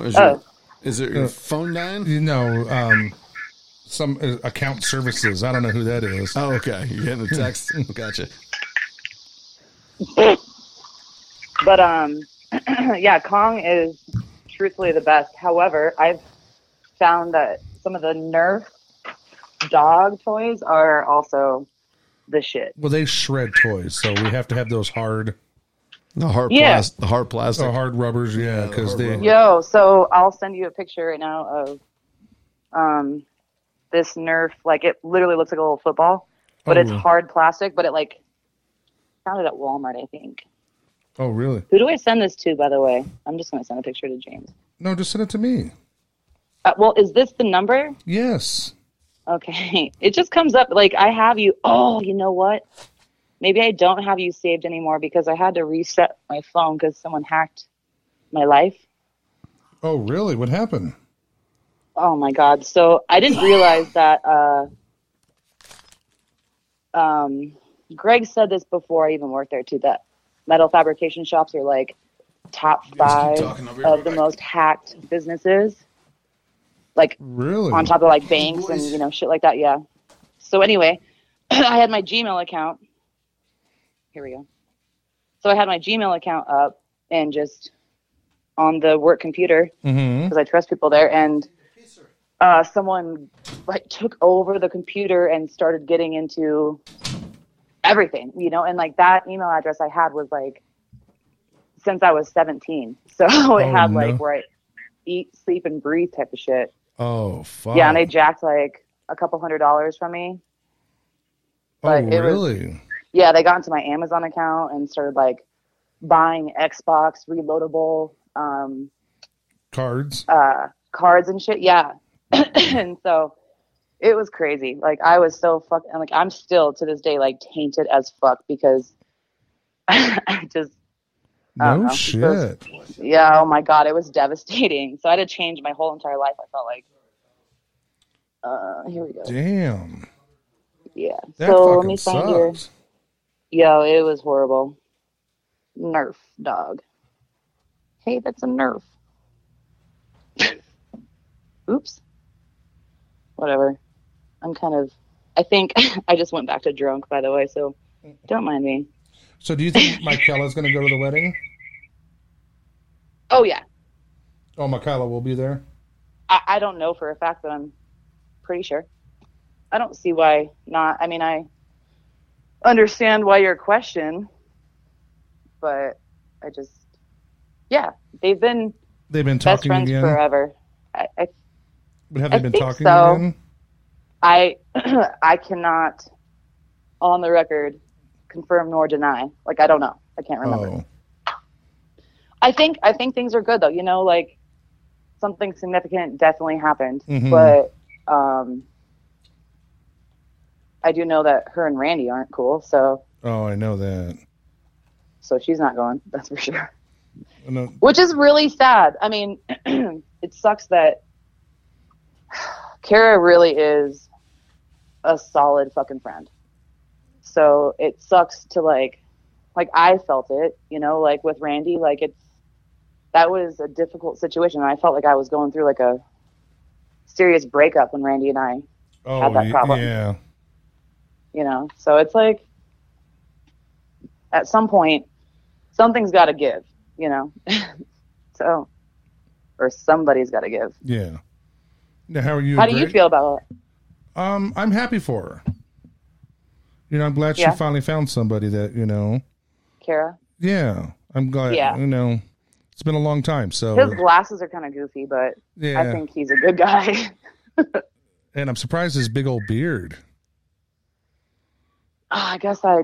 B: Is,
D: Oh.
B: your- is it your
A: Uh.
B: phone dying?
A: you know, um, some uh, account services. I don't know who that is.
B: Oh, okay. You're getting
A: [LAUGHS]
B: a text. gotcha.
D: But um, [CLEARS THROAT] yeah, Kong is truthfully the best. However, I've found that some of the Nerf dog toys are also the shit.
A: Well, they shred toys, so we have to have those hard,
B: The hard
D: Yeah.
B: plas- the hard plastic.
A: the hard rubbers. Yeah, because
B: hard
A: they.
B: rubber.
D: Yo, so I'll send you a picture right now of um this Nerf. Like it literally looks like a little football, but it's
A: Oh.
D: hard plastic. But it like found it at Walmart, I think.
A: Oh, really?
D: Who do I send this to, by the way? I'm just gonna send a picture to James.
A: No, just send it to me.
D: Uh, well, is this the number?
A: Yes.
D: Okay, [LAUGHS] it just comes up like I have you. Oh, you know what? Maybe I don't have you saved anymore because I had to reset my phone because someone hacked my life.
A: Oh, really? What happened?
D: Oh my god! So I
B: [LAUGHS]
D: didn't realize that. Uh, um, Greg said this before I even worked there too. That metal fabrication shops are like top
B: guys keep
D: five
B: talking, I'll be right
D: of the
B: back.
D: most hacked businesses. like
A: Really?
D: on top of like banks and you know shit like that. Yeah. So anyway, [CLEARS THROAT] I had my Gmail account. Here we go. So I had my Gmail account up and just on the work computer
A: Mm-hmm.
D: because I trust people there and. Uh, someone like took over the computer and started getting into everything, you know, and like that email address I had was like since I was 17. [LAUGHS] So it
A: Oh,
D: had
A: no.
D: like where I eat, sleep, and breathe type of shit.
A: Oh fuck.
D: Yeah, and they jacked like a couple hundred dollars from me.
A: Oh
D: but it was-
A: really?
D: Yeah, they got into my Amazon account and started like buying Xbox reloadable um,
A: Cards.
D: uh, cards and shit. Yeah, [COUGHS] and so it was crazy. Like I was so fucking like I'm still to this day like tainted as fuck because [LAUGHS] I just I don't
A: No
D: know.
A: shit.
D: yeah oh my god it was devastating. So I had to change my whole entire life. I felt like uh, here we go.
A: Damn.
D: Yeah.
A: That
D: so let
A: fucking
D: me find
A: sucks.
D: your. Yo, it was horrible. Nerf dog. Hey, that's a nerf. Oops. Whatever. I'm kind of. I think [LAUGHS] I just went back to drunk, by the way, so don't mind me.
A: So do you think [LAUGHS] Michaela's gonna go to the wedding?
D: Oh, yeah.
A: Oh, Michaela will be there.
D: I, I don't know for a fact, but I'm pretty sure. I don't see why not. I mean, I understand why your question, but I just. Yeah, they've been
A: They've been
D: best
A: talking
D: friends
A: again.
D: forever. I, I,
A: But have they
D: I
A: been
D: think
A: talking
D: so.
A: again?
D: I, [CLEARS THROAT] I cannot, on the record, confirm nor deny. Like I don't know. I can't remember.
A: Oh,
D: I think I think things are good though. You know, like something significant definitely happened,
A: Mhm.
D: but um, I do know that her and Randy aren't cool. So
A: oh, I know that.
D: so she's not going. That's for sure.
A: I know-
D: which is really sad. I mean, [CLEARS THROAT] it sucks that Kara really is a solid fucking friend. So it sucks to like, like I felt it, you know, like with Randy, like it's that was a difficult situation. I felt like I was going through like a serious breakup when Randy and I,
A: Oh,
D: Had that
A: y-
D: problem.
A: yeah.
D: you know, so it's like at some point something's got to give, you know, so or somebody's got to give.
A: Yeah. Now, how are you?
D: How do you
A: Great.
D: feel about it?
A: Um, I'm happy for her. You know, I'm glad
D: Yeah.
A: she finally found somebody that you know.
D: Kara?
A: Yeah, I'm glad.
D: Yeah.
A: You know, it's been a long time, so
D: His glasses are kind of goofy, but
A: Oh. yeah.
D: I think he's a good guy. [LAUGHS]
A: and I'm surprised his big old beard.
D: Oh, I guess I, I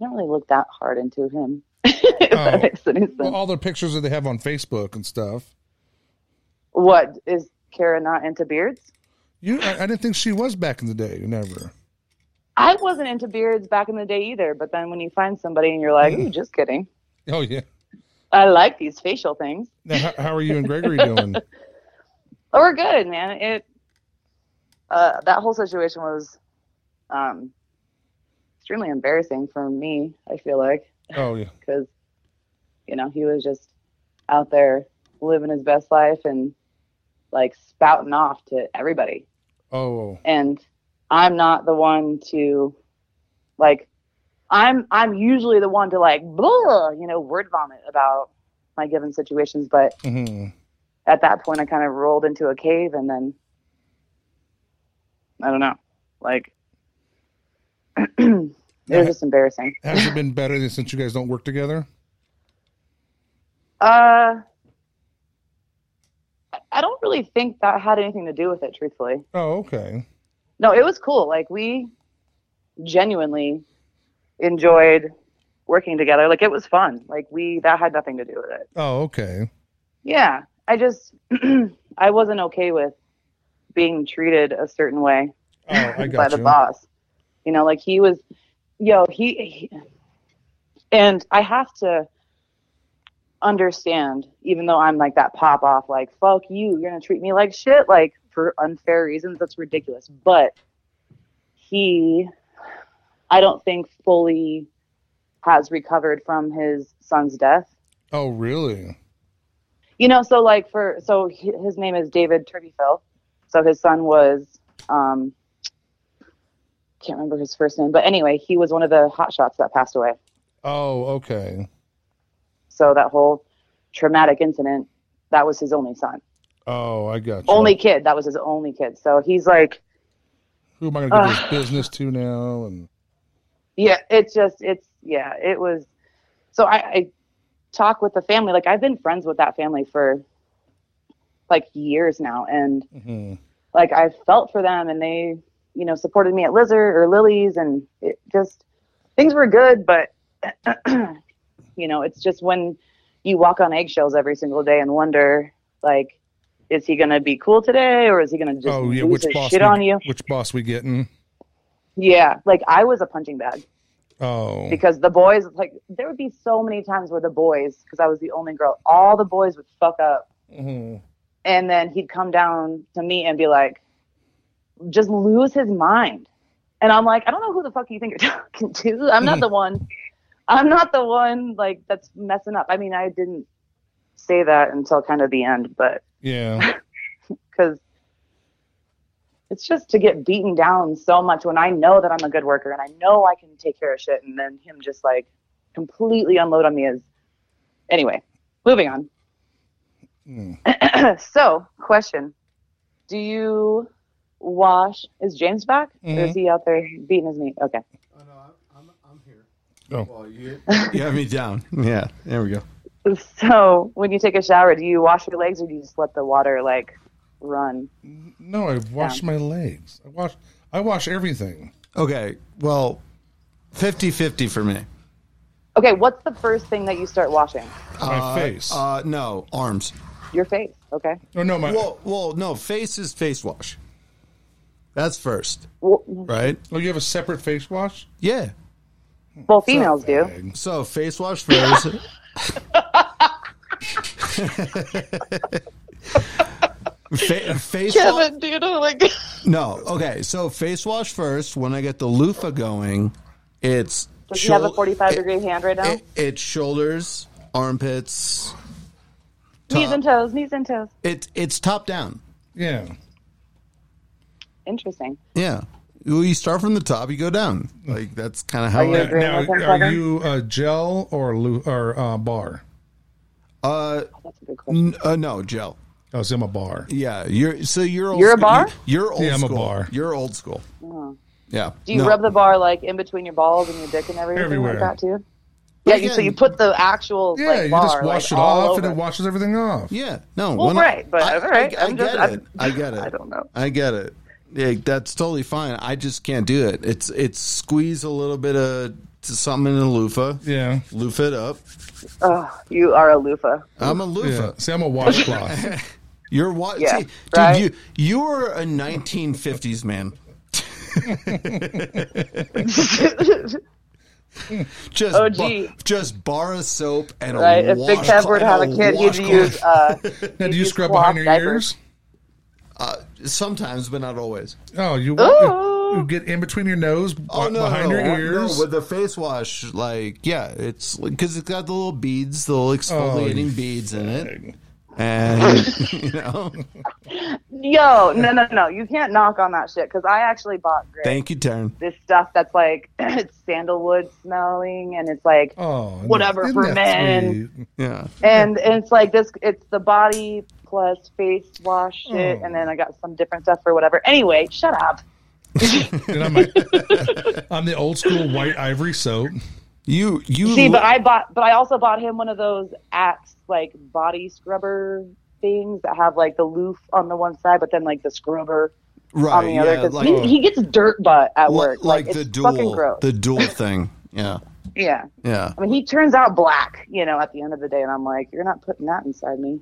D: don't really look that hard into him. [LAUGHS] if
A: Oh.
D: that makes any sense.
A: Well, all the pictures that they have on Facebook and stuff.
D: what is Kara not into beards?
A: You, I, I didn't think she was back in the day. Never.
D: I wasn't into beards back in the day either, but then when you find somebody and you're like, ooh, just kidding.
A: Oh yeah.
D: I like these facial things.
A: Now, how, how are you and
D: [LAUGHS]
A: Gregory doing?
D: Oh, we're good, man. It uh, that whole situation was um, extremely embarrassing for me. I feel like
A: Oh yeah.
D: because you know he was just out there living his best life and like spouting off to everybody
A: Oh.
D: and i'm not the one to like i'm i'm usually the one to like blah, you know word vomit about my given situations but
A: hmm
D: at that point i kind of rolled into a cave and then i don't know like [CLEARS THROAT] it was just embarrassing
A: Has it been better than since you guys don't work together?
D: Uh, I- I don't really think that had anything to do with it, truthfully.
A: Oh okay.
D: No, it was cool. Like we genuinely enjoyed working together. Like it was fun. Like we that had nothing to do with it.
A: Oh okay.
D: Yeah, I just [CLEARS THROAT] I wasn't okay with being treated a certain way
A: Oh, I
D: [LAUGHS] by
A: got
D: the
A: you.
D: boss. You know, like he was, yo, he, he, and I have to understand, even though I'm like that pop off, like, fuck you, you're going to treat me like shit, like for unfair reasons. That's ridiculous. But he, I don't think fully has recovered from his son's death.
A: Oh really?
D: you know, so like for so he, his name is David Turbyfill. So his son was um can't remember his first name, but anyway, he was one of the hot shots that passed away.
A: Oh, okay.
D: So that whole traumatic incident, that was his only son.
A: Oh, I got you.
D: Only kid, that was his only kid. So he's like
A: Who am I going to give this
D: [SIGHS]
A: business to now? And
D: yeah it's just it's yeah it was so I, I talk with the family like i've been friends with that family for like years now and
A: Mhm.
D: like i felt for them and they you know supported me at lizard or lilies and it just things were good but [CLEARS THROAT] you know it's just when you walk on eggshells every single day and wonder like is he gonna be cool today or is he gonna just
A: oh, yeah.
D: lose
A: Which
D: his
A: boss?
D: shit
A: we,
D: on you
A: Which boss we getting?
D: yeah like i was a punching bag
A: Oh,
D: because the boys like there would be so many times where the boys because i was the only girl all the boys would fuck up
A: Mhm.
D: and then he'd come down to me and be like just lose his mind and i'm like i don't know who the fuck you think you're [LAUGHS] talking to i'm not the one i'm not the one like that's messing up i mean i didn't say that until kind of the end but
A: yeah.
D: because it's just to get beaten down so much when I know that I'm a good worker and I know I can take care of shit, and then him just like completely unload on me is. Anyway, moving on. [CLEARS THROAT] so, question: Do you wash? Is James back? Or is he out there beating his meat? Okay. [LAUGHS]
B: I'm, I'm here.
A: Oh.
B: Well, you, [LAUGHS] you have me down. Yeah, there we go.
D: So, when you take a shower, do you wash your legs or do you just let the water like run?
A: No, I wash my legs. I wash. I wash everything.
B: Okay, well, 50-50 for me.
D: Okay, what's the first thing that you start washing?
A: My face.
B: Uh, no, arms.
D: Your face. Okay.
A: oh no, my.
B: Well, well, no, face is face wash. That's first,
D: Well,
B: right?
A: oh, you have a separate face wash.
B: Yeah.
D: well females do.
B: So face wash first. [LAUGHS] Fa- face wa-
D: Kevin, dude, I'm like
B: no okay so face wash first when i get the loofah going it's
D: Does he have a
B: shoul-
D: 45
B: it-
D: degree hand right now?
B: it- it's shoulders armpits
D: knees and toes, knees and toes.
B: it, it's top down
A: Yeah.
D: Interesting.
B: yeah well, you start from the top you go down like that's kind of how
D: Are you
B: I-
D: agreeing
A: Now,
D: with him,
A: are
D: Kevin?
A: you uh, gel or lu- or uh, bar?
B: uh,
D: Oh, That's a good
B: n-
D: question.
B: uh no gel
A: I was in a bar.
B: yeah you're so you're old
D: You're a
B: school-
D: bar?
B: you're old
A: Yeah, I'm a
B: school.
A: bar.
B: you're old school yeah
D: Hmm. Do you rub the bar like in between your balls and your dick and everything
A: Everywhere.
D: like that too? Yeah, you, so
B: again-
D: you put the actual
A: Yeah,
D: like,
A: you
D: bar
A: just wash
D: like,
A: it
D: all
A: off
D: over.
A: and it washes everything off.
B: Yeah, no.
D: Well,
B: when I-
D: right, but,
B: I,
D: all right,
B: I, I
D: I'm
B: get
D: just- I'm-
B: it. I get it.
D: [LAUGHS] I don't know.
B: I get it. Yeah, that's totally fine. I just can't do it. It's it's squeeze a little bit of something in a loofah.
A: Yeah.
B: Loofah it up.
D: Oh, you are a loofah.
B: I'm a loofah.
A: Yeah. See, I'm a
D: [LAUGHS]
A: washcloth.
B: You're what?
D: Yeah,
B: see,
D: right?
B: Dude, you you are a 1950s man.
D: [LAUGHS]
B: Just ba-
D: Oh, gee.
B: just bar of soap and
D: Right?
B: a
D: If Big
B: washcloth-
D: Kev were to have a
B: and
D: kid, he'd
B: washcloth.
A: [LAUGHS]
D: use. Uh,
A: now,
D: he'd
A: do you
D: use
A: scrub
D: cloth
A: behind your
D: diapers.
A: ears?
B: sometimes, but not always.
A: Oh, you,
D: Ooh.
A: you get in between your nose,
B: Oh no,
A: behind
B: no,
A: your
B: no,
A: ears.
B: No, with the face wash, like yeah, it's because it's got the little beads, the little exfoliating
A: Oh, you
B: beads in it,
D: [LAUGHS]
B: and [LAUGHS] you know,
D: Yo, no, no, no. You can't knock on that shit because I actually bought Greg
B: thank you, Taryn.
D: this stuff that's like [CLEARS THROAT] it's sandalwood smelling and it's like
A: oh, isn't-
D: Whatever
A: isn't
D: for
A: that
D: men.
A: sweet?
B: Yeah,
D: and and it's like this it's the body plus face wash shit and then i got some different stuff for whatever anyway shut up
A: And I'm, like- [LAUGHS] I'm the old school white ivory soap.
B: you you
D: see but i bought but i also bought him one of those axe like body scrubber things that have like the loof on the one side but then like the scrubber
B: right,
D: on the other
B: Uh, yeah,
D: because
B: like,
D: he, he gets dirt butt at work
B: like, the
D: it's fucking
B: dual
D: gross
B: the dual thing. Yeah,
D: yeah
B: yeah.
D: i mean he turns out black you know at the end of the day and i'm like you're not putting that inside me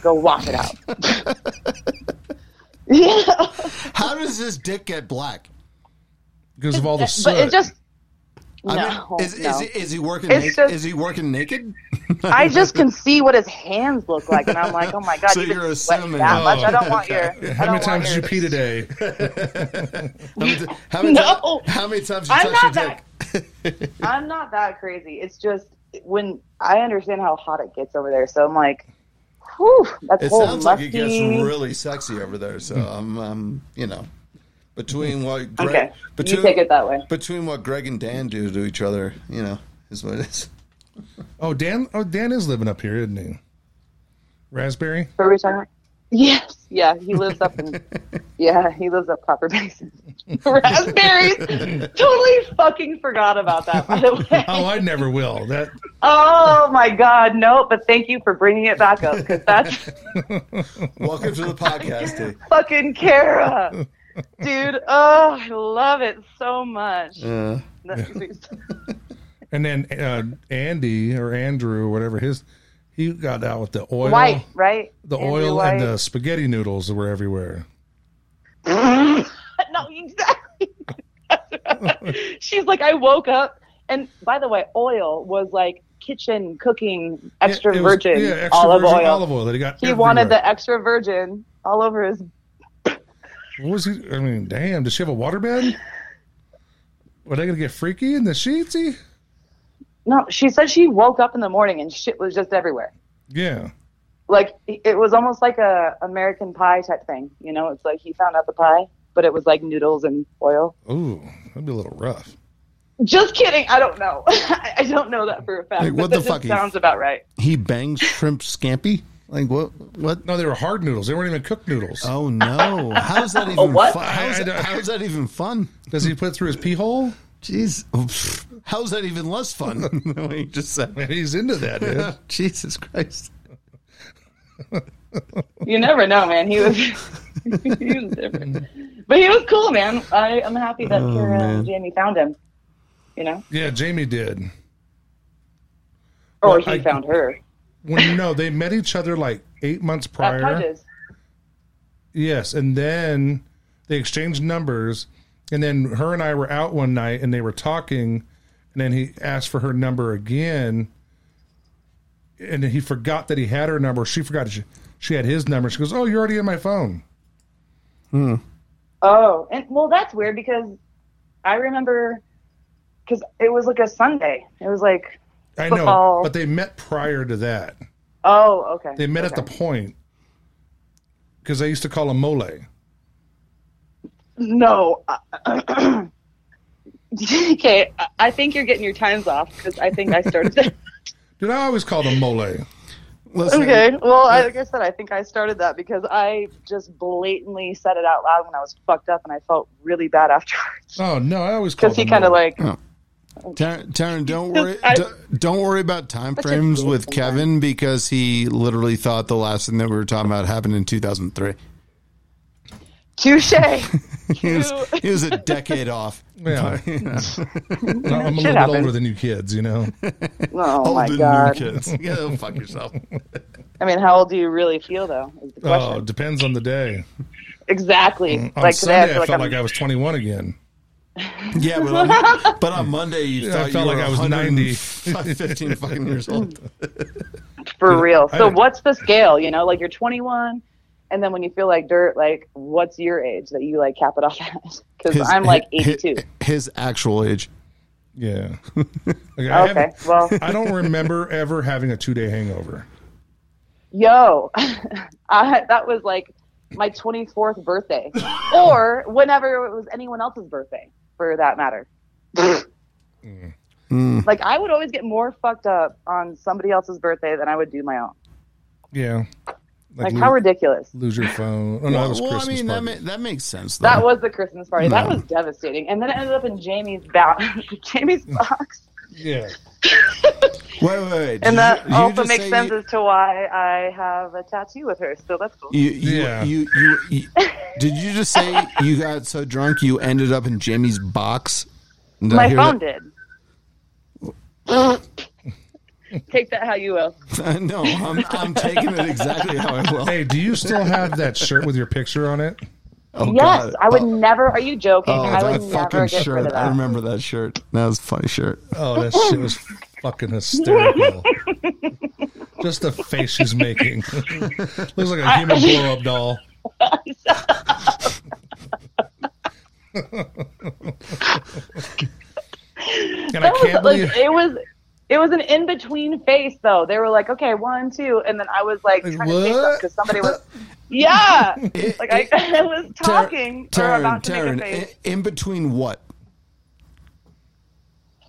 D: go wash it out
B: [LAUGHS]
D: [LAUGHS] yeah
B: How does this dick get black?
A: Because of all the soot.
D: but it just no,
B: is, is,
D: no.
B: he- is he working?
D: It's
B: Naked?
D: just-
B: is he working naked?
D: I just can see what his hands look like, and I'm like, oh my god,
B: So
D: you've been
B: you're
D: sweating
B: assuming-
D: that
A: Oh,
D: much. I don't want your. I
A: How
D: don't
A: many
D: want
A: times did
D: your,
A: you pee today?
D: [LAUGHS]
B: How many, ti- how many
D: No.
B: ti- how many times you
D: I'm
B: touch your
D: not
B: dick?
D: that. I'm not that crazy. It's just when I understand how hot it gets over there, so I'm like, whew, that's
B: It
D: whole
B: sounds like it
D: musty.
B: gets really sexy over there. So I'm, I'm you know, between what Greg,
D: okay,
B: between,
D: you take it that way.
B: between what Greg and Dan do to each other, you know, is what it is.
A: Oh, Dan. Oh, Dan is living up here, isn't he? Raspberry.
D: What are we talking about? Yes, yeah, he lives up in, yeah, he lives up Copper Basin. [LAUGHS] Raspberries, totally fucking forgot about that. By the way.
A: Oh, I never will. That
D: Oh my God, no! But thank you for bringing it back up because
A: [LAUGHS]
D: that's
B: Welcome
D: [LAUGHS]
B: to the podcast. Dave.
D: fucking Kara, dude. Oh, I love it so much.
B: Uh,
D: That's-
A: [LAUGHS] and then uh, Andy or Andrew or whatever his he got out with the oil,
D: White, right?
A: the
D: Andrew
A: oil
D: White.
A: and the spaghetti noodles were everywhere.
D: [LAUGHS] no, exactly. [LAUGHS] She's like, I woke up, and by the way, oil was like kitchen cooking extra
A: It was-
D: virgin
A: yeah, extra
D: olive
A: virgin
D: oil.
A: olive oil that he got.
D: he wanted
A: everywhere.
D: the extra virgin all over his.
A: What was he? I mean, damn. Does she have a waterbed?
D: [SIGHS]
A: Were they gonna get freaky in the sheetsy?
D: No, she said she woke up in the morning and shit was just everywhere.
A: Yeah.
D: like it was almost like a American pie type thing. You know, it's like he found out the pie, but it was like noodles and oil.
A: Ooh, that'd be a little rough.
D: Just kidding. I don't know. [LAUGHS] I I don't know that for a fact.
B: Like,
D: but
B: what the
D: that just
B: fuck is-
D: sounds about right.
B: he bangs shrimp scampi. Like what? What?
A: No, they were hard noodles. They weren't even cooked noodles.
B: Oh no! How's that even?
D: what?
B: Fun? How's,
A: I- I don't-
B: how's that even fun?
A: Does he put it through his pee hole?
B: Jeez, how's that even less fun [LAUGHS] than what you just said?
A: Man, he's into that,
B: [LAUGHS]
A: dude.
B: Jesus Christ!
D: You never know, man. He was [LAUGHS] he
B: [LAUGHS]
D: was different, but he was cool, man. I, I'm happy
B: Oh,
D: that Kara and Jamie found him. You know,
A: Yeah, Jamie did.
D: or
A: Well,
D: he
A: I-
D: found her.
A: When no, they met each other like eight months
D: At
A: prior.
D: Pudge's.
A: Yes, and then they exchanged numbers, and then her and I were out one night, and they were talking, and then he asked for her number again, and then he forgot that he had her number. She forgot that she, she had his number. She goes, "Oh, you're already in my phone."
D: Oh, and well, that's weird because I remember because it was like a Sunday. It was like,
A: I know,
D: Football.
A: but they met prior to that.
D: oh, okay.
A: They met at the point because they used to call him Mole.
D: No. uh, [CLEARS THROAT] okay, I- I think you're getting your times off because I think I started. That.
A: Dude, I always called him Mole.
B: Listen,
D: [LAUGHS] okay, well, I, like I said, I think I started that because I just blatantly said it out loud when I was fucked up, and I felt really bad afterwards
A: Oh no, I always called
D: because
A: him.
D: he kind of
A: Mole.
D: like
B: Taryn, Taryn, don't worry.
D: I-
B: d- don't worry about time frames with Kevin because he literally thought the last thing that we were talking about happened in 2003.
D: touche. [LAUGHS]
A: [LAUGHS]
B: He was, he was a decade off.
D: Oh
A: Yeah.
B: You know,
A: I'm a little
D: shit
A: bit
D: happens.
A: older than you kids, you know.
D: oh my
B: older than your
D: god!
B: kids. [LAUGHS] Yeah, go fuck yourself.
D: I mean, how old do you really feel though? Is the question.
A: Oh, depends on the day.
D: exactly.
A: On
D: like today,
A: Sunday,
D: I
A: I,
D: feel like
A: felt
D: I'm.
A: like I was 21 again.
B: Yeah, but on, but on Monday you thought
A: I felt
B: you were
A: like I was
B: 190,
A: 90.
B: 15 fucking years
D: [LAUGHS]
B: old.
D: for real. So
A: don't-
D: what's the scale? You know, like you're 21, and then when you feel like dirt, like what's your age that you like cap it off at? [LAUGHS] Because I'm like
B: his-
D: 82.
B: His actual age.
D: [LAUGHS]
A: Yeah. Like, I
D: Okay,
A: haven't-
D: well,
A: I don't remember ever having a two day hangover.
D: yo, [LAUGHS] I, that was like my 24th birthday, or whenever it was anyone else's birthday, for that matter. Like I would always get more fucked up on somebody else's birthday than I would do my own.
A: Yeah.
D: Like
A: lo-
D: how ridiculous!
A: lose your phone. Oh, no, that was
B: well,
A: Christmas.
B: I mean, that,
A: party.
B: ma- that makes sense. Though.
D: That was the Christmas party. That
B: No.
D: was devastating. And then it ended up in Jamie's box. [LAUGHS] Jamie's
B: Mm.
D: box.
A: yeah.
B: Wait, wait, wait.
D: And that
B: You- you
D: also
B: just
D: makes
B: say
D: sense
B: You,
D: as to why I have a tattoo with her. So that's cool.
B: you, you,
A: Yeah.
B: you, you, you- did you just say you got so drunk you ended up in Jamie's box? Did I
D: My
B: hear
D: phone did. [LAUGHS] Take that how you will.
B: that? [LAUGHS] no, I'm, I'm taking it exactly how I will.
A: Hey, do you still have that shirt with your picture on it?
B: Oh,
D: yes,
B: God.
D: I would
B: Oh,
D: never. Are you joking?
B: oh,
D: I
B: that
D: would never
B: fucking
D: get
B: shirt.
D: rid of
B: I
D: that.
B: remember that shirt. That was a funny shirt.
A: Oh, that shit was fucking hysterical. Just the face she's making. [LAUGHS] Looks like a human blow up doll. and I
D: [LAUGHS] That was
A: can't
D: like
A: believe
D: it was. It was an in between face though. They were like, okay, one, two, and then I was like
A: Like,
D: trying to say
A: what?
D: something because
B: [LAUGHS]
D: somebody was, yeah, like I, [LAUGHS] I was talking or
B: Taryn,
D: about to
B: Taryn,
D: make a face,
B: i- in between what?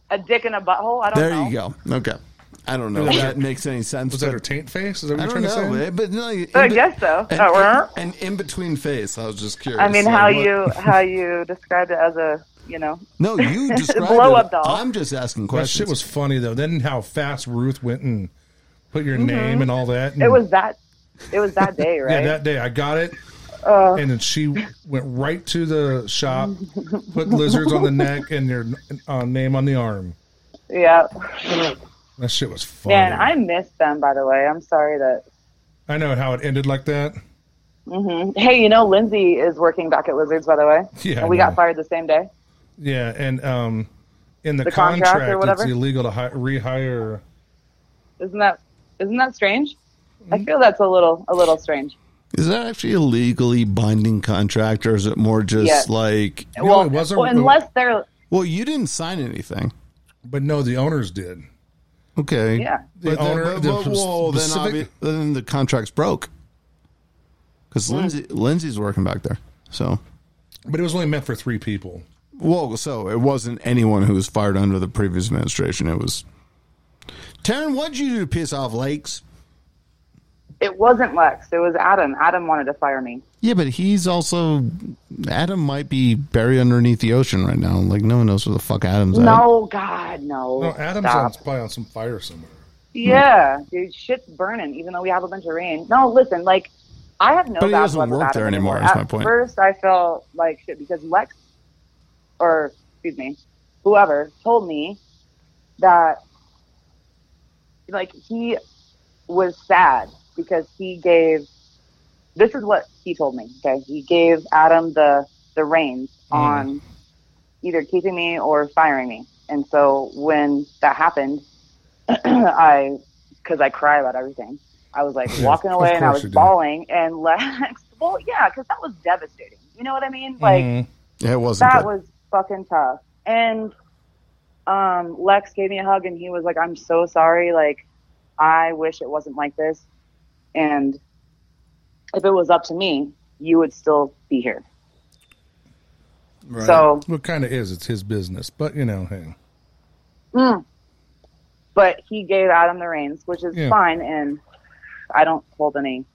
D: a dick in a butthole. I don't
B: There
D: know.
B: you go. Okay. I don't know
A: Was
B: if
A: that-
B: that makes any sense.
A: Was that
B: but-
A: her taint face? Is that what
B: I
A: you're
B: don't
A: trying
B: know,
A: to say?
B: eh, but no, in
D: I
B: be-
D: guess so.
B: An,
D: Uh, uh.
B: an in between face. I was just curious.
D: I mean,
B: like,
D: how
B: what-
D: you
A: [LAUGHS]
D: how you described it as a you know
B: No,
D: [LAUGHS]
B: you described
D: Blow
B: it.
D: up doll.
B: I'm just asking
A: That
B: questions.
A: shit was funny though. Then how fast Ruth went and put your name and all that. and-
D: Mm-hmm. it was that it was that
A: [LAUGHS]
D: day
A: yeah
D: right
A: that day. I got it,
D: Uh.
A: and then she went right to the shop, put lizards
D: [LAUGHS]
A: on the neck and your uh, name on the arm.
D: yeah
A: That shit was funny.
D: man i missed them by the way i'm sorry that
A: I know how it ended like that.
D: hey you know lindsay is working back at lizards by the way
A: Yeah, I
D: and we
A: know.
D: got fired the same day
A: Yeah, and um, in the,
D: The
A: contract,
D: contract or whatever?
A: it's illegal to hi- rehire.
D: isn't that isn't that strange
A: Mm-hmm.
D: i feel that's a little a little strange
B: Is that actually a legally binding contract, or is it more just
D: Yeah.
B: like?
A: No, it wasn't-
D: well unless they're
B: Well, you didn't sign anything.
A: But no, the owners did.
B: Okay.
D: yeah
A: The owner,
B: then,
A: the
B: well, well, then, obvi-
A: specific-
B: then the contract's broke.
D: Hmm.
B: Because Lindsay, Lindsay's working back there, so
A: but it was only meant for three people.
B: well, so it wasn't anyone who was fired under the previous administration. It was. Taryn, what'd you do to piss off Lakes?
D: it wasn't lex it was adam adam wanted to fire me
B: Yeah, but he's also Adam might be buried underneath the ocean right now. Like no one knows where the fuck Adam's at.
D: no god no
A: No, Adam's on,
D: Stop.
A: probably on some fire somewhere.
B: Hmm.
D: yeah dude shit's burning even though we have a bunch of rain no listen like i have no
B: But he
D: bad
B: doesn't
D: blood with
B: work
D: Adam
B: there anymore, is
D: anymore At
B: my point.
D: first i felt like shit because lex or excuse me whoever told me that like he was sad because he gave this is what he told me okay he gave adam the the reins
A: Mm.
D: on either keeping me or firing me and so when that happened [CLEARS THROAT] i because i cry about everything i was like
A: Yeah,
D: walking
A: of
D: away and i
A: course
D: was
A: you do.
D: bawling and [LAUGHS] lex well yeah because that was devastating you know what i mean like
A: Mhm.
B: Yeah, it wasn't.
D: that
B: good.
D: was fucking tough. And um, Lex gave me a hug and he was like, I'm so sorry. Like, I wish it wasn't like this. And if it was up to me, you would still be here. So,
A: Well, kind of is. It's his business, but you know, hey,
D: but he gave Adam the reins, which is
A: Yeah.
D: fine. And I don't hold any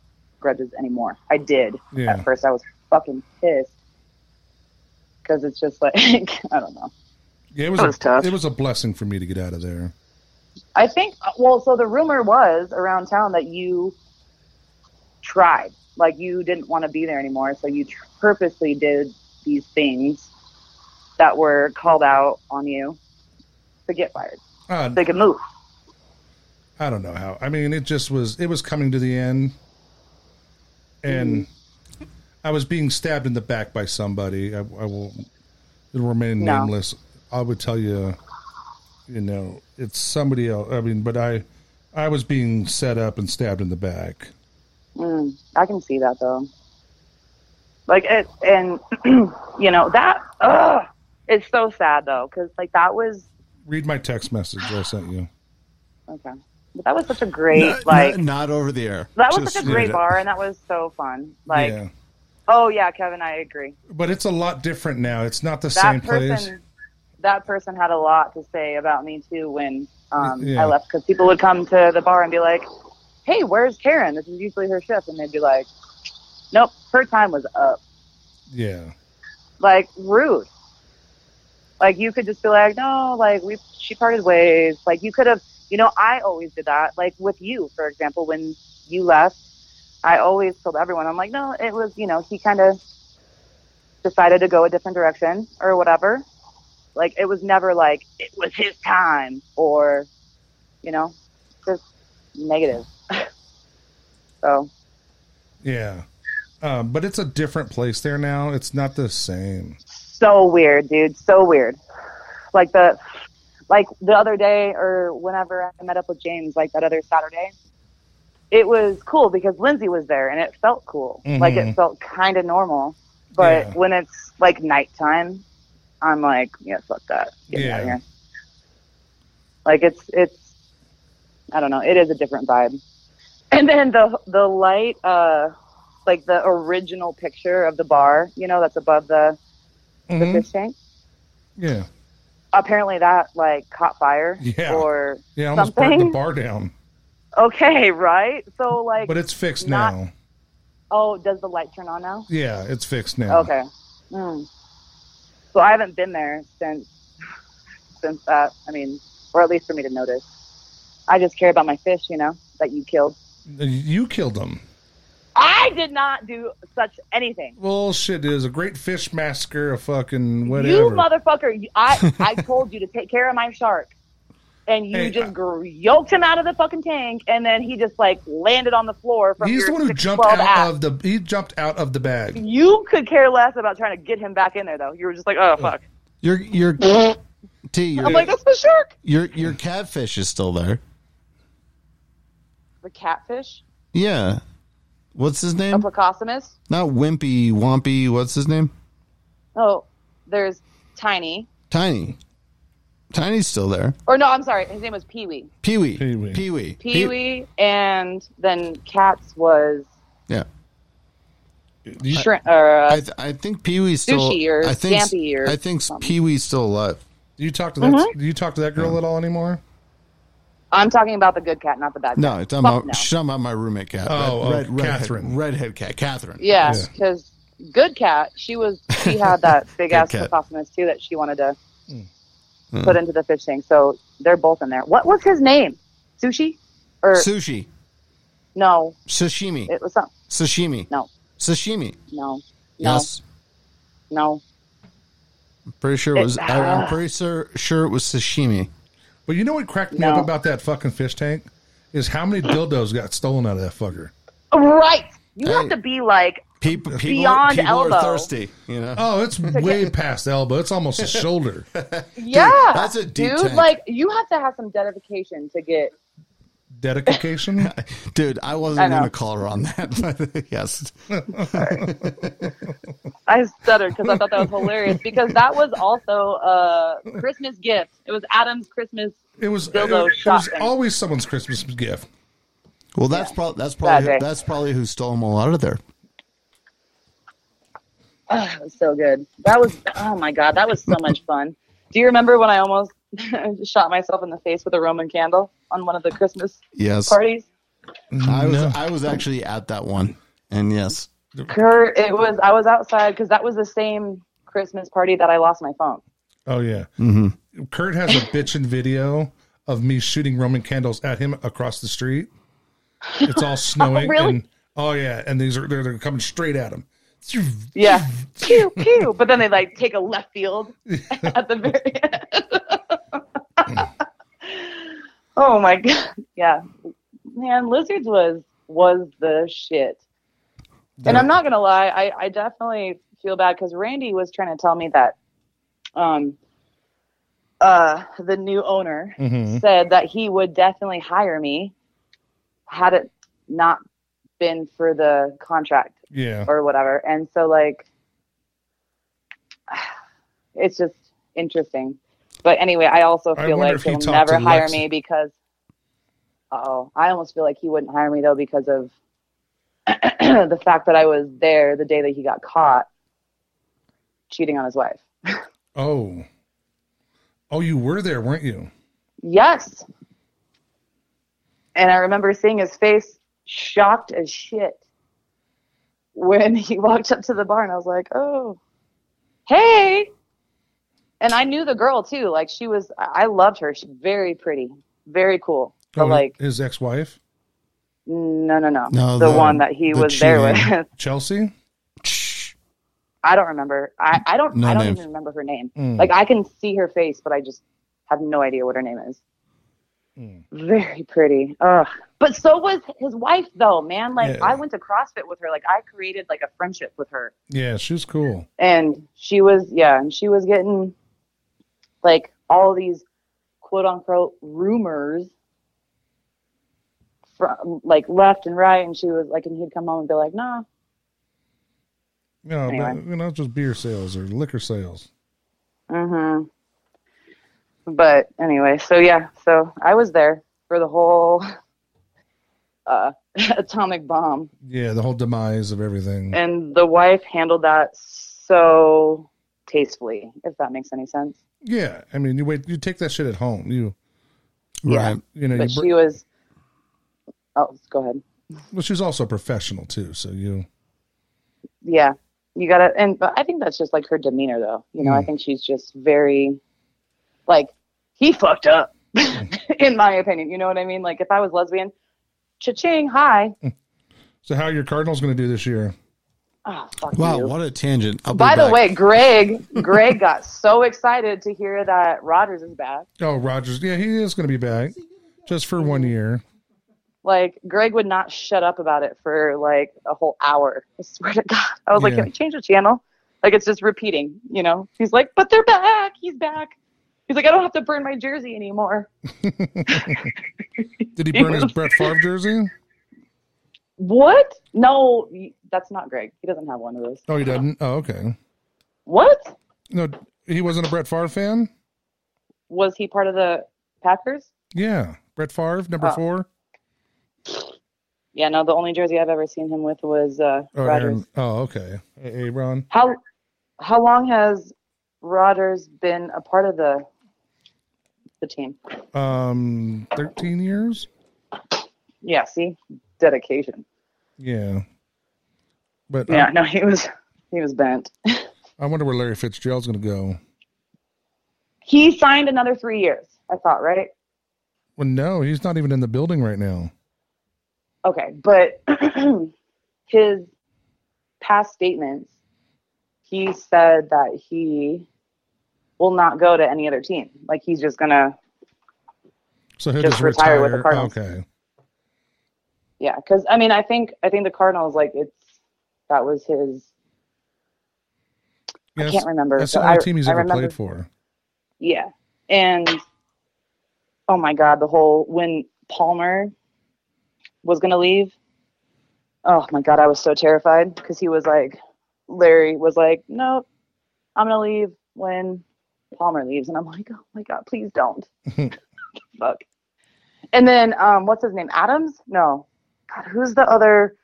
D: grudges anymore. I did.
A: Yeah.
D: At first, I was fucking pissed. Because it's just like, [LAUGHS] I don't know.
A: yeah, it was,
D: That was
A: a,
D: tough.
A: It was a blessing for me to get out of there.
D: I think. Well, so the rumor was around town that you tried, like you didn't want to be there anymore, so you tr- purposely did these things that were called out on you to get fired.
A: Uh,
D: They could move.
A: I don't know how. I mean, it just was. It was coming to the end, and
D: Mm-hmm.
A: I was being stabbed in the back by somebody. I, I will. It'll remain
D: No.
A: nameless. I would tell you. You know, it's somebody else. I mean, but I, I was being set up and stabbed in the back.
D: Mm, I can see that though. Like it, and [CLEARS THROAT] you know that. Ugh, it's so sad though, because like that was
A: Read my text message I sent you.
D: okay. But that was such a great
B: No,
D: like.
B: no, [LAUGHS] not over the air.
D: that was
B: Just-
D: such a great
B: yeah.
D: bar, and that was so fun. Like,
A: yeah,
D: oh yeah, Kevin, I agree.
A: but it's a lot different now. It's not the
D: that
A: same
D: person
A: place.
D: that person had a lot to say about me too when um,
A: Yeah.
D: I left because people would come to the bar and be like, "Hey, where's Karen? This is usually her shift," and they'd be like, "Nope, her time was up."
A: Yeah.
D: Like rude. Like you could just be like, "No, like we she parted ways." Like you could have, you know, I always did that. Like with you, for example, when you left, I always told everyone, I'm like, "No, it was, you know, he kind of decided to go a different direction or whatever." Like it was never like it was his time or you know, just negative. [LAUGHS] so
A: Yeah. Um, but it's a different place there now. It's not the same.
D: so weird, dude. So weird. Like the like the other day or whenever I met up with James, like that other Saturday, it was cool because Lindsay was there and it felt cool. Like it felt kind of normal. But
A: Yeah.
D: when it's like nighttime, I'm like, yeah, fuck that. Get me out of
A: Yeah.
D: here. Like it's it's I don't know. It is a different vibe. And then the the light, uh, like the original picture of the bar, you know, that's above the, the
A: Mhm.
D: fish tank.
A: Yeah.
D: Apparently, that like caught fire.
A: Yeah.
D: Or
A: Yeah, I almost burnt the
D: Something?
A: bar down.
D: okay, [LAUGHS] right? So like,
A: But it's fixed
D: Not-
A: now.
D: oh, does the light turn on now?
A: Yeah, it's fixed now.
D: Okay. Mm. So I haven't been there since since that. I mean, or at least for me to notice. I just care about my fish, you know, that you killed.
A: You killed them.
D: I did not do such anything.
A: Well, shit, it was a great fish massacre, a fucking
D: You
A: whatever.
D: motherfucker! you- I
A: [LAUGHS]
D: I told you to take care of my shark, and you
A: Hey, I-
D: just gr- yoked him out of the fucking tank, and then he just like landed on the floor from
A: He's
D: your
A: the one who
D: 6'12"
A: jumped out
D: ass.
A: of the. He jumped out of the bag.
D: You could care less about trying to get him back in there, though. You were just like, oh fuck.
B: Your
D: [LAUGHS]
B: your
D: Oh
B: T your,
D: I'm like, that's the shark.
B: your your catfish is still there.
D: The catfish,
B: Yeah. What's his
D: a
B: name?
D: placosomus.
B: Not Wimpy Wompy. What's his name?
D: Oh, there's Tiny.
B: Tiny. Tiny's still there.
D: Or no, I'm sorry. His name was Pee Wee.
B: Pee Wee. Pee
A: Pee-wee.
B: Wee. Pee Wee.
D: Pee Wee, and then Cats was
B: Yeah.
D: shrimp. Or, uh,
B: I, th- I think Pee Wee's still.
D: Sushi or
B: I think,
D: Stampy or
B: I think
D: something.
B: Pee Wee's still alive.
A: Do you talk to that?
D: Mm-hmm.
A: Do you talk to that girl at all anymore?
D: I'm talking about the good cat, not the bad.
B: No,
D: cat.
B: it's talking
D: Fuck
B: about,
D: no.
B: she's talking about my roommate cat.
A: Oh, oh,
B: redhead-
A: Catherine.
B: redhead cat. Catherine.
D: Yeah,
A: Yeah.
D: because good cat. She was.
B: [LAUGHS]
D: She had that big ass
B: Good cat. Hmm.
D: placosomus too that she wanted to put into the fish tank. So they're both in there. What was his name? Sushi? Or
B: Sushi.
D: no?
B: Sashimi.
D: It was some.
B: Sashimi.
D: No,
B: Sashimi.
D: no, no,
B: Yes.
D: no.
B: I'm pretty sure it was.
D: It-
B: I, am pretty sure, sure it was sashimi.
A: But you know what cracked me
D: No.
A: up about that fucking fish tank is how many dildos got stolen out of that fucker.
D: Oh, Right. You
B: Hey.
D: have to be like
B: People, people,
D: Beyond
B: people
D: elbow.
B: are thirsty. You know.
A: Oh, it's way past the elbow. It's almost
D: [LAUGHS]
A: the shoulder.
D: Yeah,
B: that's a deep
D: dude.
B: tank.
D: Like you have to have some dedication to get. [LAUGHS]
A: Dedication.
B: Dude, I wasn't
D: I know.
B: going to call her on that. [LAUGHS] But yes.
D: I stuttered because I thought that was hilarious because that was also a Christmas gift. It was Adam's Christmas.
A: It was. It,
D: Dildo
A: it was
D: shotgun.
A: always someone's Christmas gift.
B: Well, that's probably that's probably
D: Bad day.
B: that's probably who stole them all out of there.
D: Oh, it was so good. That was oh my god, that was so much fun. Do you remember when I almost [LAUGHS] shot myself in the face with a Roman candle on one of the Christmas
B: Yes,
D: parties?
B: I was I was actually at that one, and yes,
D: Kurt, it was I was outside because that was the same Christmas party that I lost my phone.
A: Oh yeah. Mm-hmm. Kurt has a bitchin' video of me shooting Roman candles at him across the street. It's
D: [LAUGHS]
A: all snowing.
D: Really?
A: And, oh yeah, and these are they're, they're coming straight at him.
D: Yeah. [LAUGHS] pew pew. But then they like take a left field [LAUGHS] at the very end. [LAUGHS] oh my god. Yeah. Man, lizards was was the shit. And I'm not gonna lie, I, I definitely feel bad because Randy was trying to tell me that um uh the new owner
A: Mhm.
D: said that he would definitely hire me had it not been for the contract
A: Yeah.
D: or whatever. And so like [SIGHS] it's just interesting. But anyway, I also
A: I
D: feel
A: wonder
D: like
A: if he
D: he'll
A: talked
D: never
A: to
D: hire
A: Lex-
D: me because oh, I almost feel like he wouldn't hire me though because of [CLEARS THROAT] the fact that I was there the day that he got caught cheating on his wife.
A: Oh. Oh, you were there, weren't you?
D: Yes. And I remember seeing his face shocked as shit when [LAUGHS] he walked up to the bar, and I was like, oh, hey. And I knew the girl too. Like, she was, I I loved her. She's very pretty, very cool. But,
A: Oh,
D: like,
A: his ex-wife,
D: no, no, no.
B: No,
D: the,
B: the-
D: one that he
B: the
D: was there
B: cheating.
D: with. [LAUGHS]
A: Chelsea.
B: Shh.
D: I don't remember. I, I don't,
B: No
D: I don't
B: names. Mm.
D: even remember her name. Like, I can see her face, but I just have no idea what her name is.
B: Mm.
D: Very pretty. Ugh. But so was his wife, though, man. Like,
A: Yeah.
D: I went to CrossFit with her. Like, I created like a friendship with her,
A: Yeah, she was cool.
D: and she was, yeah, and she was getting like all these quote unquote rumors from like left and right, and she was like, and he'd come home and be like, nah,
A: You know,
D: Anyway.
A: but, you know, just beer sales or liquor sales.
D: Mm-hmm. But anyway, so yeah, so I was there for the whole [LAUGHS] uh, [LAUGHS] atomic bomb.
A: Yeah, the whole demise of everything.
D: And the wife handled that so tastefully, if that makes any sense.
A: Yeah, I mean, you wait, you take that shit at home. You,
D: Yeah.
B: Right.
A: you know,
D: But
A: you br-
D: she was. Oh, go ahead.
A: well, she's also a professional too. So you,
D: yeah you gotta and but i think that's just like her demeanor though you know i think she's just very like he fucked up [LAUGHS] in my opinion you know what i mean like if i was lesbian cha-ching hi
A: so how are your Cardinals going to do this year?
D: oh fuck
B: Wow,
D: you
B: what a tangent. I'll be
D: by the
B: back.
D: way
A: [LAUGHS]
D: greg greg got so excited to hear that rogers is back
A: Oh, Rogers. Yeah, he is going to be back just for one year.
D: like greg would not shut up about it for like a whole hour i swear to god i was like
A: Yeah.
D: can we change the channel like it's just repeating you know he's like but they're back he's back he's like i don't have to burn my jersey anymore
A: Did he burn
D: [LAUGHS]
A: his Brett Favre jersey?
D: What? No, y- that's not Greg. He doesn't have one of those.
A: Oh, he doesn't. Oh, okay.
D: What?
A: No, he wasn't a Brett Favre fan.
D: Was he part of the Packers?
A: Yeah, Brett Favre, number
D: Oh.
A: four.
D: Yeah, no, the only jersey I've ever seen him with was uh,
A: Oh,
D: Rodgers.
A: Aaron- oh, okay. Hey, Ron.
D: How how long has Rodgers been a part of the the team?
A: Um, thirteen years.
D: Yeah, see, dedication.
A: Yeah, but
D: Yeah, no, he was he was bent.
A: I, I wonder where Larry Fitzgerald's going to go.
D: He signed another three years. I thought, right?
A: Well, no, he's not even in the building right now.
D: Okay, but [CLEARS THROAT] his past statements, he said that he will not go to any other team. Like he's just gonna,
A: So he'll just,
D: Just retire with the Cardinals.
A: Okay.
D: yeah. Because I mean, I think I think the Cardinals, like it's that was his.
A: Yeah,
D: I
A: that's-
D: can't remember.
A: That's
D: but
A: the only
D: I-
A: team he's
D: I
A: ever
D: remember-
A: played for.
D: Yeah, and oh my God, the whole when Palmer was gonna leave. Oh my God, I was so terrified because he was like, Larry was like, nope, I'm gonna leave when Palmer leaves, and I'm like, oh my God, please don't. Fuck. And then um, what's his name? Adams? No. God, who's the other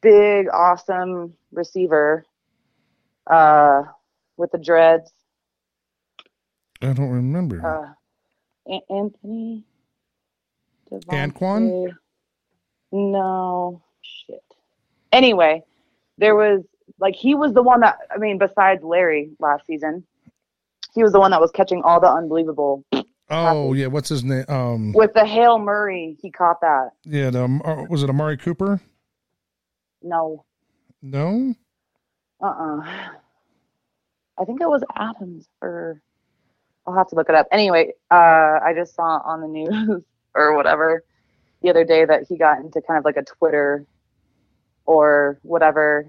D: big awesome receiver uh, with the dreads?
A: I don't remember.
D: uh, An- Anthony. Devontae-
A: Anquan?
D: No shit. Anyway, there was like he was the one that I mean, besides Larry last season, he was the one that was catching all the unbelievable
A: oh, yeah. What's his name? Um,
D: with the Hail Murray. He caught that.
A: yeah. The, um, uh, was it Amari Cooper?
D: No,
A: No.
D: uh, uh I think it was Adams or I'll have to look it up. Anyway, uh, I just saw on the [LAUGHS] news or whatever the other day that he got into kind of like a Twitter or whatever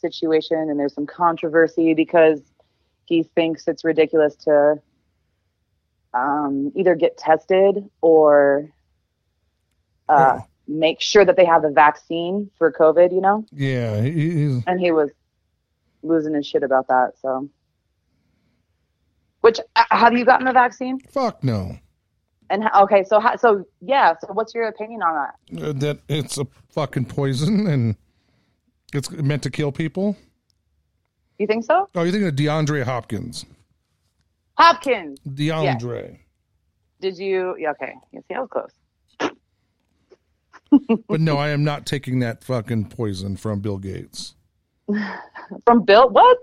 D: situation, and there's some controversy because he thinks it's ridiculous to um, either get tested or uh, make sure that they have the vaccine for COVID. You know
A: Yeah. He, he's,
D: and he was losing his shit about that. So, which uh, have you gotten the vaccine?
A: fuck no.
D: And ho- okay, so ho- so yeah, so what's your opinion on that?
A: Uh, that it's a fucking poison [LAUGHS] and it's meant to kill people.
D: You think so?
A: Oh, you're thinking of DeAndre Hopkins.
D: Hopkins,
A: DeAndre.
D: did you? Yeah, okay, you see, I was close.
A: But no, I am not taking that fucking poison from Bill Gates.
D: From Bill, what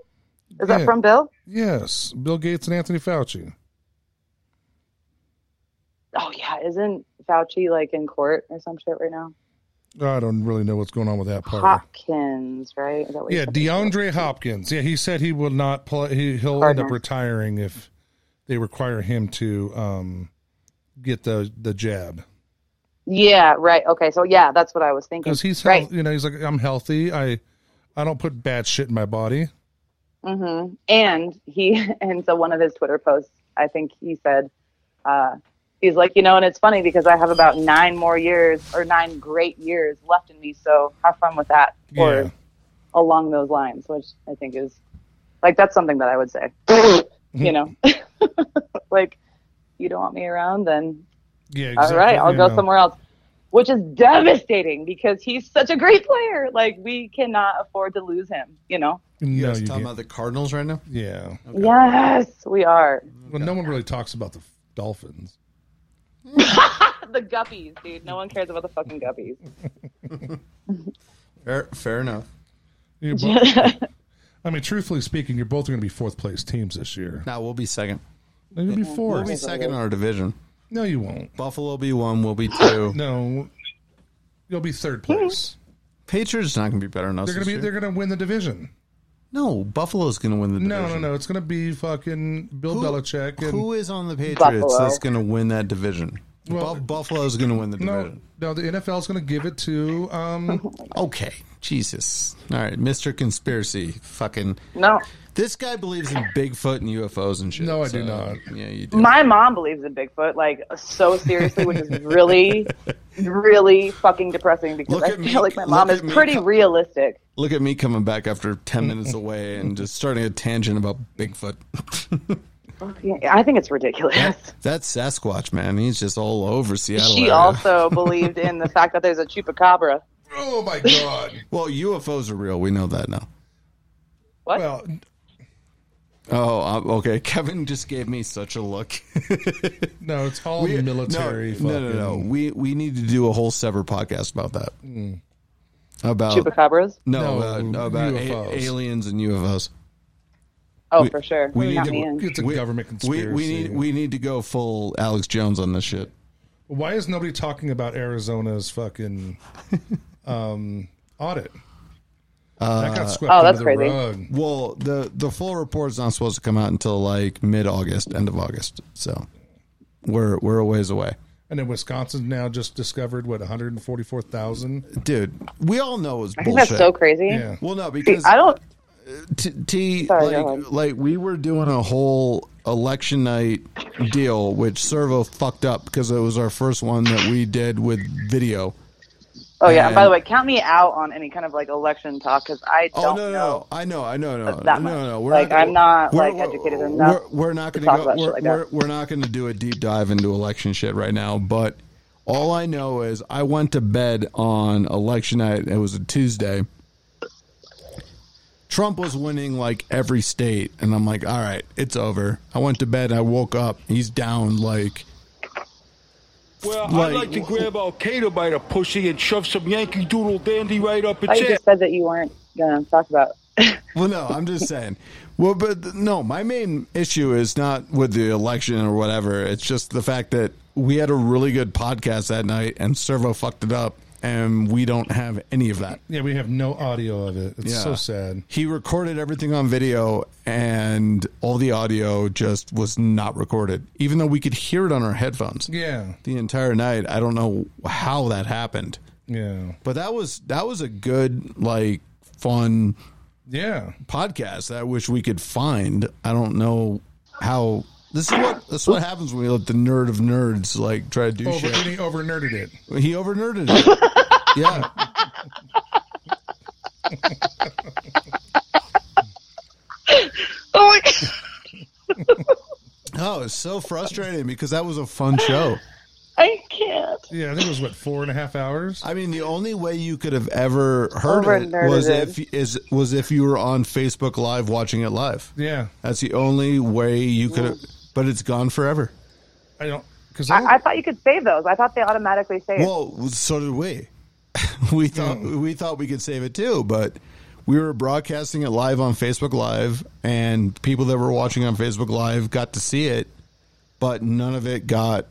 D: is that
A: Yeah.
D: from Bill?
A: Yes, Bill Gates and Anthony Fauci.
D: Oh yeah, isn't Fauci like in court or some shit right now?
A: I don't really know what's going on with that part.
D: Hopkins, right? Is that what you
A: Yeah,
D: said?
A: DeAndre Hopkins. Yeah, he said he will not play. He, he'll end
D: Cardinals.
A: up retiring if they require him to um, get the the jab
D: Yeah, right. Okay, so yeah, that's what I was thinking.
A: because he's health,
D: right.
A: you know he's like I'm healthy. I I don't put bad shit in my body.
D: Mm-hmm. And he, [LAUGHS] and so one of his Twitter posts, I think he said, uh, he's like, you know, and it's funny because I have about nine more years or nine great years left in me. So have fun with that
A: Yeah.
D: or along those lines, which I think is like, that's something that I
A: [LAUGHS]
D: would [LAUGHS] say, you know, like you don't want me around, then
A: Yeah,
D: all right, I'll go
A: yeah.
D: somewhere else, which is devastating because he's such a great player. Like we cannot afford to lose him. You know.
A: No,
B: guys
A: you
B: talking
A: can't.
B: about the Cardinals right now?
A: yeah.
D: Yes, we are
A: Well, no one really talks about the f-
D: [LAUGHS]
A: Dolphins.
D: the guppies, dude. No one cares about the fucking guppies.
B: Fair, fair enough.
A: You're both- I mean, truthfully speaking, you're both going to be fourth place teams this year.
B: Now we'll be second.
A: No, You'll be 4th
B: We'll be second in our division.
A: no, you won't.
B: Buffalo will be one. We'll be two.
A: No, you'll be third place.
B: Patriots not going to be better than us.
A: They're gonna
B: this
A: be.
B: year.
A: They're gonna win the division.
B: No, Buffalo's going to win the division.
A: No, no, no. It's gonna be fucking Bill Belichick and
B: Who is on the Patriots
D: Buffalo.
B: that's going to win that division?
A: Well-
B: Bu- Buffalo's going to win the
A: no,
B: division.
A: no. The NFL's gonna give it to.
B: [LAUGHS]
A: Um,
B: Okay, Jesus. All right, Mister Conspiracy. Fucking
D: No,
B: this guy believes in Bigfoot and UFOs and shit.
A: No, I do not.
B: Yeah, you do.
D: my mom believes in Bigfoot like so seriously, which is really, really fucking depressing because
B: Look
D: I
B: at
D: feel
B: me-
D: like my
B: look
D: mom
B: at
D: is
B: me.
D: pretty realistic.
B: Look at me coming back after ten minutes away and just starting a tangent about Bigfoot.
D: Yeah, I think it's ridiculous.
B: That's Sasquatch, man. He's just all over Seattle.
D: [LAUGHS] She
B: area.
D: also believed in the fact that there's a chupacabra.
A: oh my god.
B: Well, UFOs are real. We know that now.
D: What?
A: well,
B: Oh, uh, okay. [LAUGHS] Kevin just gave me such a look.
A: no. It's all [LAUGHS]
B: We-
A: military.
B: No,
A: fucking, Mm.
B: no, no, no. We we need to do a whole separate podcast about that. About
D: Chupacabras?
B: no,
A: No,
B: uh, no, about a-
A: UFOs.
B: aliens and UFOs.
D: Oh,
B: we-
D: for sure.
B: we need
D: Not
B: to-
D: me in.
A: It's a government conspiracy.
B: We, we need we need to go full Alex Jones on this shit.
A: Why is nobody talking about Arizona's
B: [LAUGHS]
A: fucking um, audit?
B: Uh,
A: that got swept
D: Oh,
A: under
D: that's
A: the
D: crazy.
A: rug.
B: Well, the the full report's not supposed to come out until like mid August, end of August. So we're we're a ways away,
A: And then Wisconsin now just discovered what 144,000.
B: dude. We all know it's
D: I
B: bullshit.
D: think that's so crazy.
A: Yeah,
B: Well, no,
D: Dude,
B: because
D: I don't.
B: T, T
D: Sorry, go
B: like,
D: ahead.
B: like we were doing a whole election night deal, which Servo fucked up because it was our first one that we did with video.
D: Oh yeah. And by
B: and-
D: the way, count me out on any kind of like election talk because I
B: Oh
D: don't
B: no, no,
D: know.
B: I know, I know, no,
D: That's that
B: no,
D: much.
B: no. We're
D: Like,
B: gonna-
D: I'm not,
B: we're-
D: like, educated
B: we're-
D: enough
B: We're, we're not going to
D: talk
B: go.
D: about shit
B: We're,
D: like that.
B: we're, we're not going to do a deep dive into election shit right now. But all I know is I went to bed on election night. It was a Tuesday. Trump was winning like every state, and I'm like, all right, it's over. I went to bed. I woke up. He's down like
E: Well,
B: Like-
E: I'd like to grab Al Qaeda by the pussy and shove some Yankee Doodle Dandy right up
D: I
E: its ass.
D: just said that you weren't gonna talk about. [LAUGHS]
B: Well, no, I'm just saying. Well, but th- no, my main issue is not with the election or whatever. It's just the fact that we had a really good podcast that night and Servo fucked it up, and we don't have any of that.
A: yeah. We have no audio of it. It's so sad.
B: He recorded everything on video, and all the audio just was not recorded, even though we could hear it on our headphones
A: Yeah,
B: the entire night. I don't know how that happened,
A: yeah,
B: but that was that was a good like fun
A: yeah.
B: podcast that I wish we could find. I don't know how. This is what this is what happens when we let the nerd of nerds like try to do
A: Over,
B: shit.
A: he over nerded it.
B: He overnerded it. yeah.
D: Oh my god.
B: Oh, it's so frustrating because that was a fun show.
D: I can't.
A: Yeah, I think it was what four and a half hours.
B: I mean, the only way you could have ever heard it
D: Overnerded
B: was
D: it.
B: if is was if you were on Facebook Live watching it live.
A: Yeah,
B: That's the only way you could have. But it's gone forever.
A: I don't because
D: I, I thought you could save those. I thought they automatically saved.
B: Well, so did we. [LAUGHS] we thought
D: Hmm.
B: we thought we could save it too, but we were broadcasting it live on Facebook Live, and people that were watching on Facebook Live got to see it, but none of it got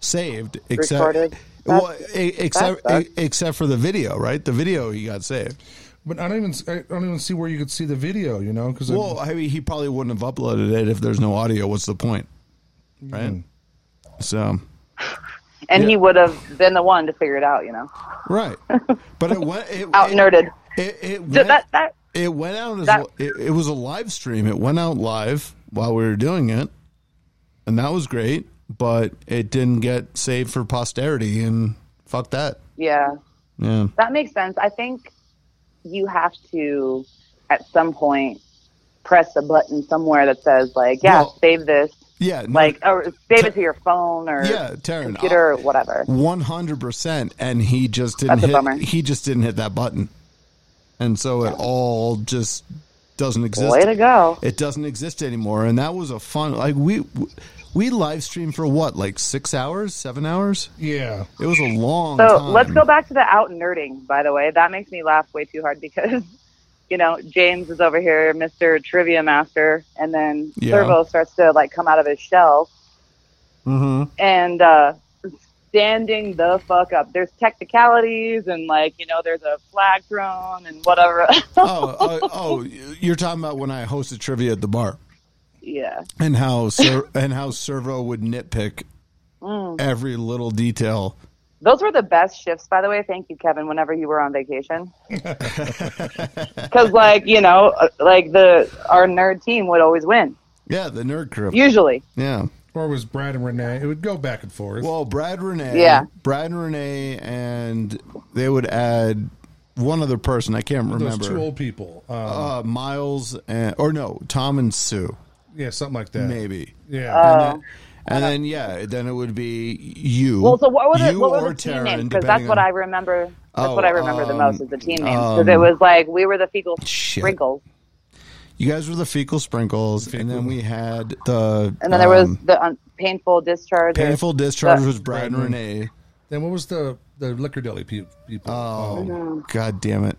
B: saved except
D: Recorded.
B: well, e- except
D: that sucks.
B: e- except for the video, right? The video he got saved.
A: but I don't even I don't even see where you could see the video. You know because
B: Well, uh, I mean, he probably wouldn't have uploaded it if there's no audio. What's the point, right?
D: Hmm.
B: So
D: and
B: yeah.
D: he would have been the one to figure it out. You know, [LAUGHS]
B: right, but it went it,
D: out nerded.
B: It, it, it
D: So
B: went,
D: that that
B: It went out as
D: That-
B: it, it was a live stream. It went out live while we were doing it, and that was great. But it didn't get saved for posterity, and fuck that.
D: yeah.
B: Yeah,
D: That makes sense. I think you have to, at some point, press a button somewhere that says, like, yeah,
B: Well-
D: save this.
B: Yeah, no,
D: Like, or save it to your phone or
B: Yeah, Taryn, uh,
D: computer or whatever.
B: 100% and he just didn't
D: That's a
B: hit
D: bummer.
B: he just didn't hit that button. And so it all just doesn't exist.
D: Way to go.
B: It doesn't exist anymore and that was a fun like we we live streamed for what? Like 6 hours, 7 hours?
A: Yeah.
B: It was a long
D: So
B: time.
D: let's go back to the out nerding, by the way. That makes me laugh way too hard because, [LAUGHS] you know, James is over here, Mr. Trivia Master, and then
B: Yeah.
D: Servo starts to, like, come out of his shell.
B: Mhm.
D: and uh, standing the fuck up. There's technicalities and like you know there's a flag thrown and whatever. [LAUGHS]
B: Oh, oh, oh, you're talking about when I hosted trivia at the bar.
D: yeah,
B: and how
D: [LAUGHS]
B: Ser- and how Servo would nitpick
D: Mm.
B: every little detail.
D: those were the best shifts, by the way. Thank you, Kevin. Whenever you were
B: [LAUGHS]
D: on vacation, because like you know uh, like the our nerd team would always win
B: Yeah, the nerd crew.
D: usually.
B: yeah.
A: Or was Brad and Renee? It would go back and forth.
B: Well, Brad Renee.
D: Yeah.
B: Brad and Renee, and they would add one other person. I can't
A: those
B: remember.
A: two old people. Um,
B: uh, Miles and or no Tom and Sue
A: yeah, something like that.
B: maybe.
A: Yeah.
D: Oh. Uh,
B: and then, and then, yeah, then it would be you.
D: Well, so what were the
B: you
D: what were
B: or
D: the team
B: Taryn,
D: names? Because that's
B: depending
D: what
B: on-
D: I remember. That's
B: Oh,
D: what I remember the
B: um,
D: most is the team names because
B: um,
D: it was like we were the fecal
B: Shit.
D: sprinkles,
B: You guys were the fecal sprinkles, and then we had the
D: and then there was
B: um,
D: the un- painful discharge. or-
B: painful discharge
D: the-
B: was Brad and Renee.
A: Then what was the the liquor deli pe- people? Um,
B: Oh, god damn it.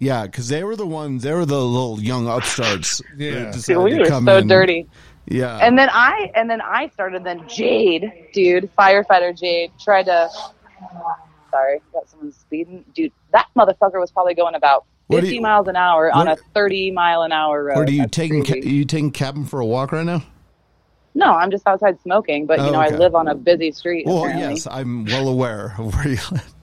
B: Yeah, because they were the ones, they were the little young [LAUGHS] upstarts. that
A: Yeah.
B: decided
D: Dude, we
B: to
D: were
B: come
D: so
B: in.
D: dirty.
B: Yeah.
D: And then I and then I started then Jade, dude, firefighter Jade tried to Sorry, got someone speeding. Dude, that motherfucker was probably going about
B: What do
D: 50
B: you-
D: miles an hour on a
B: what-
D: 30 mile an hour road.
B: or do you
D: That's
B: taking ca-
D: crazy.
B: you taking cabin for a walk right now?
D: No, I'm just outside smoking, but you
B: Oh,
D: know
B: okay.
D: I live on a busy street.
B: Well,
D: apparently.
B: yes, I'm well aware of where you live.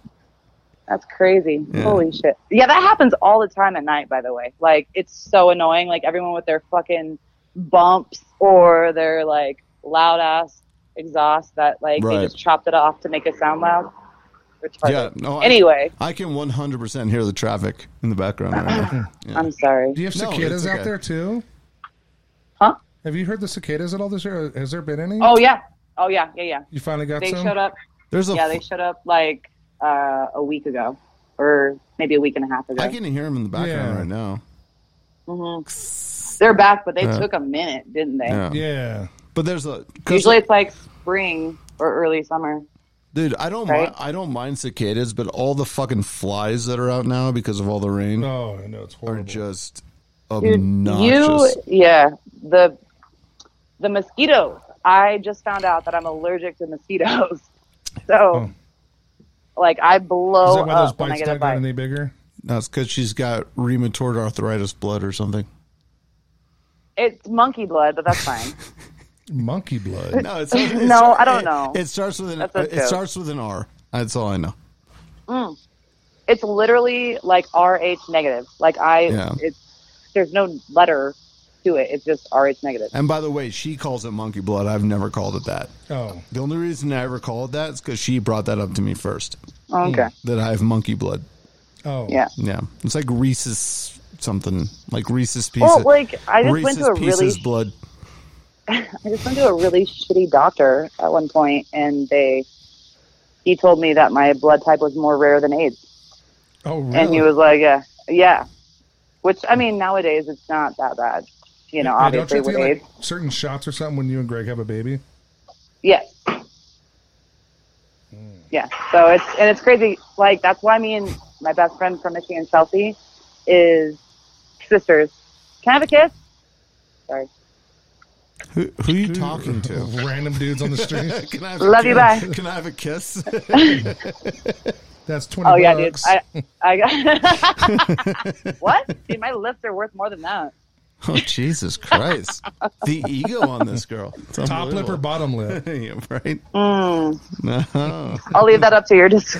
D: That's crazy. Holy shit. Yeah, that happens all the time at night, by the way. Like, it's so annoying. Like, everyone with their fucking bumps or their, like, loud ass exhaust that, like,
B: Right.
D: they just chopped it off to make it sound loud. Retarded.
B: Yeah, no, I-
D: anyway,
B: I can 100% hear the traffic in the background right
D: [LAUGHS]
B: now.
D: I'm sorry.
A: Do you have
B: No,
A: cicadas
B: it's okay.
A: out there too?
D: Huh?
A: Have you heard the cicadas at all this year? Has there been any?
D: Oh, yeah. Oh, yeah. Yeah, yeah.
A: you finally got
D: They
A: some.
D: showed up.
B: There's a
D: Yeah, they showed up, like, uh, a week ago or maybe a week and a half ago.
B: I can hear him in the background
A: Yeah.
B: right now.
D: They're back, but they
B: Yeah.
D: took a minute, didn't they?
B: Yeah.
A: Yeah,
B: But there's a 'cause-
D: Usually it's like spring or early summer.
B: dude, I don't
D: Right?
B: mind I don't mind cicadas, but all the fucking flies that are out now because of all the rain
A: oh, I know it's
B: are
A: horrible.
B: just
D: Dude,
B: obnoxious.
D: You, yeah, the the mosquito. I just found out that I'm allergic to mosquitoes, [LAUGHS] so like I
A: Is
D: blow
A: that why those
D: up Oh, uh, when I
A: bites
D: get a
A: don't get
D: bite.
A: any bigger?
B: No, it's because she's got rheumatoid arthritis blood or something.
D: It's monkey blood, but that's fine.
A: Monkey blood.
B: [LAUGHS] No,
D: [LAUGHS]
B: it's,
D: No, I don't know.
B: It, starts with an
D: That's a
B: it
D: joke.
B: starts with an R. That's all I know.
D: it's literally like Rh negative. Like I,
B: Yeah.
D: it's there's no letter to it. It's just Rh negative.
B: And by the way, she calls it monkey blood. I've never called it that.
A: Oh,
B: The only reason I ever called it that is because she brought that up to me first.
D: Okay,
B: That I have monkey blood.
A: oh,
D: yeah.
B: Yeah, it's like Reese's something, like Reese's pieces.
D: Well, like I just went
B: Reese's
D: to a really
B: pieces blood.
D: I just went to a really shitty doctor at one point, and they he told me that my blood type was more rare than AIDS,
A: Oh, really?
D: and he was like, "Yeah, yeah," which I mean nowadays it's not that bad, you know.
A: Yeah, don't you
D: obviously
A: have to
D: with
A: get, like,
D: AIDS,
A: certain shots or something when you and Greg have a baby?
D: yes,
A: Hmm.
D: yeah. So it's and it's crazy. Like that's why me and my best friend from Michigan, Chelsea, is sisters. Can I have a kiss? Sorry.
B: Who, who are you
A: Mm.
B: talking to?
A: [LAUGHS] Random dudes on the street. [LAUGHS]
B: Can I have
D: Love
B: a
D: you,
B: kiss?
D: bye.
B: Can I have a kiss?
A: That's twenty.
D: Oh yeah, dude.
A: bucks.
D: I, I got
A: [LAUGHS]
D: [LAUGHS] what? Dude, my lips are worth more than that.
B: [LAUGHS] oh Jesus Christ! The ego on this girl. It's
A: Top lip or
B: unbelievable.
A: bottom lip? [LAUGHS]
B: Yeah, right?
D: Mm,
B: No.
D: I'll leave that up to your dis-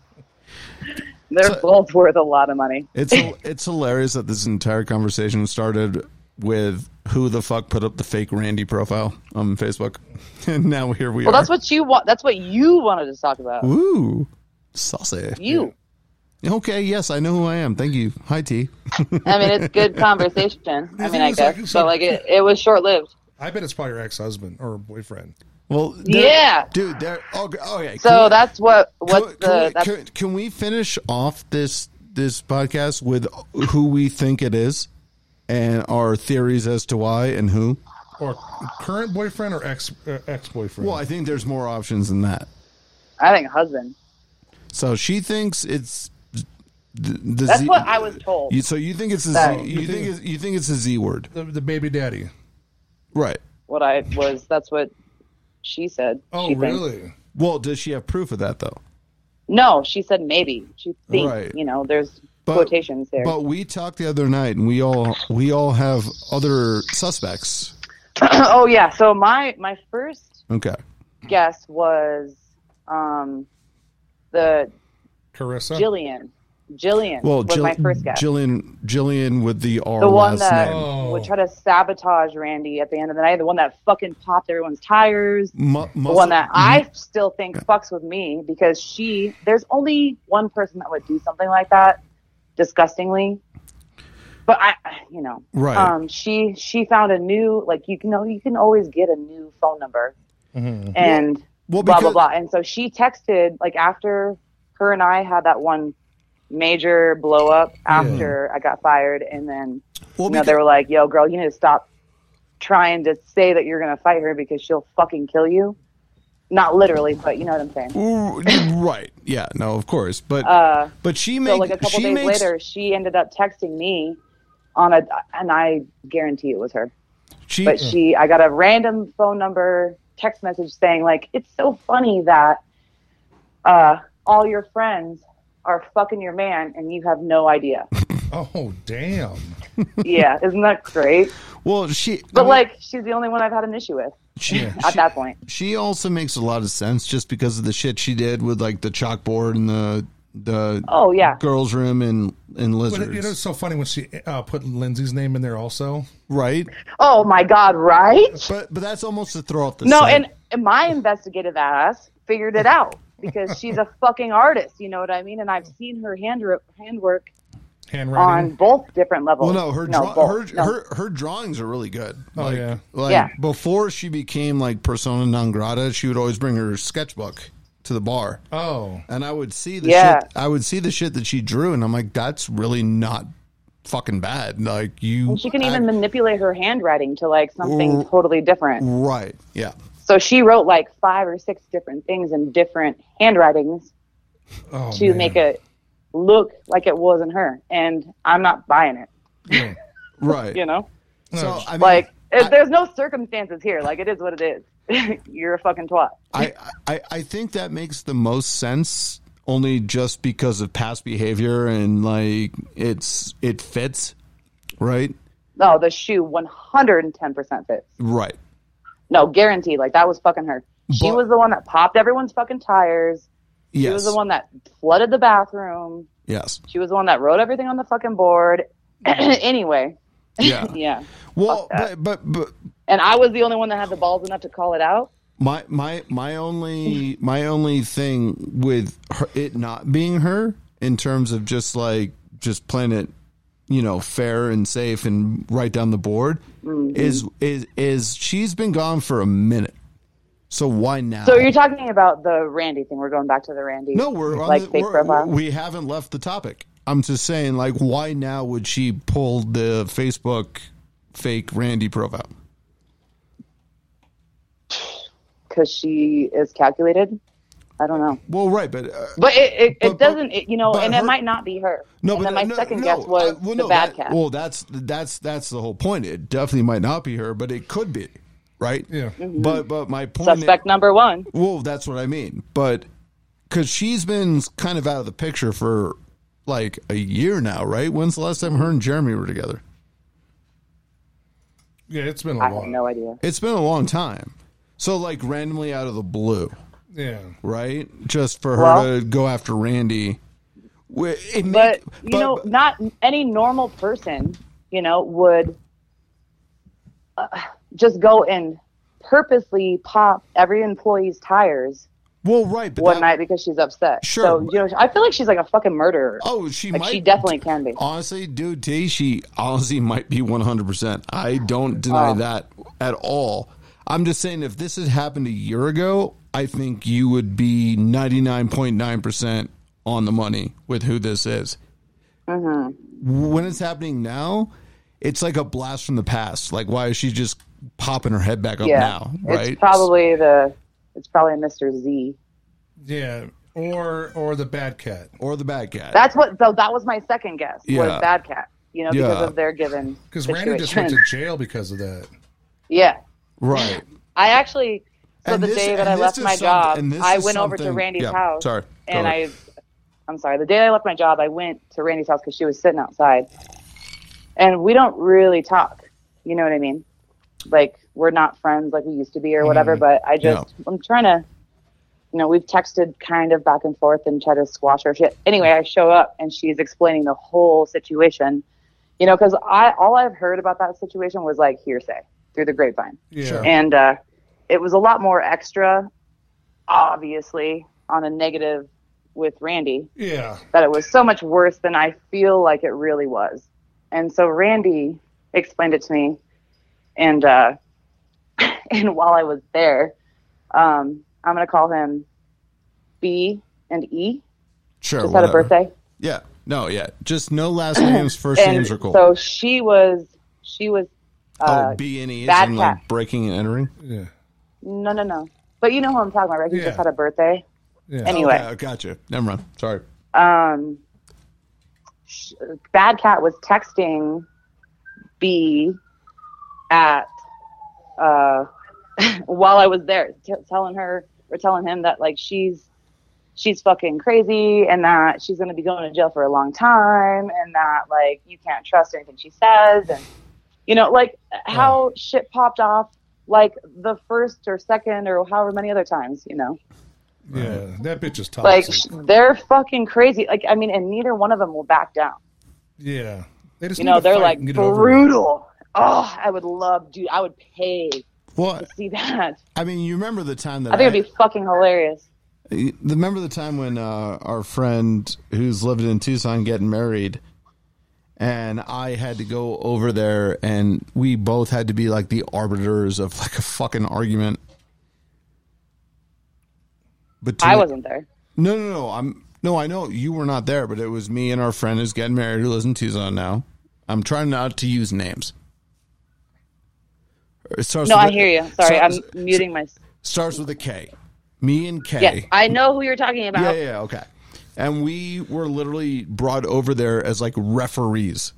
D: [LAUGHS] They're both worth a lot of money.
B: It's it's hilarious that this entire conversation started with who the fuck put up the fake Randy profile on Facebook, [LAUGHS] and now here we
D: Well,
B: are.
D: that's what you want. That's what you wanted to talk about.
B: Ooh, saucy.
D: You.
B: Okay, yes, I know who I am. Thank you. Hi, T.
D: I mean, it's
A: [LAUGHS]
D: good conversation. I mean,
A: thing
D: I
A: is, like,
D: guess,
A: so-
D: but like it, it was short lived.
A: I bet it's probably your ex husband or boyfriend.
B: Well, they're-
D: Yeah.
B: dude. They're, oh, g- okay.
D: So that's what what's
B: Can-
D: the
B: can we-
D: that's,
B: can, can we finish off this this podcast with who we think it is and our theories as to why and who?
A: Or current boyfriend or ex uh, ex boyfriend?
B: Well, I think there's more options than that.
D: I think husband.
B: So she thinks it's the, the
D: That's
B: Z-
D: what I was told.
B: You, so you think it's a
D: That-
B: Z, you think it's, you think it's a Z word,
A: the, the baby daddy.
B: right?
D: What I was that's what she said.
A: Oh,
D: she thinks.
A: really?
B: Well, does she have proof of that though?
D: No, she said maybe. She thinks.
B: Right.
D: You know, there's
B: But-
D: quotations there.
B: But we talked the other night, and we all we all have other suspects.
D: [CLEARS THROAT] oh yeah. So my my first
B: Okay,
D: guess was um the
A: Carissa.
D: Jillian. Jillian
B: well,
D: was
B: Jill-
D: my first guess.
B: Jillian, Jillian with the R
D: the one
B: last
D: that
B: name.
A: name.
D: would try to sabotage Randy at the end of the night, the one that fucking popped everyone's tires,
B: Mu-
D: the
B: muscle-
D: one that I
B: Mm-hmm.
D: still think fucks with me because she, there's only one person that would do something like that disgustingly. But I, you know,
B: Right.
D: um, she, she found a new, like, you can know, you can always get a new phone number and
B: Well,
D: blah,
B: because-
D: blah, blah. And so she texted, like, after her and I had that one major blow up after I got fired and then
B: Well,
D: you know,
B: because-
D: they were like, "Yo, girl, you need to stop trying to say that you're gonna fight her because she'll fucking kill you." Not literally, but you know what I'm saying.
B: Ooh, right? Yeah, no, of course, but but she
D: Uh, So,
B: makes
D: like a couple
B: she
D: days
B: makes
D: later, she ended up texting me on a, and I guarantee it was her.
B: she
D: But she, I got a random phone number text message saying, like, "It's so funny that uh, all your friends are fucking your man and you have
B: [LAUGHS]
D: no idea."
A: Oh, damn.
D: yeah, isn't that great?
B: well she
D: But like, she's the only one I've had an issue with
B: she,
D: at
B: she-
D: that point.
B: she also makes a lot of sense just because of the shit she did with like the chalkboard and the the
D: Oh yeah.
B: girls room and and
A: But it,
B: lizards
A: you know, it's so funny when she uh, put Lindsay's name in there also.
B: right
D: Oh my God, right?
B: but but that's almost to throw off the
D: No,
B: scent.
D: and, and my investigative ass figured it out because she's
B: [LAUGHS]
D: a fucking artist. You know what I mean? And I've seen her hand handwork on
A: Handwriting.
D: both different levels.
B: well no her draw,
D: both.
B: her,
D: No.
B: her her drawings are really good
A: Oh,
B: like,
A: yeah.
B: like
D: Yeah.
B: before she became like persona non grata she would always bring her sketchbook to the bar
A: Oh.
B: and I would see the
D: Yeah.
B: shit. I would see the shit that she drew, and I'm like, that's really not fucking bad. Like you,
D: she can
B: act-
D: even manipulate her handwriting to like something
B: Ooh. Mm.
D: totally different.
B: right, yeah.
D: So she wrote like five or six different things in different handwritings
A: Oh,
D: to
A: man.
D: make it look like it wasn't her. And I'm not buying it,
B: Right.
D: you know?
B: So I mean,
D: Like, it,
B: Mm. I-
D: there's no circumstances here. Like, it is [LAUGHS] what it is. You're a fucking twat.
B: I, I I think that makes the most sense only just because of past behavior and like it's it fits, right?
D: No, Oh, the shoe 110% fits.
B: Right.
D: No, guaranteed. Like, that was fucking her. She
B: But-
D: was the one that popped everyone's fucking tires. She
B: Yes.
D: was the one that flooded the bathroom.
B: Yes.
D: She was the one that wrote everything on the fucking board. [CLEARS THROAT] anyway,
B: Yeah.
D: [LAUGHS] yeah.
B: well, but, but but
D: And I was the only one that had the balls enough to call it out.
B: my my my only my only thing with her, it not being her in terms of just like just playing it you know fair and safe and right down the board
D: Mm-hmm.
B: is is is she's been gone for a minute so why now
D: So you're talking about the Randy thing. We're going back to the Randy.
B: no we're on
D: like
B: the,
D: fake
B: we're-
D: profile.
B: we haven't left the topic i'm just saying like why now would she pull the facebook fake randy profile
D: Because she is calculated. I don't know.
B: well right but uh,
D: But it, it,
B: But-
D: it
B: but-
D: doesn't, it, you know,
B: but
D: and
B: her-
D: it might not be her.
B: No,
D: and
B: but
D: then my
B: no,
D: second
B: no,
D: guess was
B: I- well,
D: the
B: no,
D: bad
B: that-
D: cat.
B: Well, that's that's that's the whole point. It definitely might not be her, but it could be, right?
A: Yeah.
D: [LAUGHS]
B: But but my point.
D: Mm-hmm. Suspect number one.
B: well, that's what I mean. But because she's been kind of out of the picture for like a year now, right? When's the last time her and Jeremy were together?
A: Yeah, it's been a
D: I
A: while.
D: have no idea.
B: It's been a long time. So like randomly out of the blue,
A: Yeah.
B: right? Just for her
D: Well-
B: to go after Randy. Wh- It make,
D: But you know,
B: but-
D: not any normal person, you know, would uh, just go and purposely pop every employee's tires
B: Well, right, but
D: one
B: that-
D: night because she's upset.
B: Sure.
D: So you know, I feel like she's like a fucking murderer.
B: Oh, she
D: like
B: might.
D: she definitely can be.
B: Honestly, dude, T, she honestly might be 100%. I don't deny that at all. I'm just saying, if this had happened a year ago, I think you would be 99.9% on the money with who this is.
D: Mm-hmm.
B: When it's happening now, it's like a blast from the past. Like, why is she just popping her head back up
D: Yeah,
B: now? Right?
D: it's probably the it's probably Mr. Z.
A: Yeah, or or the bad cat.
B: or the bad cat.
D: That's what. So that was my second guess
B: Yeah.
D: was Bad Cat. You know,
B: Yeah.
D: because of their given
A: Because
D: situation. [LAUGHS]
A: Randy just went to jail because of that.
D: yeah,
B: right.
D: I actually. So
B: And
D: the
B: this-
D: day that
B: and
D: I
B: this
D: left
B: is
D: my
B: something-
D: job,
B: and this
D: I
B: is
D: went over to
B: something-
D: Randy's
B: yeah,
D: house.
B: sorry. Go
D: and I,
B: ahead.
D: I'm sorry. The day I left my job, I went to Randy's house because she was sitting outside, and we don't really talk. You know what I mean? Like we're not friends like we used to be or whatever.
B: Mm-hmm.
D: But I just I'm trying to, you know, we've texted kind of back and forth and try to squash her shit. Anyway, I show up and she's explaining the whole situation. You know, because I all I've heard about that situation was like hearsay through the grapevine
A: Yeah.
D: and uh, it was a lot more extra, obviously, on a negative with Randy
A: Yeah.
D: that it was so much worse than I feel like it really was. And so Randy explained it to me, and uh, [LAUGHS] and while I was there, um, I'm gonna call him B and E.
B: Sure.
D: Just had a
B: whatever.
D: birthday.
B: Yeah. No, yeah. Just no last
D: [CLEARS THROAT]
B: names, first
D: And
B: names are cool.
D: so she was she was uh,
B: oh, B and E is
D: bad
B: in like
D: cat.
B: breaking and entering.
A: Yeah.
D: no no no. But you know who I'm talking about, right? He
A: Yeah.
D: just had a birthday.
A: Yeah.
D: Anyway,
B: Okay, oh, gotcha. Never mind. Sorry.
D: um, sh- Bad Cat was texting B at uh, [LAUGHS] while I was there, t- telling her or telling him that like she's she's fucking crazy and that she's gonna be going to jail for a long time and that like you can't trust anything she says and you know like how shit popped off like the first or second or however many other times you know
A: Yeah. That bitch is
D: like
A: toxic.
D: they're fucking crazy. Like I mean, and neither one of them will back down.
A: yeah. They just
D: You
A: need
D: know,
A: to
D: they're
A: fight
D: like
A: and get it over with.
D: brutal. Oh, I would love, dude. I would pay to
B: Well,
D: see that.
B: I mean, you remember the time that
D: I think it'd be fucking hilarious.
B: You remember the time when uh, our friend who's living in Tucson getting married, and I had to go over there, and we both had to be like the arbiters of like a fucking argument. But
D: I
B: to-
D: wasn't there.
B: No, no, no. I'm no. I know you were not there, but it was me and our friend who's getting married who lives in Tucson now. I'm trying not to use names. It starts
D: No,
B: with
D: I
B: a-
D: hear you. Sorry,
B: starts-
D: I'm muting my.
B: Starts with a K. Me and K.
D: Yeah, I know who you're talking about.
B: Yeah, yeah, yeah, okay. And we were literally brought over there as like referees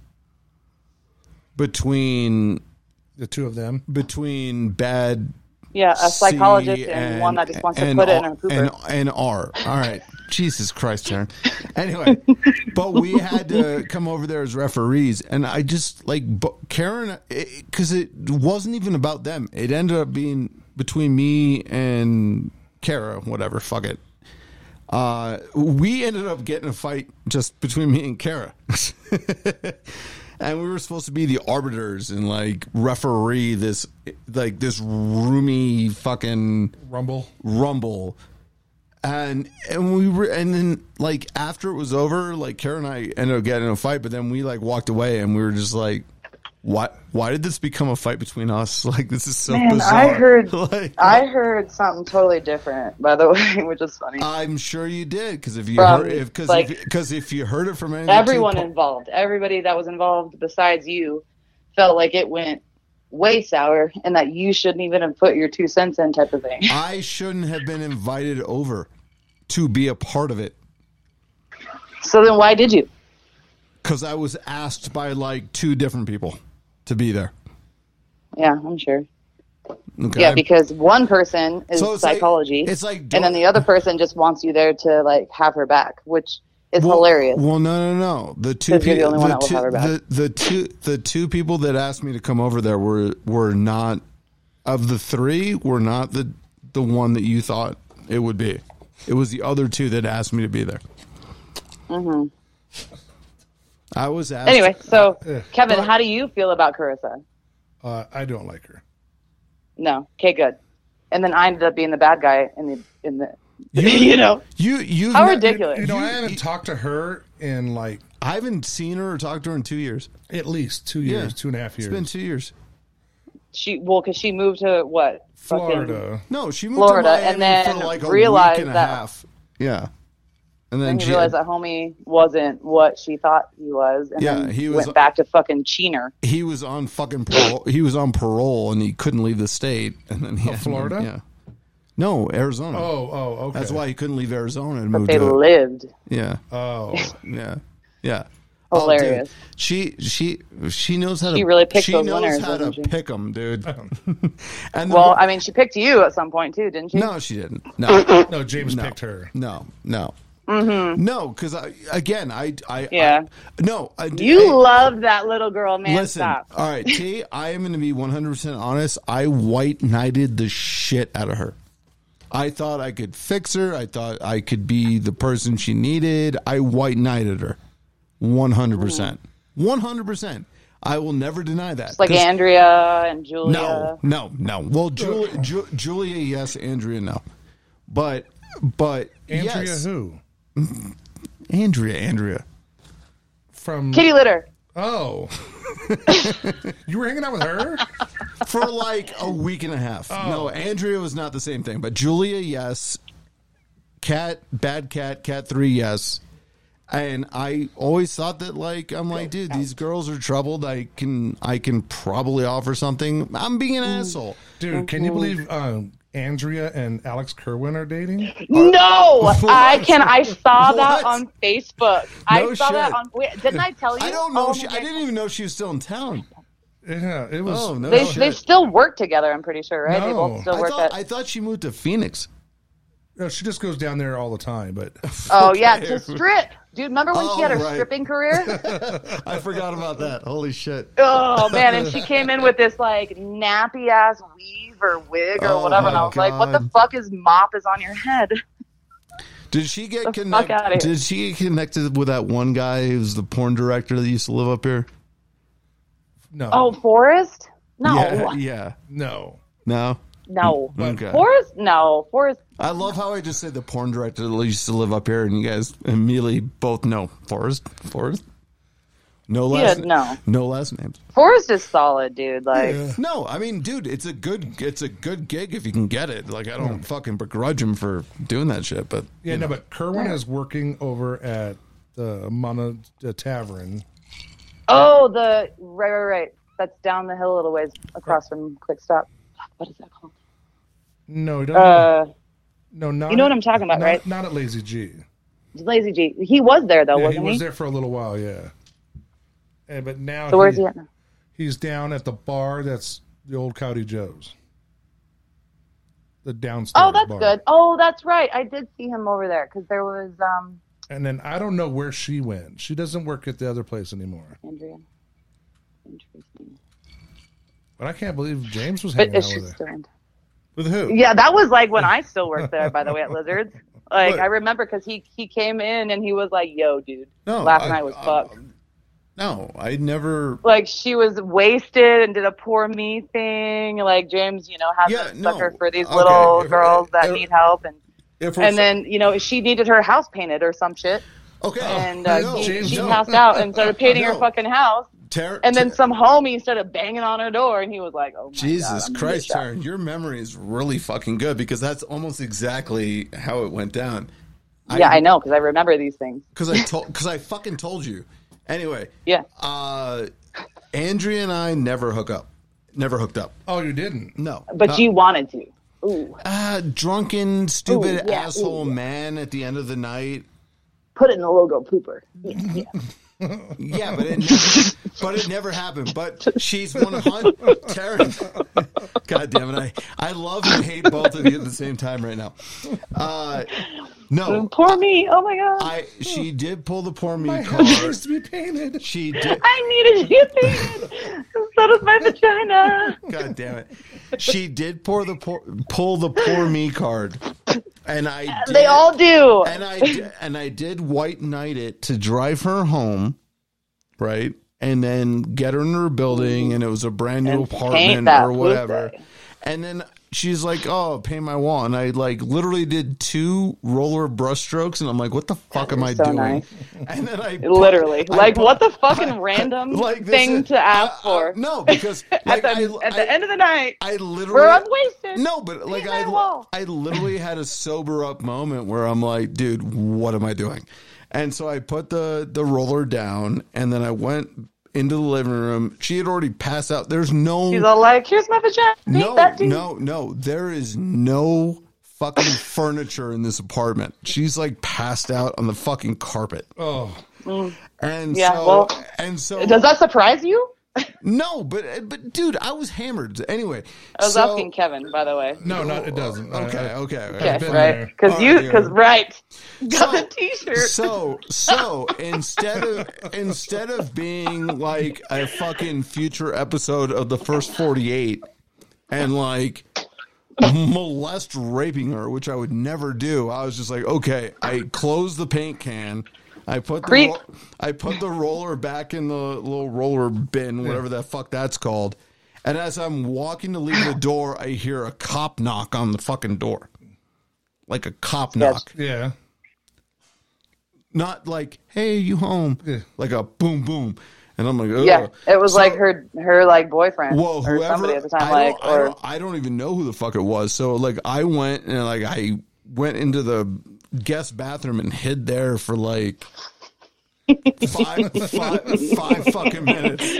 B: between
A: The two of them.
B: between bad
D: Yeah, a
B: C
D: psychologist and, one that just wants to
B: and
D: put it in
B: R-
D: her pooper.
B: and, and R. All right. Jesus Christ, Taryn.
D: [LAUGHS]
B: Anyway, but we had to come over there as referees, and I just like bu- Karen because it, wasn't even about them. It ended up being between me and Kara, whatever. Fuck it. Uh, we ended up getting a fight just between me and Kara. [LAUGHS] and we were supposed to be the arbiters and like referee this like this roomy fucking
A: Rumble.
B: rumble and and we were and then like after it was over like kara and i ended up getting in a fight but then we like walked away and we were just like why why did this become a fight between us [LAUGHS] like this is so
D: Man,
B: bizarre
D: I
B: [LAUGHS]
D: heard-
B: like,
D: I heard something totally different, by the [LAUGHS] way, which is funny.
B: i'm sure you did because if you
D: From,
B: heard if because
D: like,
B: if, 'cause if you heard it from any of the two
D: everyone
B: pa-
D: involved, everybody that was involved besides you, felt like it went way sour and that you shouldn't even have put your two cents in, type of thing.
B: i shouldn't have been invited over to be a part of it
D: So then, why did you?
B: because i was asked by like two different people to be there
D: Yeah, I'm sure.
B: okay
D: Yeah, because one person is
B: So it's like-
D: psychology,
B: it's like
D: and then the other person just wants you there to like have her back, which is
B: Well-
D: hilarious.
B: Well, no, no, no. The two
D: Because you're the
B: people,
D: only one
B: the,
D: that will
B: two,
D: have her back.
B: the, the two, the two people that asked me to come over there were were not of the three. Were not the the one that you thought it would be. It was the other two that asked me to be there. Mm-hmm. I was asked.
D: Mm-hmm. anyway, so
B: uh,
D: Kevin, how do you feel about Carissa?
A: Uh, I don't like her.
D: No, okay, good. And then I ended up being the bad guy in the in the
B: You-
D: You, know,
B: You you
D: How ridiculous.
A: You know, I haven't talked to her in like
B: I haven't seen her or talked to her in two years.
A: at least two
B: Yeah.
A: years, two and a half
B: It's
A: years.
B: been two years.
D: she well, cause she moved to what fucking-
A: Florida.
B: No, she moved
D: Florida,
B: to Miami
D: and then
B: for like a
D: realized
B: week and
D: that-
B: a half. Yeah, and then
D: And
B: she
D: you realize that homie wasn't what she thought he was, and
B: Yeah,
D: then
B: he
D: he
B: was-
D: went back to fucking Cheener.
B: he was on fucking parole. he was on parole and he couldn't leave the state. And then he had-
A: Florida?
B: yeah. No, Arizona.
A: Oh, oh, okay.
B: That's why he couldn't leave Arizona and
D: But
B: moved
D: they
B: to
D: lived.
B: yeah,
A: Oh,
B: yeah, yeah.
D: Hilarious.
B: Oh, dude. she she she knows how to.
D: She really picked
B: She
D: those
B: knows
D: winners,
B: how to
D: doesn't she?
B: pick them, dude. [LAUGHS] and the-
D: Well, I mean, she picked you at some point too, didn't she?
B: no, she didn't.
D: [LAUGHS]
B: No,
A: no, James picked her.
B: no, no, mm-hmm. no. Because I again, I, I,
D: Yeah.
B: I- no, I,
D: You
B: I-
D: love that little girl, man.
B: Listen, uh,
D: Stop.
B: all right, T. I am going to be 100% honest. I white knighted the shit out of her. I thought I could fix her. I thought I could be the person she needed. I white knighted her. 100%. 100%. I will never deny that.
D: It's like
B: 'Cause-
D: Andrea and Julia.
B: no, no, no. Well, Ju- Ju- Julia, yes. Andrea, no. But, but,
A: Andrea
B: yes.
A: who?
B: Andrea, Andrea.
A: From
D: Kitty litter. [LAUGHS]
A: Oh. [LAUGHS] you were hanging out with her?
B: for like a week and a half. No, Andrea was not the same thing, but Julia, yes. Cat, bad cat, cat three, yes. And I always thought that, like, I'm like, dude, these girls are troubled. I can, I can probably offer something. I'm being
D: Mm.
B: an asshole.
D: Oh,
A: Dude, can you believe um, Andrea and Alex Kerwin are dating?
B: [LAUGHS]
D: No, I can. I saw
B: Uh, What?
D: that on Facebook. I
B: No
D: saw that
B: shit.
D: on. Wait, didn't I tell you?
B: I don't know.
D: Oh
B: if she,
D: my
B: I didn't even know she was still in town.
A: Yeah, it was.
B: Oh no,
D: They,
B: shit.
D: they still work together. I'm pretty sure, right? They
A: No.
D: both
B: I
D: still work
B: thought,
D: at.
B: I thought she moved to Phoenix.
A: No, she just goes down there all the time, but
B: Uh,
D: oh yeah, to strip, dude. Remember when she had her
B: Oh, right. [LAUGHS]
D: stripping career?
B: I forgot about that. Holy shit.
D: oh
A: [LAUGHS]
D: man, and she came in with this like nappy ass weave or wig or
B: Oh,
D: whatever, and
B: my
D: I was like, "What the
B: God.
D: fuck is mop is on your head?"
B: Did she get
D: fuck outta
B: connected?
D: here.
B: Did she get connected with that one guy who's the porn director that used to live up here?
A: [SIGHS] no.
D: Oh, Forrest? No,
B: Yeah, yeah.
A: No.
B: No.
D: no,
B: Okay.
D: Forrest? No, Forrest.
B: I love how I just said the porn director that used to live up here, and you guys immediately both know Forrest. Forrest. No last.
D: Yeah, no.
B: No last names.
D: Forrest is solid, dude. Like,
B: No, I mean, dude, it's a good, it's a good gig if you can get it. Like, I don't fucking begrudge him for doing that shit, but
A: Yeah, no, but Kerwin is working over at the Mana the Tavern.
D: oh, the right, right, right. That's down the hill a little ways across from Quick Stop. What is that called?
A: No, don't,
D: Uh,
A: no, not.
D: you know what I'm talking about,
A: not-
D: right?
A: Not at Lazy G.
D: Lazy G. He was there though,
A: Yeah, he
D: wasn't he?
A: was there for a little while, yeah. And, but now
D: So where's
A: he-
D: he at now?
A: he's down at the bar that's the old Cowdy Joe's. The downstairs.
D: Oh, that's
A: bar.
D: good. Oh, that's right. I did see him over there because there was um
A: And then I don't know where she went. She doesn't work at the other place anymore.
D: Andrea. Interesting.
A: But I can't believe James was
D: But
A: hanging
D: it's
A: out with
D: just
A: her.
D: still in-
A: With who?
D: Yeah, that was like
B: [LAUGHS]
D: when I still worked there. By the way, at Lizards, like
A: Look.
D: I remember because he he came in and he was like, "Yo, dude,
B: No,
D: last
B: I-
D: night was
B: I-
D: fucked."
B: no, I never.
D: like she was wasted and did a poor me thing. Like James, you know, has
B: Yeah,
D: a
B: no.
D: sucker for these
B: Okay.
D: little
B: If-
D: girls that
B: if-
D: need help, and
B: If we're-
D: and then you know she needed her house painted or some shit,
B: okay, [LAUGHS]
D: and uh,
B: Oh, No,
D: he-
A: James,
D: she
A: no.
D: passed out and
B: [LAUGHS]
D: started painting
B: No.
D: her fucking house.
B: Ter-
D: And then
B: Ter-
D: some homie started banging on her door, and he was like, "Oh my
B: Jesus
D: God, I'm
B: Christ,
D: gonna get
B: Taryn, your memory is really fucking good because that's almost exactly how it went down.
D: shot." Yeah, I know because I remember these things.
B: Because
D: [LAUGHS]
B: I told, because I fucking told you. Anyway,
D: Yeah,
B: uh, Andrea and I never hook up, never hooked up.
A: Oh, you didn't.
D: [LAUGHS]
B: No,
D: but
B: Not-
D: you wanted to. Ooh,
B: ah, drunken, stupid
D: Ooh, yeah,
B: asshole
D: ooh, yeah.
B: man at the end of the night.
D: put it in the logo, pooper. Yeah, yeah.
B: Yeah, but it never, [LAUGHS] but it never happened. But she's one hundred. Taryn, [LAUGHS] God damn it! I I love and hate both of you at the same time right now. Uh, no,
D: Poor me. Oh my god.
B: I she did pull the poor me
D: [LAUGHS]
A: My
B: card.
A: house needs to be painted.
B: She did.
D: I needed you painted. so does my vagina.
B: God damn it. She did pour the poor, pull the poor me card, and I did,
D: They all do.
B: and I di- and I did white knight it to drive her home, right, and then get her in her building, and it was a brand new
D: And paint
B: apartment
D: that
B: or whatever.
D: pussy.
B: And then she's like, "Oh, paint my wall," and I like literally did two roller brushstrokes, and I'm like, "What the fuck am I
D: so
B: doing?"
D: nice.
B: And then I
D: Literally,
B: I
D: like
B: put-
D: what the fucking
B: [LAUGHS]
D: random
B: like, this
D: thing
B: is-
D: to ask
B: I- I-
D: for?
B: no, because like,
D: [LAUGHS] at the,
B: I-
D: at the
B: I-
D: end of the night,
B: I literally
D: we're unwasted.
B: No, but like
D: that
B: I,
D: wall.
B: I literally had a sober up moment where I'm like, dude, what am I doing? And so I put the the roller down, and then I went into the living room. She had already passed out. There's no
D: She's all like, "Here's my vagina." Ain't
B: no,
D: that deep?
B: no, no. There is no
D: [LAUGHS]
B: fucking furniture in this apartment. She's like passed out on the fucking carpet. Mm.
A: Oh,
B: And
D: Yeah,
B: so
D: well,
B: and so
D: Does that surprise you?
B: no, but but dude, I was hammered. Anyway.
D: I was
B: so-
D: asking Kevin, by the way.
A: no, not it doesn't. I-
B: Okay,
A: I-
B: okay.
D: Okay,
A: been
D: right?
A: there.
B: Oh,
D: Because you,
B: yeah.
D: because right, got
B: So-
D: the T-shirt.
B: So so instead of instead of being like a fucking future episode of the first forty eight and like molest raping her, which I would never do, I was just like, okay, I close the paint can. I put the
D: Creep.
B: ro- I put the roller back in the little roller bin, whatever the fuck that's called. And as I'm walking to leave the door, I hear a cop knock on the fucking door. Like a cop knock
A: Yeah.
B: not like hey you home
A: Yeah.
B: like a boom boom and i'm like Ugh.
D: yeah, it was
B: So-
D: like her, her like boyfriend
B: Whoa,
D: or
B: whoever
D: somebody at the time,
B: I,
D: like
B: don't, I,
D: or
B: don't, I don't even know who the fuck it was so like i went and like i went into the guest bathroom and hid there for
D: [LAUGHS]
B: like five, five, five fucking minutes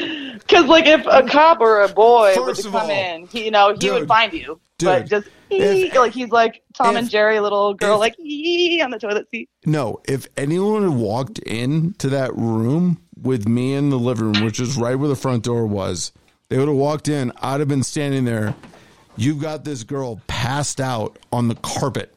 D: because like if a cop or a boy
B: First
D: were to
B: of all,
D: come in, he, you know, he
B: dude,
D: would find you.
B: dude,
D: but just
B: if-
D: like he's like Tom and
B: if-
D: Jerry, little girl,
B: if-
D: like "Ee," on the toilet seat.
B: No, if anyone had walked in to that room with me in the living room, which is right where the front door was, they would have walked in. I'd have been standing there. You've got this girl passed out on the carpet.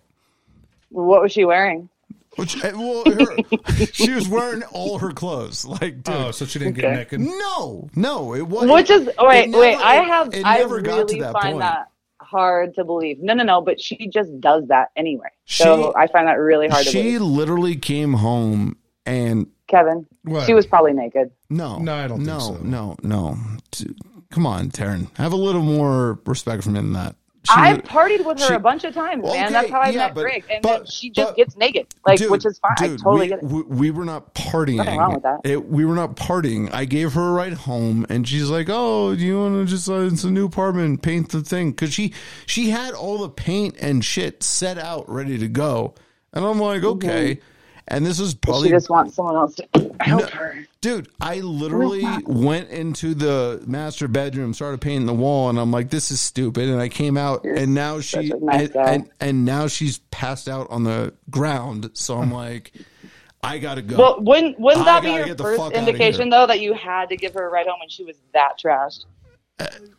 D: What was she wearing?
B: Which, eh, well, her, [LAUGHS] she was wearing all her clothes. Like, dude,
A: Oh, so she didn't get
D: Okay.
A: naked.
B: no, no, it wasn't.
D: Which is
B: it
D: wait,
B: never-
D: wait. I
B: it-
D: have
B: it
D: I
B: never got to
D: really
B: that
D: find
B: point.
D: that hard to believe. No, no, no. But she just does that anyway. so
B: She-
D: I find that really hard to
B: She
D: believe.
B: literally came home and
D: Kevin,
A: What?
D: she was probably naked.
B: No,
A: No, I don't think
B: No,
A: so.
B: no, no. T- Come on, Taryn. Have a little more respect for me than that. She-
D: I've partied with her
B: she-
D: a bunch of times,
B: Okay,
D: man. That's how I
B: yeah,
D: met
B: but-
D: Greg, and
B: but-
D: then she just
B: but-
D: gets naked, like
B: Dude,
D: which is fine. I
B: dude,
D: totally
B: we,
D: get it.
B: We, we were not partying.
D: Nothing wrong with that.
B: It- we were not partying. I gave her a ride home, and she's like, "Oh, do you want to just uh, it's a new apartment, paint the thing?" Because she she had all the paint and shit set out, ready to go. And I'm like, okay. And this is
D: Mm-hmm. She
B: probably
D: just wants someone else to help her.
B: Dude, I literally went into the master bedroom, started painting the wall, and I'm like, "This is stupid." And I came out, and now she
D: a nice
B: and,
D: guy.
B: and and now she's passed out on the ground. So
D: [LAUGHS]
B: I'm like, "I gotta go."
D: Well, wouldn't wouldn't
B: I
D: that be
B: gotta
D: your
B: get the fuck
D: first
B: outta
D: indication
B: here.
D: though that you had to give her a ride home when she was that trashed?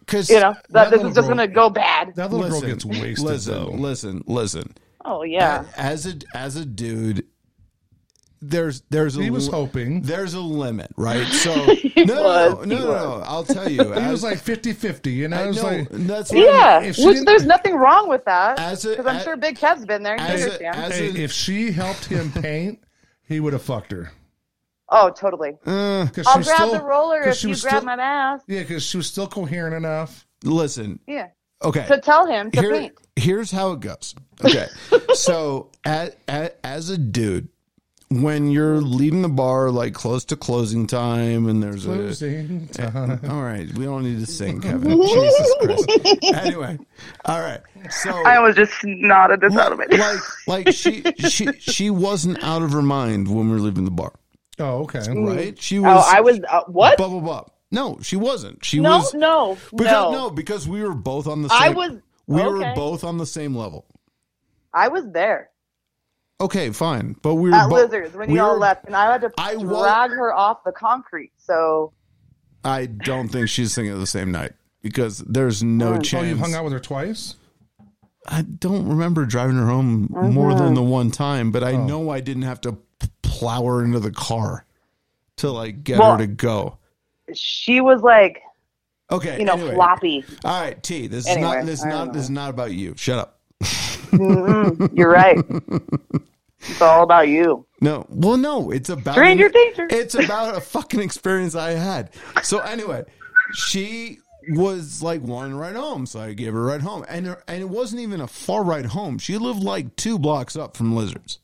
B: Because
D: You know that, this
A: little
D: is just
A: girl-
D: gonna go bad.
A: That little girl gets wasted
B: Listen,
A: though.
B: listen, listen.
D: oh yeah.
B: As a as a dude, there's there's a
A: He was
B: li-
A: hoping.
B: there's a limit,
D: [LAUGHS]
B: right? So no, no, no, no,
D: was, he
B: no, no. I'll tell you.
A: He was
B: as-
D: [LAUGHS]
A: like 50-50, you know.
B: I
A: it was
B: know,
A: like
B: that's what I'm-
D: Yeah,
A: if
D: which
A: she didn't-
D: there's nothing wrong with that.
B: As
D: Because
B: a-
D: I'm
B: a-
D: sure Big Kev's been there. You
B: as a-
D: understand?
B: as
A: hey,
B: a-
A: if she helped
D: [LAUGHS]
A: him paint, he would have fucked her.
D: oh, totally.
B: uh,
A: 'Cause she
D: I'll
A: was
D: grab
A: still-
D: the roller
A: 'cause
D: if
A: she
D: you grab
A: was still-
D: my ass.
A: Yeah, because she was still coherent enough.
B: listen,
D: Yeah.
B: okay.
D: To tell him to
B: Here-
D: paint.
B: Here's how it goes.
D: [LAUGHS]
B: Okay. so, as, as a dude, when you're leaving the bar like close to closing time and there's a
A: Losing
D: [LAUGHS]
A: time.
B: All right, we don't need to sing, Kevin. Jesus Christ. Anyway, all right. So
D: I was just nodded this out of it.
B: like like she she she wasn't out of her mind when we were leaving the bar,
A: Oh, okay.
B: right? She
D: Oh,
B: was
D: I was uh, what?
B: blah blah blah. No, she wasn't. She
D: No,
B: was
D: no,
B: because
D: no,
B: no, because we were both on the same
D: I was.
B: we were
D: okay.
B: both on the same level.
D: I was there
B: Okay, fine. But we were
D: at
B: bo-
D: Lizards when
B: we
D: you all
B: were-
D: left, and I had to
B: I
D: drag
B: wa-
D: her off the concrete. So
B: I don't think she's singing the same night because there's no
A: Oh,
B: chance.
A: you hung out with her twice?
B: I don't remember driving her home more
D: Uh-huh.
B: than the one time, but I know I didn't have to p- plow her into the car to like get
D: Well-
B: her to go.
D: she was like,
B: Okay,
D: you know,
B: anyway.
D: floppy.
B: All right, T. This
D: Anyway,
B: is not. This is
D: I don't
B: not. This is not about you. Shut up. [LAUGHS]
D: You're right. it's all about you.
B: No. Well, no. It's about [LAUGHS]
D: Stranger danger.
B: It's about a fucking experience I had. So anyway, she was like one right home, so I gave her a ride home, and her, and it wasn't even a far ride home. She lived like two blocks up from Lizards.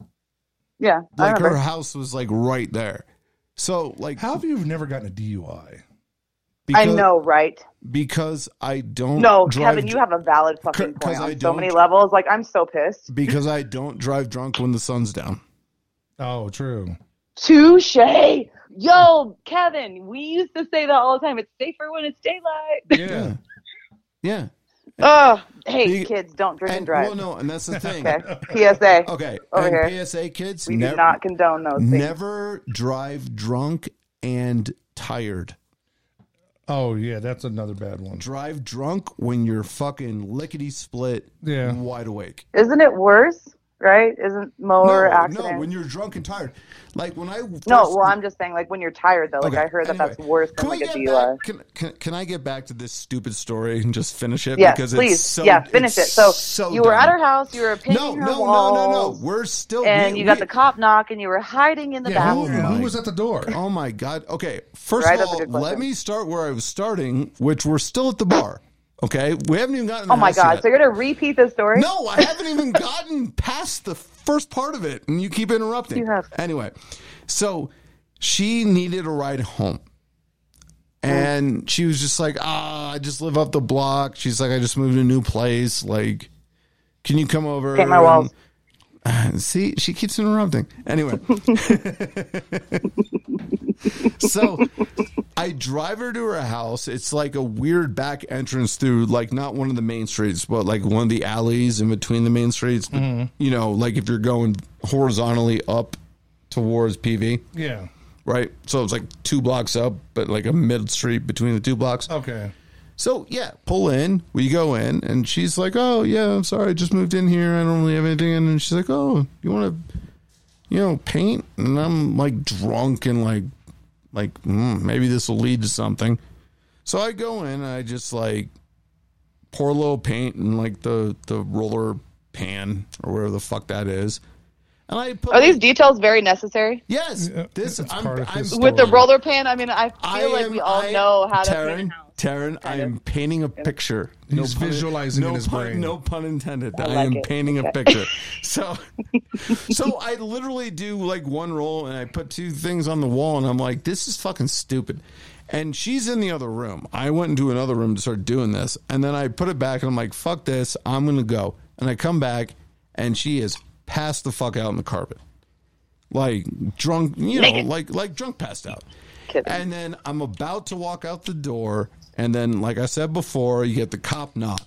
D: Yeah, I
B: Like her
D: remember.
B: house was like right there. So like
A: How have you never gotten a DUI?
D: I
B: because,
D: know, right?
B: because I don't
D: No,
B: drive
D: Kevin, you have a valid fucking
B: 'cause
D: point
B: I
D: on so
B: don't-
D: many levels. Like, I'm so
B: [LAUGHS]
D: pissed.
B: because I don't drive drunk when the sun's down.
A: Oh, true.
D: Touche. Yo, Kevin, we used to say that all the time. It's safer when it's daylight.
A: Yeah.
B: Yeah,
D: [LAUGHS] Ugh. Hey,
B: You-
D: kids, don't drink and,
B: and
D: drive.
B: well, no, and
D: [LAUGHS]
B: that's the thing.
D: Okay.
B: [LAUGHS]
D: PSA.
B: Okay,
D: Over
B: and
D: here.
B: PSA kids,
D: We
B: never,
D: do not condone those things.
B: never drive drunk and tired.
A: Oh, yeah. That's another bad one.
B: Drive drunk when you're fucking lickety split,
A: Yeah.
B: wide awake.
D: Isn't it worse? Right? Isn't more
B: no,
D: accident?
B: no, when you're drunk and tired. Like when I first,
D: No, well, I'm just saying, like when you're tired, though. Like
B: Okay,
D: I heard that that's
B: anyway.
D: worse than
B: Can we
D: like a
B: get
D: DUI.
B: back- Can, can, can I get back to this stupid story and just finish it?
D: Yeah,
B: because
D: please,
B: It's so,
D: yeah, finish it.
B: it's
D: So, you were
B: dumb.
D: at her house, you were painting
B: No,
D: her
B: no,
D: walls,
B: no, no, no. We're still
D: and
B: we-
D: you got
B: we-
D: the cop knock, and you were hiding in the
A: Yeah, who,
D: bathroom.
A: who was at the door?
B: Oh my god. Okay. First
D: Right,
B: of
D: that's a
B: all,
D: good
B: let
D: question.
B: me start where I was starting, which we're still at the bar. Okay, we haven't even gotten.
D: Oh my
B: past
D: god!
B: yet.
D: So you're gonna repeat this story?
B: No, I haven't even gotten past the first part of it, and you keep interrupting.
D: You have.
B: Anyway, so she needed a ride home. And she was just like, ah, I just live up the block. She's like, I just moved to a new place. Like, can you come over?
D: Paint my walls.
B: And- [SIGHS] See, she keeps interrupting. Anyway. [LAUGHS] so I drive her to her house. It's like a weird back entrance through, like not one of the main streets, but like one of the alleys in between the main streets. You know, like if you're going horizontally up towards PV,
A: Yeah.
B: right? So it's like two blocks up, but like a mid street between the two blocks.
A: Okay.
B: So yeah, pull in. We go in, and she's like, "Oh yeah, I'm sorry, I just moved in here. I don't really have anything." And she's like, "Oh, you want to, you know, paint?" And I'm like drunk and like, like mm, maybe this will lead to something. So I go in, and I just like pour a little paint in like the the roller pan or whatever the fuck that is, and I put
D: Are these details very necessary?
B: yes, this
A: it's
B: I'm,
A: part of
B: I'm
A: his
D: With the
A: Story.
D: roller pan, I mean, I feel
B: I
D: like
B: am-
D: we all
B: I-
D: know how to
B: Taryn,
D: paint a house.
B: Taryn, I am painting a picture.
A: He's
B: pun-
A: visualizing
B: no
A: in his
B: pun-
A: brain.
B: No pun intended. I,
D: like
B: am
D: it.
B: painting a
D: Okay. [LAUGHS]
B: picture. So, so I literally do like one roll, and I put two things on the wall, and I'm like, this is fucking stupid. And she's in the other room. I went into another room to start doing this, and then I put it back, and I'm like, fuck this, I'm gonna go. And I come back, and she is passed the fuck out on the carpet, like drunk, you know,
D: Naked.
B: like like drunk passed out.
D: Kidding.
B: And then I'm about to walk out the door, and then, like I said before, you get the cop knock.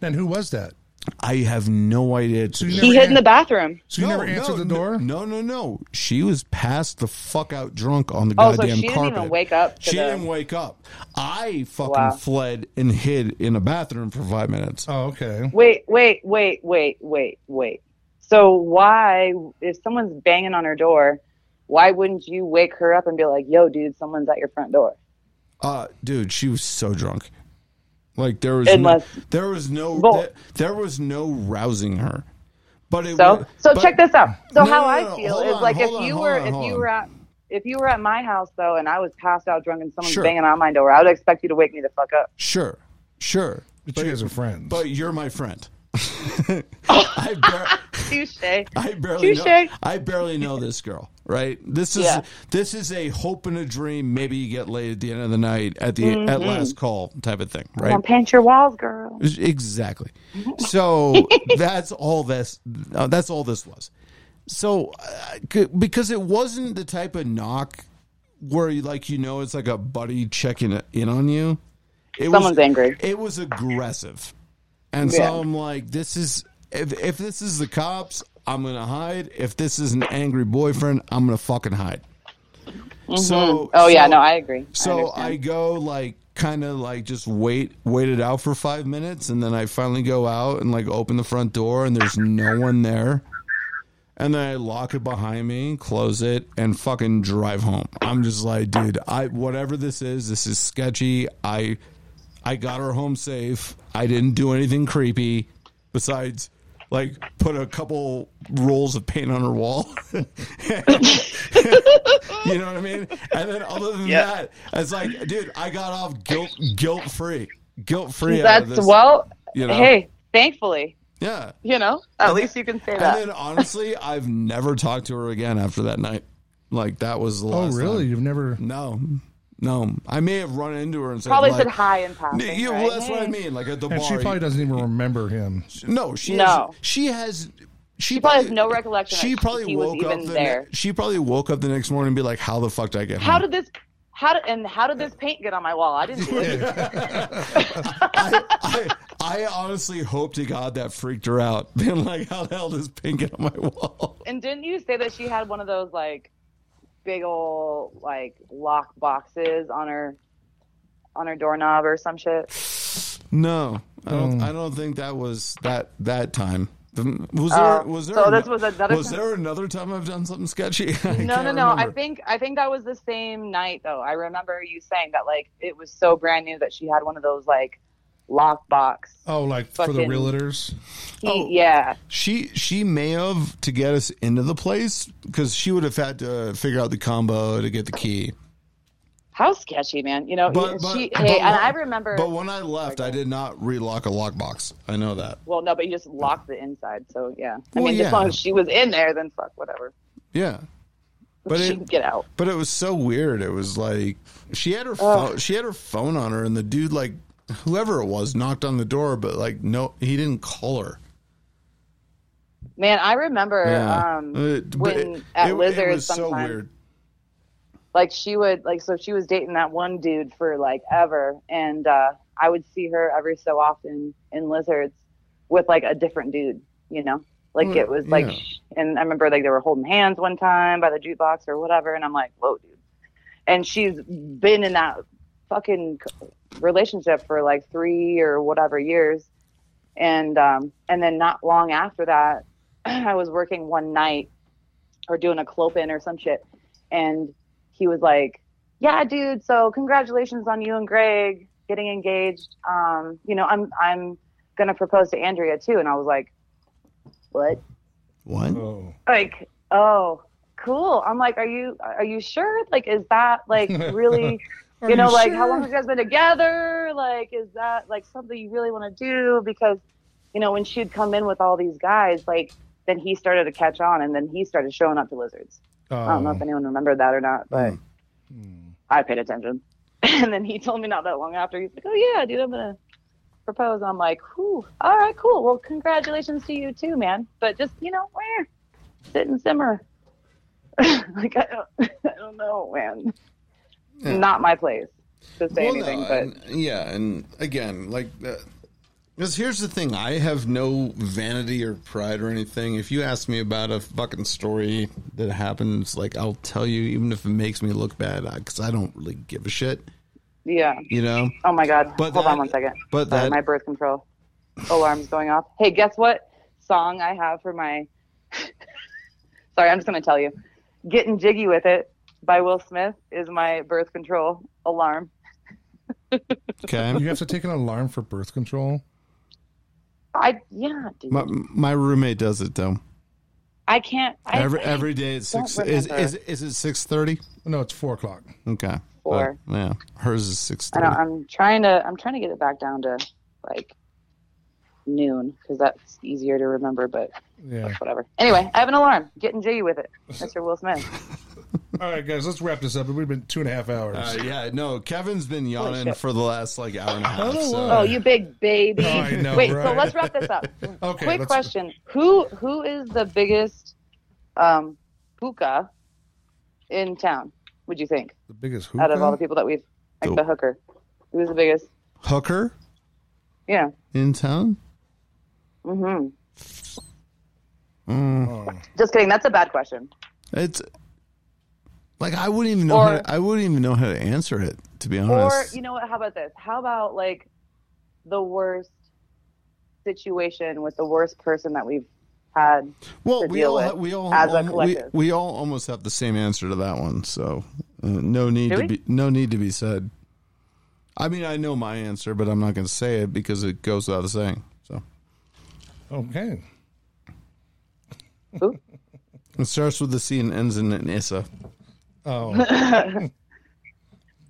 A: Then who was that?
B: I have no idea. To
A: you
D: He hid in the bathroom.
A: So you never answered the door?
B: No, no, no. She was past the fuck out drunk on the
D: Oh, so
B: goddamn
D: she didn't
B: carpet.
D: even wake up to
B: She
D: the-
B: didn't wake up. I fucking
D: Wow.
B: fled and hid in a bathroom for five minutes.
A: Oh, okay.
D: Wait, wait, wait, wait, wait, wait. So why, if someone's banging on her door, why wouldn't you wake her up and be like, "Yo, dude, someone's at your front door"?
B: Uh, dude, she was so drunk. Like there was
D: Unless-
B: no, there was no
D: Well-
B: there, there was no rousing her. But it
D: So,
B: was,
D: so
B: but-
D: check this out. So
B: No,
D: how
B: no,
D: I
B: no, no.
D: feel
B: Hold
D: is
B: on,
D: like if
B: hold on,
D: you
B: hold
D: were
B: on,
D: if
B: hold
D: you
B: on.
D: were at if you were at my house though, and I was passed out drunk and someone's
B: Sure.
D: banging on my door, I would expect you to wake me the fuck
B: [LAUGHS]
D: up.
B: Sure, sure.
A: But you guys are friends.
B: But you're my
D: [LAUGHS]
B: friend. [LAUGHS] I, bar-
D: Touche.
B: I barely know,
D: Touche.
B: I barely know this girl, right? This is
D: Yeah.
B: this is a hope and a dream. Maybe you get laid at the end of the night at the at
D: Mm-hmm.
B: last call type of thing, right?
D: Don't paint your walls, girl.
B: Exactly.
D: Mm-hmm. [LAUGHS]
B: So that's all this. uh, that's all this was. So uh, c- because it wasn't the type of knock where you like you know it's like a buddy checking in on you. It
D: Someone's
B: was,
D: angry.
B: It was aggressive, and
D: Yeah.
B: so I'm like, this is if if this is the cops, I'm gonna hide. If this is an angry boyfriend, I'm gonna fucking hide. So
D: Oh yeah,
B: so-
D: no, I agree.
B: so I,
D: understand.
B: go like kind of like just wait wait it out for five minutes and then I finally go out and like open the front door and there's no one there. And then I lock it behind me, close it, and fucking drive home. I'm just like, dude, I whatever this is, this is sketchy. I I got her home safe. I didn't do anything creepy besides like put a couple rolls of paint on her wall. [LAUGHS] you know what I mean? And then other than that, it's like, dude, I got off guilt guilt free. guilt free.
D: That's well,
B: you know?
D: hey, thankfully,
B: yeah.
D: you know, at least you can say
B: And
D: that.
B: then uh, honestly, I've never talked to her again after that night. Like that was the
A: Oh,
B: last.
A: really?
B: time.
A: You've never?
B: No, no. I may have run into her and said
D: Probably
B: like,
D: said hi in passing.
B: Yeah,
D: right?
B: well, that's what I
D: Hey.
B: mean. Like at the
A: And
B: bar,
A: she probably doesn't even remember him.
B: No, she
D: No.
B: She has. She,
D: She probably has no recollection
B: She
D: that
B: probably
D: he was
B: woke
D: even
B: up the
D: there.
B: ne- she probably woke up the next morning and be like, "How the fuck did I get
D: How
B: home?"
D: did this? How did and how did this paint get on my wall? I didn't do it.
B: [LAUGHS] I, I, I honestly hope to God that freaked her out. [LAUGHS] Been like, "How the hell does pink get on my wall?"
D: And didn't you say that she had one of those like big old like lock boxes on her on her doorknob or some shit?
B: No, I don't. I don't think that was that that time. The- Was there?
D: Uh,
B: was there?
D: so
B: ano-
D: this was another
B: Was
D: time?
B: there another time I've done something sketchy? [LAUGHS] I
D: No,
B: can't
D: no, no. I
B: remember.
D: think I think that was the same night though. I remember you saying that like it was so brand new that she had one of those like lock box.
A: Oh, like for the
D: Fucking-
A: realtors?
D: key-
B: Oh.
D: yeah.
B: She she may have to get us into the place because she would have had to figure out the combo to get the key.
D: How sketchy, man. You know,
B: But, but-
D: she
B: but
D: hey, and
B: when-
D: I remember
B: But when I left, I did not relock a lockbox. I know that.
D: well, no, but you just locked the inside, so yeah. I
B: Well,
D: mean,
B: yeah.
D: as long as she was in there, then fuck, whatever.
B: Yeah, but
D: she
B: it
D: can get out.
B: but it was so weird. It was like she had her phone, she had her phone on her, and the dude like whoever it was knocked on the door, but like no, he didn't call her.
D: Man, I remember
B: Yeah.
D: um,
B: It- Uh, but
D: when
B: it-
D: at
B: it-
D: Lizard
B: it was so
D: sometime,
B: weird.
D: like she would like so she was dating that one dude for like ever, and uh, I would see her every so often in Lizards with like a different dude, you know, like
B: Mm,
D: it was like,
B: yeah.
D: and I remember like they were holding hands one time by the jukebox or whatever, and I'm like, whoa, dude, and she's been in that fucking c- relationship for like three or whatever years, and um, and then not long after that, [CLEARS THROAT] I was working one night or doing a clopin or some shit, and he was like, "Yeah, dude, so congratulations on you and Greg getting engaged. Um, you know, I'm I'm gonna propose to Andrea too." And I was like, "What?"
B: What?
A: Oh.
D: like oh cool i'm like are you are you sure like is that
A: [LAUGHS]
D: like really you know
A: you
D: like
A: sure?
D: how long have you guys been together like is that like something you really want to do because you know when she'd come in with all these guys like then he started to catch on and then he started showing up to lizards
A: Oh.
D: i
B: Oh.
D: don't know if anyone remembered that or not but i paid attention [LAUGHS] and then he told me not that long after he's like oh yeah dude i'm gonna propose i'm like whew, all right cool well congratulations to you too man but just you know where sit and simmer. [LAUGHS] like I don't, [LAUGHS] I don't know, man.
B: Yeah.
D: Not my place to say
B: Well, no,
D: anything, but
B: and- yeah, and again, like, because here's the thing: I have no vanity or pride or anything. If you ask me about a fucking story that happens, like, I'll tell you, even if it makes me look bad, because I don't really give a shit,
D: yeah.
B: you
D: [LAUGHS]
B: know.
D: Oh my god.
B: But
D: Hold
B: that-
D: on one second.
B: but
D: Sorry,
B: that-
D: my birth control alarm's going off. Hey, guess what song I have for my? [LAUGHS] Sorry, I'm just gonna tell you. Getting jiggy with it by Will Smith is my birth control alarm.
B: Okay.
A: You have to take an alarm for birth control?
D: I yeah, dude.
B: My, my roommate does it though.
D: I can't. I,
B: Every every day at
D: don't
B: six is,
D: remember.
B: is is it six thirty?
A: No, it's 4 o'clock.
B: Okay.
D: Four.
B: Uh, yeah. Hers is six
D: I don't,
B: thirty.
D: I'm trying to I'm trying to get it back down to like noon because that's easier to remember. But
A: Yeah.
D: whatever. Anyway, I have an alarm. Getting jiggy with it, Mr.
B: [LAUGHS]
D: Will Smith.
A: All right, guys, let's wrap this up. We've been two and a half hours.
B: Uh, yeah, no. Kevin's been yawning
D: shit.
B: for the last like hour and a half.
A: know
B: so-
A: why.
D: Oh, you big baby!
A: I know,
D: Wait, so
A: right?
D: let's wrap
B: [LAUGHS]
D: this up.
A: Okay,
D: Quick
A: let's-
D: question: Who who is the biggest um, hookah in town? Would you think
A: the biggest
D: out of all the
A: hookah?
D: people that we've like
B: Dope.
D: the hooker? Who's the biggest?
B: Hooker
D: Yeah.
B: in town?
D: Mm-hmm.
A: Oh.
D: Just kidding. That's a bad question.
B: It's like I wouldn't even know.
D: Or-
B: how to, I wouldn't even know how to answer it. To be
D: Or
B: honest,
D: you know what? How about this? How about like the worst situation with the worst person that we've had?
B: well,
D: to
B: we
D: deal
B: all
D: with
B: ha- we all
D: as a
B: almo- we,
D: collective.
B: we all almost have the same answer to that one. So uh, no need
D: Do
B: to
D: we?
B: be no need to be said. I mean, I know my answer, but I'm not going to say it because it goes without saying. So
A: Okay.
B: it starts with the C and ends in an Issa.
A: Oh,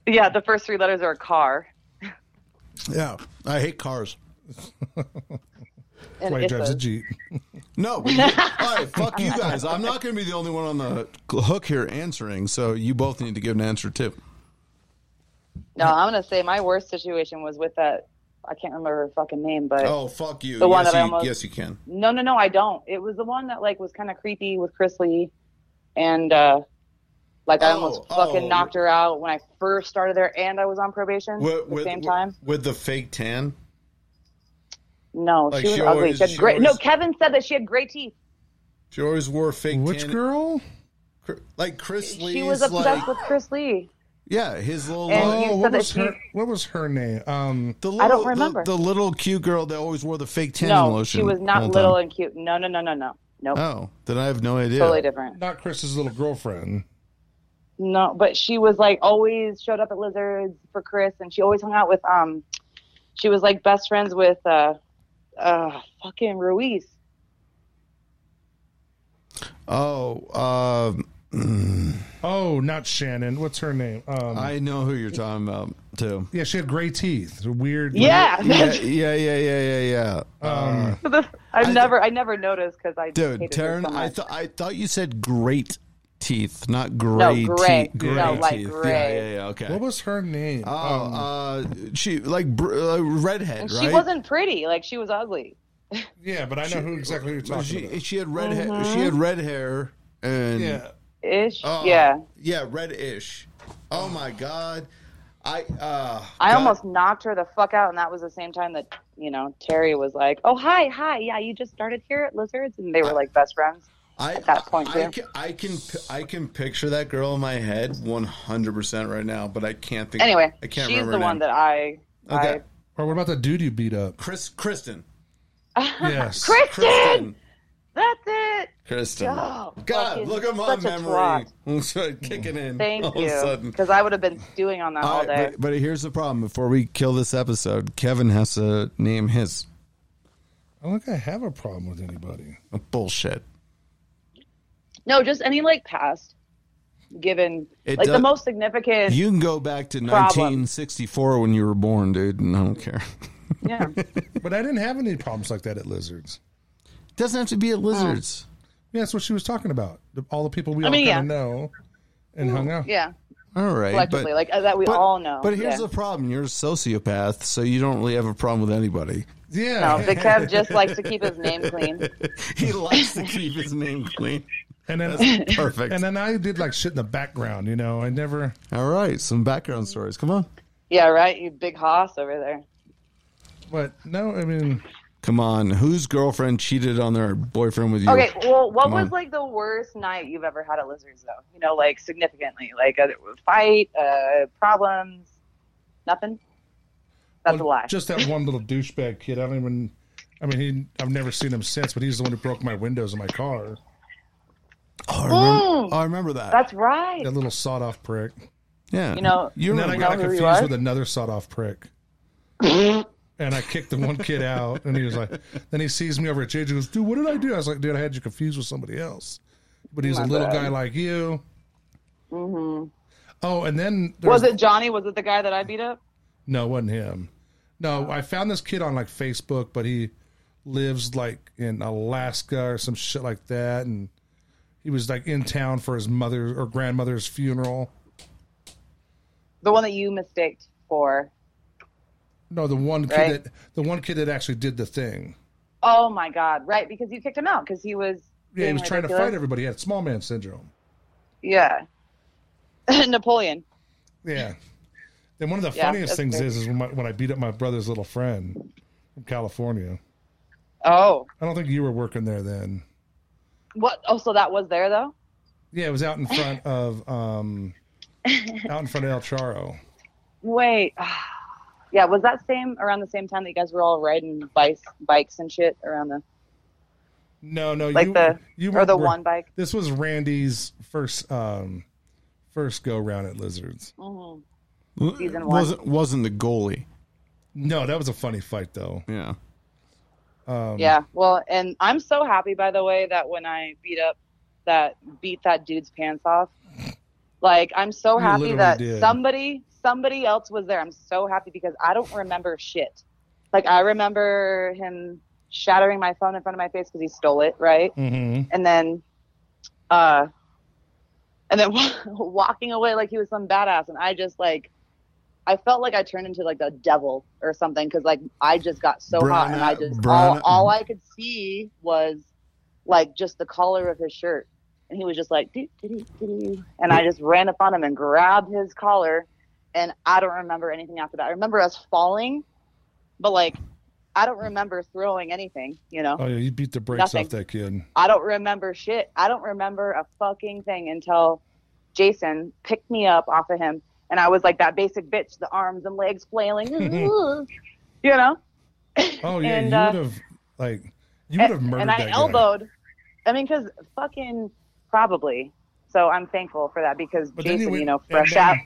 D: Yeah, the first three letters are car.
B: Yeah. I hate cars.
D: And
A: Why he
D: it's
A: drives
D: a-
A: a jeep.
B: No.
D: [LAUGHS]
B: All right, fuck you guys. I'm not going to be the only one on the hook here answering, so you both need to give an answer too.
D: No, I'm gonna say my worst situation was with that. I can't remember her fucking name, but
B: Oh, fuck you.
D: The one
B: yes,
D: that I
B: you
D: almost-
B: yes, you can.
D: no, no, no, I don't. It was the one that like was kind of creepy with Chris Lee, and uh, like I
B: Oh,
D: almost fucking
B: oh.
D: knocked her out when I first started there, and I was on probation at the same time.
B: With the fake tan?
D: No,
B: like,
D: she was
B: she
D: ugly.
B: always-
D: she had
B: she
D: great. No,
B: always-
D: Kevin said that she had great teeth.
B: She always wore fake
A: Which
B: tan.
A: girl?
B: Cr- Like Chris Lee's,
D: she was obsessed
B: like,
D: with Chris Lee.
B: yeah, his little,
D: And
B: lo-
D: you
A: Oh,
D: said
A: what
D: that
A: was
D: she-
A: her? What was her name? Um,
B: the little,
D: I don't
B: the-
D: remember.
B: The, little cute girl that always wore the fake tanning
D: No,
B: lotion.
D: she was
B: all
D: not
B: the
D: little
B: time.
D: and cute. No, no, no, no, no. Nope.
B: Oh, then I have no idea.
D: Totally different.
A: not Chris's little girlfriend.
D: No, but she was like always showed up at Lizards for Chris, and she always hung out with um, she was like best friends with uh, uh, fucking Ruiz.
B: Oh, um,
A: Oh, not Shannon. What's her name? Um,
B: I know who you're talking about
D: [LAUGHS]
B: too.
A: yeah, she had gray teeth. Weird.
D: Yeah,
B: Yeah, yeah, yeah, yeah, yeah, yeah.
A: Um,
D: I've never I never noticed because I
B: Dude,
D: hated her
B: Taryn,
D: so
B: I
D: much.
B: thought I thought you said great teeth, not gray
D: No, gray.
B: teeth.
D: No, like gray.
B: Yeah, yeah, yeah. Okay.
A: what was her name?
B: oh,
A: Um,
B: uh, she like br- uh, redhead,
D: and
B: right?
D: she wasn't pretty. Like she was ugly.
A: yeah, but I know who exactly you're talking
B: She,
A: about.
B: she had red hair.
D: Uh-huh.
B: She had red hair and
A: Yeah,
D: Ish.
B: Oh,
D: yeah.
B: yeah, red-ish. Oh my god, I uh,
D: I
B: God.
D: almost knocked her the fuck out, and that was the same time that you know Terry was like, "Oh hi, hi, yeah, you just started here at Lizards," and they were like best friends.
B: I,
D: at that point,
B: I,
D: too.
B: can, I can pi- I can picture that girl in my head 100 percent right now, but I can't think.
D: Anyway,
B: I can't
D: she's the
B: remember her
D: one
B: name.
D: that I.
B: Okay.
D: I
A: or what about the dude you beat
D: [LAUGHS]
A: up?
B: Chris Kristen.
A: Yes,
D: Kristen,
B: Kristen.
D: that's it.
B: Kristen.
D: Oh,
B: God,
D: fucking
B: look at my
D: such a twat.
B: [LAUGHS] memory. It's like kicking in
D: Thank
B: all
D: you.
B: of a sudden.
D: Because I would have been stewing on that all,
B: All right,
D: day.
B: but, but here's the problem. Before we kill this episode, Kevin has to name his
A: I don't think I have a problem with anybody.
B: bullshit.
D: No, just any like past, given
B: It
D: like the
B: does-
D: most significant.
B: You can go back to
D: Problem.
B: 1964 when you were born, dude, and I don't care. [LAUGHS]
D: yeah.
A: But I didn't have any problems like that at Lizards.
B: Doesn't have to be at
D: Hmm.
B: Lizards.
A: Yeah, that's what she was talking about. The- All the people we
D: I
A: all
D: mean,
A: kind
D: yeah.
A: of know and hung out.
D: yeah,
B: All right,
D: collectively,
B: but-
D: like uh, that we
B: but-
D: all know.
B: But here's
D: yeah.
B: the problem: you're a sociopath, so you don't really have a problem with anybody. [LAUGHS]
A: Yeah,
D: [LAUGHS] No, Big Kev just likes to keep his name clean.
B: He likes to keep his name
D: [LAUGHS]
B: clean.
A: and then
B: Perfect.
A: and then I did like shit in the background. You know, I never.
B: All right, some background stories. Come on,
D: Yeah, right. You big hoss over there.
A: But no, I mean,
B: come on. Whose girlfriend cheated on their boyfriend with you?
D: Okay, well, what
B: Come
D: was
B: on.
D: like the worst night you've ever had at Lizards, though? You know, like significantly, like a fight, uh, problems, nothing. That's
A: well,
D: a lie.
A: just that one little douchebag kid. I don't even. I mean, he. I've never seen him since. But he's the one who broke my windows in my car.
B: Oh, I remember,
D: Mm.
B: oh, I remember that.
D: That's right.
A: That little sawed-off prick.
B: yeah,
D: You know-
B: you
A: And then
B: remember
A: I
D: know
A: got
D: who he
A: confused
D: was?
A: with another sawed-off prick. And I kicked the one kid out, and he was like, then he sees me over at JJ and goes, Dude, what did I do? I was like, Dude, I had you confused with somebody else. But he's a little guy like you. Mm-hmm. Oh, and then there
D: Was it Johnny? Was it the guy that I beat up?
A: No, it wasn't him.
D: Oh.
A: No, I found this kid on like Facebook, but he lives like in Alaska or some shit like that, and he was like in town for his mother or grandmother's funeral.
D: The one that you mistaked for.
A: No, the one kid
D: Right.
A: that the one kid that actually did the thing.
D: Oh my God! Right, because you kicked him out because he was.
A: Yeah, he
D: being
A: was trying to
D: ridiculous.
A: fight everybody. He had small man syndrome.
D: Yeah, [LAUGHS] Napoleon.
A: Yeah. Then one of the
D: Yeah,
A: funniest
D: that's
A: things
D: great.
A: is is when, my, when I beat up my brother's little friend from California.
D: Oh,
A: I don't think you were working there then.
D: what? Oh, so that was there though.
A: Yeah, it was out in
D: [LAUGHS]
A: front of um, out in front of El Charo.
D: Wait. [SIGHS] Yeah, was that same around the same time that you guys were all riding bikes, bikes and shit around the
A: No, no,
D: like
A: you,
D: the
A: you
D: or the
A: were-
D: one bike?
A: This was Randy's first um first go round at Lizards.
D: Mm-hmm. Season one.
B: wasn't wasn't the goalie?
A: No, that was a funny fight though. Um,
B: Yeah.
D: yeah. Well, and I'm so happy by the way that when I beat up that beat that dude's pants off. Like I'm so
A: You
D: happy
A: literally
D: that
A: did.
D: somebody somebody else was there. I'm so happy because I don't remember shit. Like I remember him shattering my phone in front of my face because he stole it, right?
A: Mm-hmm.
D: And then, uh, and then [LAUGHS] walking away like he was some badass, and I just like. I felt like I turned into like the devil or something because like I just got so hot and I
B: Brianna-
D: just
B: Brianna-
D: all, all I could see was like just the collar of his shirt and he was just like doo, doo, doo, doo. and I just ran up on him and grabbed his collar and I don't remember anything after that. I remember us falling, but like I don't remember throwing anything. You know,
A: Oh yeah, you beat the brakes
D: Nothing.
A: off that kid.
D: I don't remember shit. I don't remember a fucking thing until Jason picked me up off of him, and I was like that basic bitch, the arms and legs
A: [LAUGHS]
D: flailing, you know.
A: Oh yeah,
D: And,
A: you
D: uh,
A: would have like you would have
D: and,
A: murdered
D: and I
A: that guy.
D: elbowed. I mean, because fucking probably. So I'm thankful for that because Jason, you,
A: went-
D: know,
A: and
D: fresh
A: then-
D: out.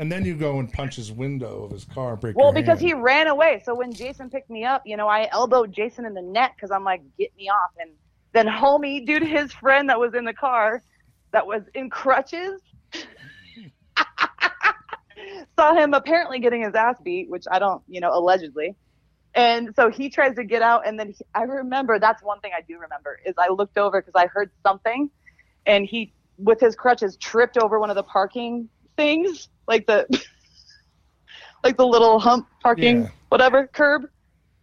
A: And then you go and punch his window of his car and break.
D: Well,
A: your
D: because
A: hand.
D: he ran away. So when Jason picked me up, you know, I elbowed Jason in the neck because I'm like, get me off. And then homie, dude, his friend that was in the car that was in crutches [LAUGHS] saw him apparently getting his ass beat, which I don't, you know, allegedly. And so he tries to get out. And then he, I remember that's one thing I do remember is I looked over because I heard something and he, with his crutches, tripped over one of the parking things, like the like the little hump parking
A: Yeah.
D: whatever curb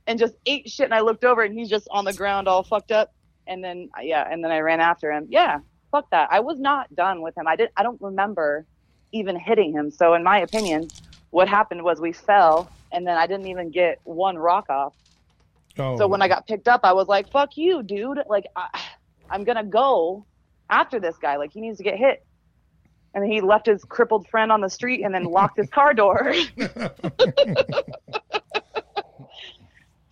D: and just ate shit and i looked over and he's just on the ground all fucked up and then yeah and then i ran after him yeah fuck that i was not done with him i did i don't remember even hitting him so in my opinion what happened was we fell and then i didn't even get one rock off
A: Oh,
D: so when I got picked up, I was like, "Fuck you, dude! Like, I, I'm gonna go after this guy. Like, he needs to get hit." And he left his crippled friend on the street and then locked his car door. [LAUGHS]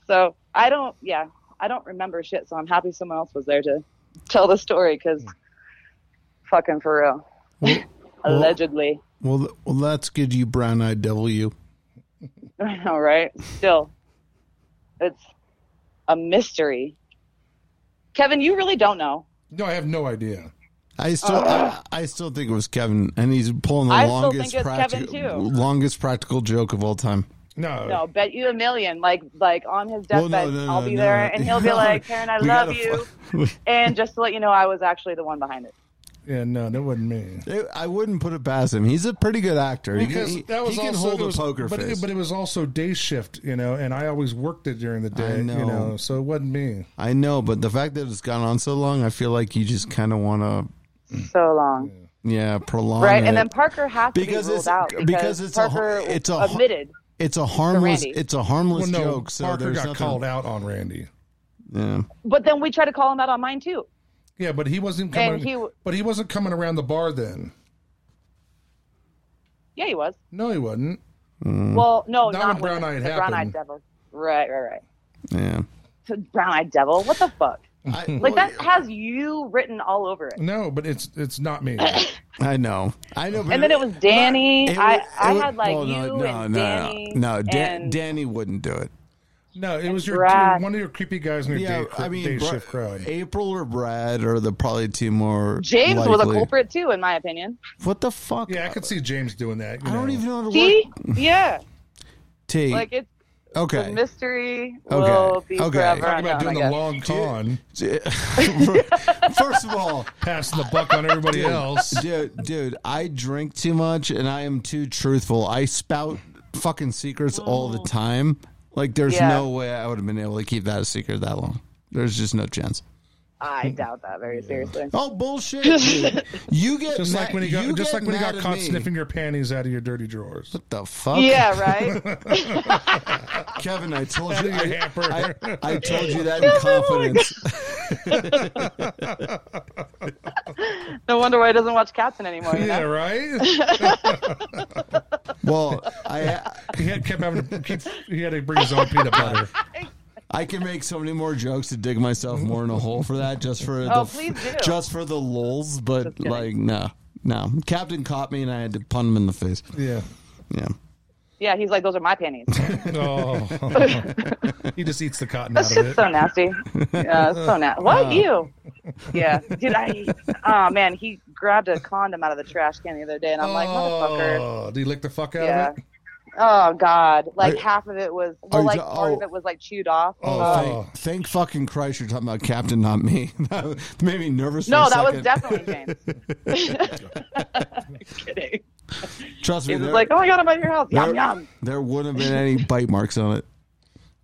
D: so I don't, yeah, I don't remember shit. So I'm happy someone else was there to tell the story because, fucking for real,
B: Well,
D: [LAUGHS] allegedly,
B: well, th- well, that's good. You brown eyed devil, you.
D: [LAUGHS] all right. Still, it's a mystery. Kevin, you really don't know.
A: no, I have no idea.
B: I still, I, I still think it was Kevin, and he's pulling the
D: I still
B: longest,
D: think it's Kevin,
B: practical-
D: too.
B: longest practical joke of all time.
A: No,
D: No, bet you a million. Like like on his
B: Well,
D: deathbed,
B: no, no,
D: I'll
B: no, [LAUGHS]
D: be
B: no.
D: there, and he'll be like, "Karen, I
B: [LAUGHS] We
D: love
B: gotta
D: you."
B: fu-
D: and just to let you know, I was actually the one behind it.
A: yeah, no, that wasn't me.
B: It- I wouldn't put it past him. He's a pretty good actor. He-
A: Because
B: he,
A: that was
B: he can
A: also
B: hold
A: it
B: a
A: was-
B: poker
A: but
B: face.
A: It, but it was also day shift, you know, and I always worked it during the day,
B: know.
A: you know, so it wasn't me.
B: I know, but the fact that it's gone on so long, I feel like you just kind of want to,
D: So long,
B: Hmm. yeah, prolong
D: right?
B: it.
D: And then Parker has
B: Because
D: to be ruled
B: it's-
D: out because,
B: because it's a har-
D: Parker
B: it's a har-
D: admitted.
B: it's a harmless,
D: Randy.
B: it's a harmless
A: Well, no,
B: joke. So
A: Parker
B: there's
A: got
B: nothing,
A: called out on Randy.
B: Yeah.
D: But then we try to call him out on mine too.
A: Yeah, but he wasn't coming.
D: And he w-
A: but he wasn't coming around the bar then.
D: Yeah, he was.
A: No, he wasn't.
B: Hmm.
D: Well, no,
A: That
D: not
A: when
D: with
A: Brown-Eyed
D: the brown-eyed
A: happened.
D: devil. Right, right,
B: Yeah.
D: right. [LAUGHS] Brown-eyed devil. What the fuck?
B: I,
D: Like that has you written all over it.
A: No, but it's it's not
D: [COUGHS]
A: me.
B: I know. I know. but
D: And then it was Danny.
B: it
D: I,
B: would-
D: I
B: it would-
D: had like
B: well,
D: you
B: no, no,
D: and
B: no,
D: Danny.
B: No, no Dan,
D: and-
B: Danny wouldn't do it.
A: no, it was your
D: Brad.
A: one of your creepy guys in your
B: Yeah,
A: day,
B: I mean,
A: day
B: Bra-
A: shift crowd.
B: April or Brad are the probably two more.
D: James was a
B: likely.
D: culprit too, in my opinion.
B: What the fuck?
A: Yeah, I could see James doing that. you
B: I don't
A: know.
B: even know how to
D: See?
B: work.
D: Yeah.
B: T.
D: Like it's
B: okay.
D: the mystery
B: Okay.
D: will be
B: Okay.
D: forever
A: Talking
D: unknown,
A: about doing
D: I
A: the
D: guess.
A: long con,
B: [LAUGHS] First of all,
A: passing the buck on everybody else.
B: dude, dude, I drink too much and I am too truthful. I spout fucking secrets all the time. Like, there's
D: Oh. Yeah.
B: no way I would have been able to keep that a secret that long. There's just no chance.
D: I doubt that very seriously.
B: Oh bullshit!
D: [LAUGHS]
B: Dude. You get
A: Just
B: mad-
A: like when he got,
B: you
A: just
B: get
A: like when he
B: mad
A: got
B: at
A: caught
B: me.
A: sniffing your panties out of your dirty drawers.
B: What the fuck?
D: Yeah,
B: [LAUGHS]
D: right?
B: Kevin, I told
A: Out
B: you.
A: of your
B: I,
A: hamper.
B: I- I told you
D: [LAUGHS]
B: that in confidence.
D: no wonder why he doesn't watch Captain anymore. You
A: yeah, [LAUGHS]
D: know?
A: right.
B: Well, I
A: He had kept having to keep, he had to bring his own peanut butter.
B: I can make so many more jokes to dig myself more in a hole for that, just for the,
D: Oh, please do.
B: just for the lulls. But like, no, no. Captain caught me, and I had to pun him in the face.
A: Yeah.
B: Yeah.
D: Yeah, he's like, those are my
B: [LAUGHS]
D: panties.
A: [LAUGHS] Oh. he just eats the cotton
D: That's
A: out of
D: just
A: it.
D: so nasty. Yeah, it's so
B: [LAUGHS]
D: nasty. What? you? Yeah. Dude, I. Oh, man. He grabbed a condom out of the trash can the other day, and I'm like, motherfucker.
A: oh, do you lick the fuck out
D: Yeah.
A: of it?
D: Oh God! Like
B: Oh, Are-
D: half of it was,
B: are
D: well,
B: you
D: like
B: ta-
D: part
B: oh.
D: of it was like chewed off.
B: Oh,
D: Uh,
B: thank, thank fucking Christ you're talking about Captain, not me. [LAUGHS] that made me nervous.
D: no,
B: for a
D: that was
B: second.
D: definitely
B: [LAUGHS]
D: James. [LAUGHS] Kidding.
B: Trust me.
D: James
B: There,
D: was like, "Oh my God, I'm at your house. Yum
B: there-
D: yum."
B: there wouldn't have been any bite marks on it.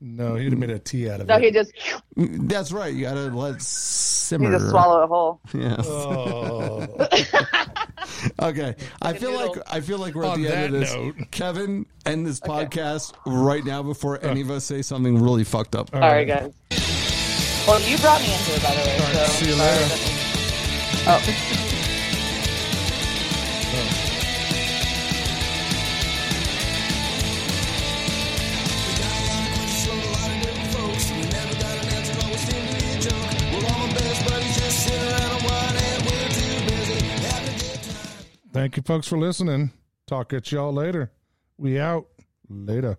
F: No, he'd have made a tea out of
D: No,
F: it.
D: he just
B: That's right. You gotta let it
D: he
B: simmer.
D: just swallowed it whole.
B: Yeah.
F: Oh,
B: [LAUGHS] Okay. I feel
D: noodle.
B: like I feel like we're at
A: On
B: the end of
A: that
B: this.
A: note.
B: Kevin, end this podcast right now before any of us say something really fucked up.
D: All right, guys. Well, you brought me into it, by the way. so
A: see you
D: sorry
A: later.
D: that- Oh.
A: Thank you, folks, for listening. Talk at y'all later. We out. Later.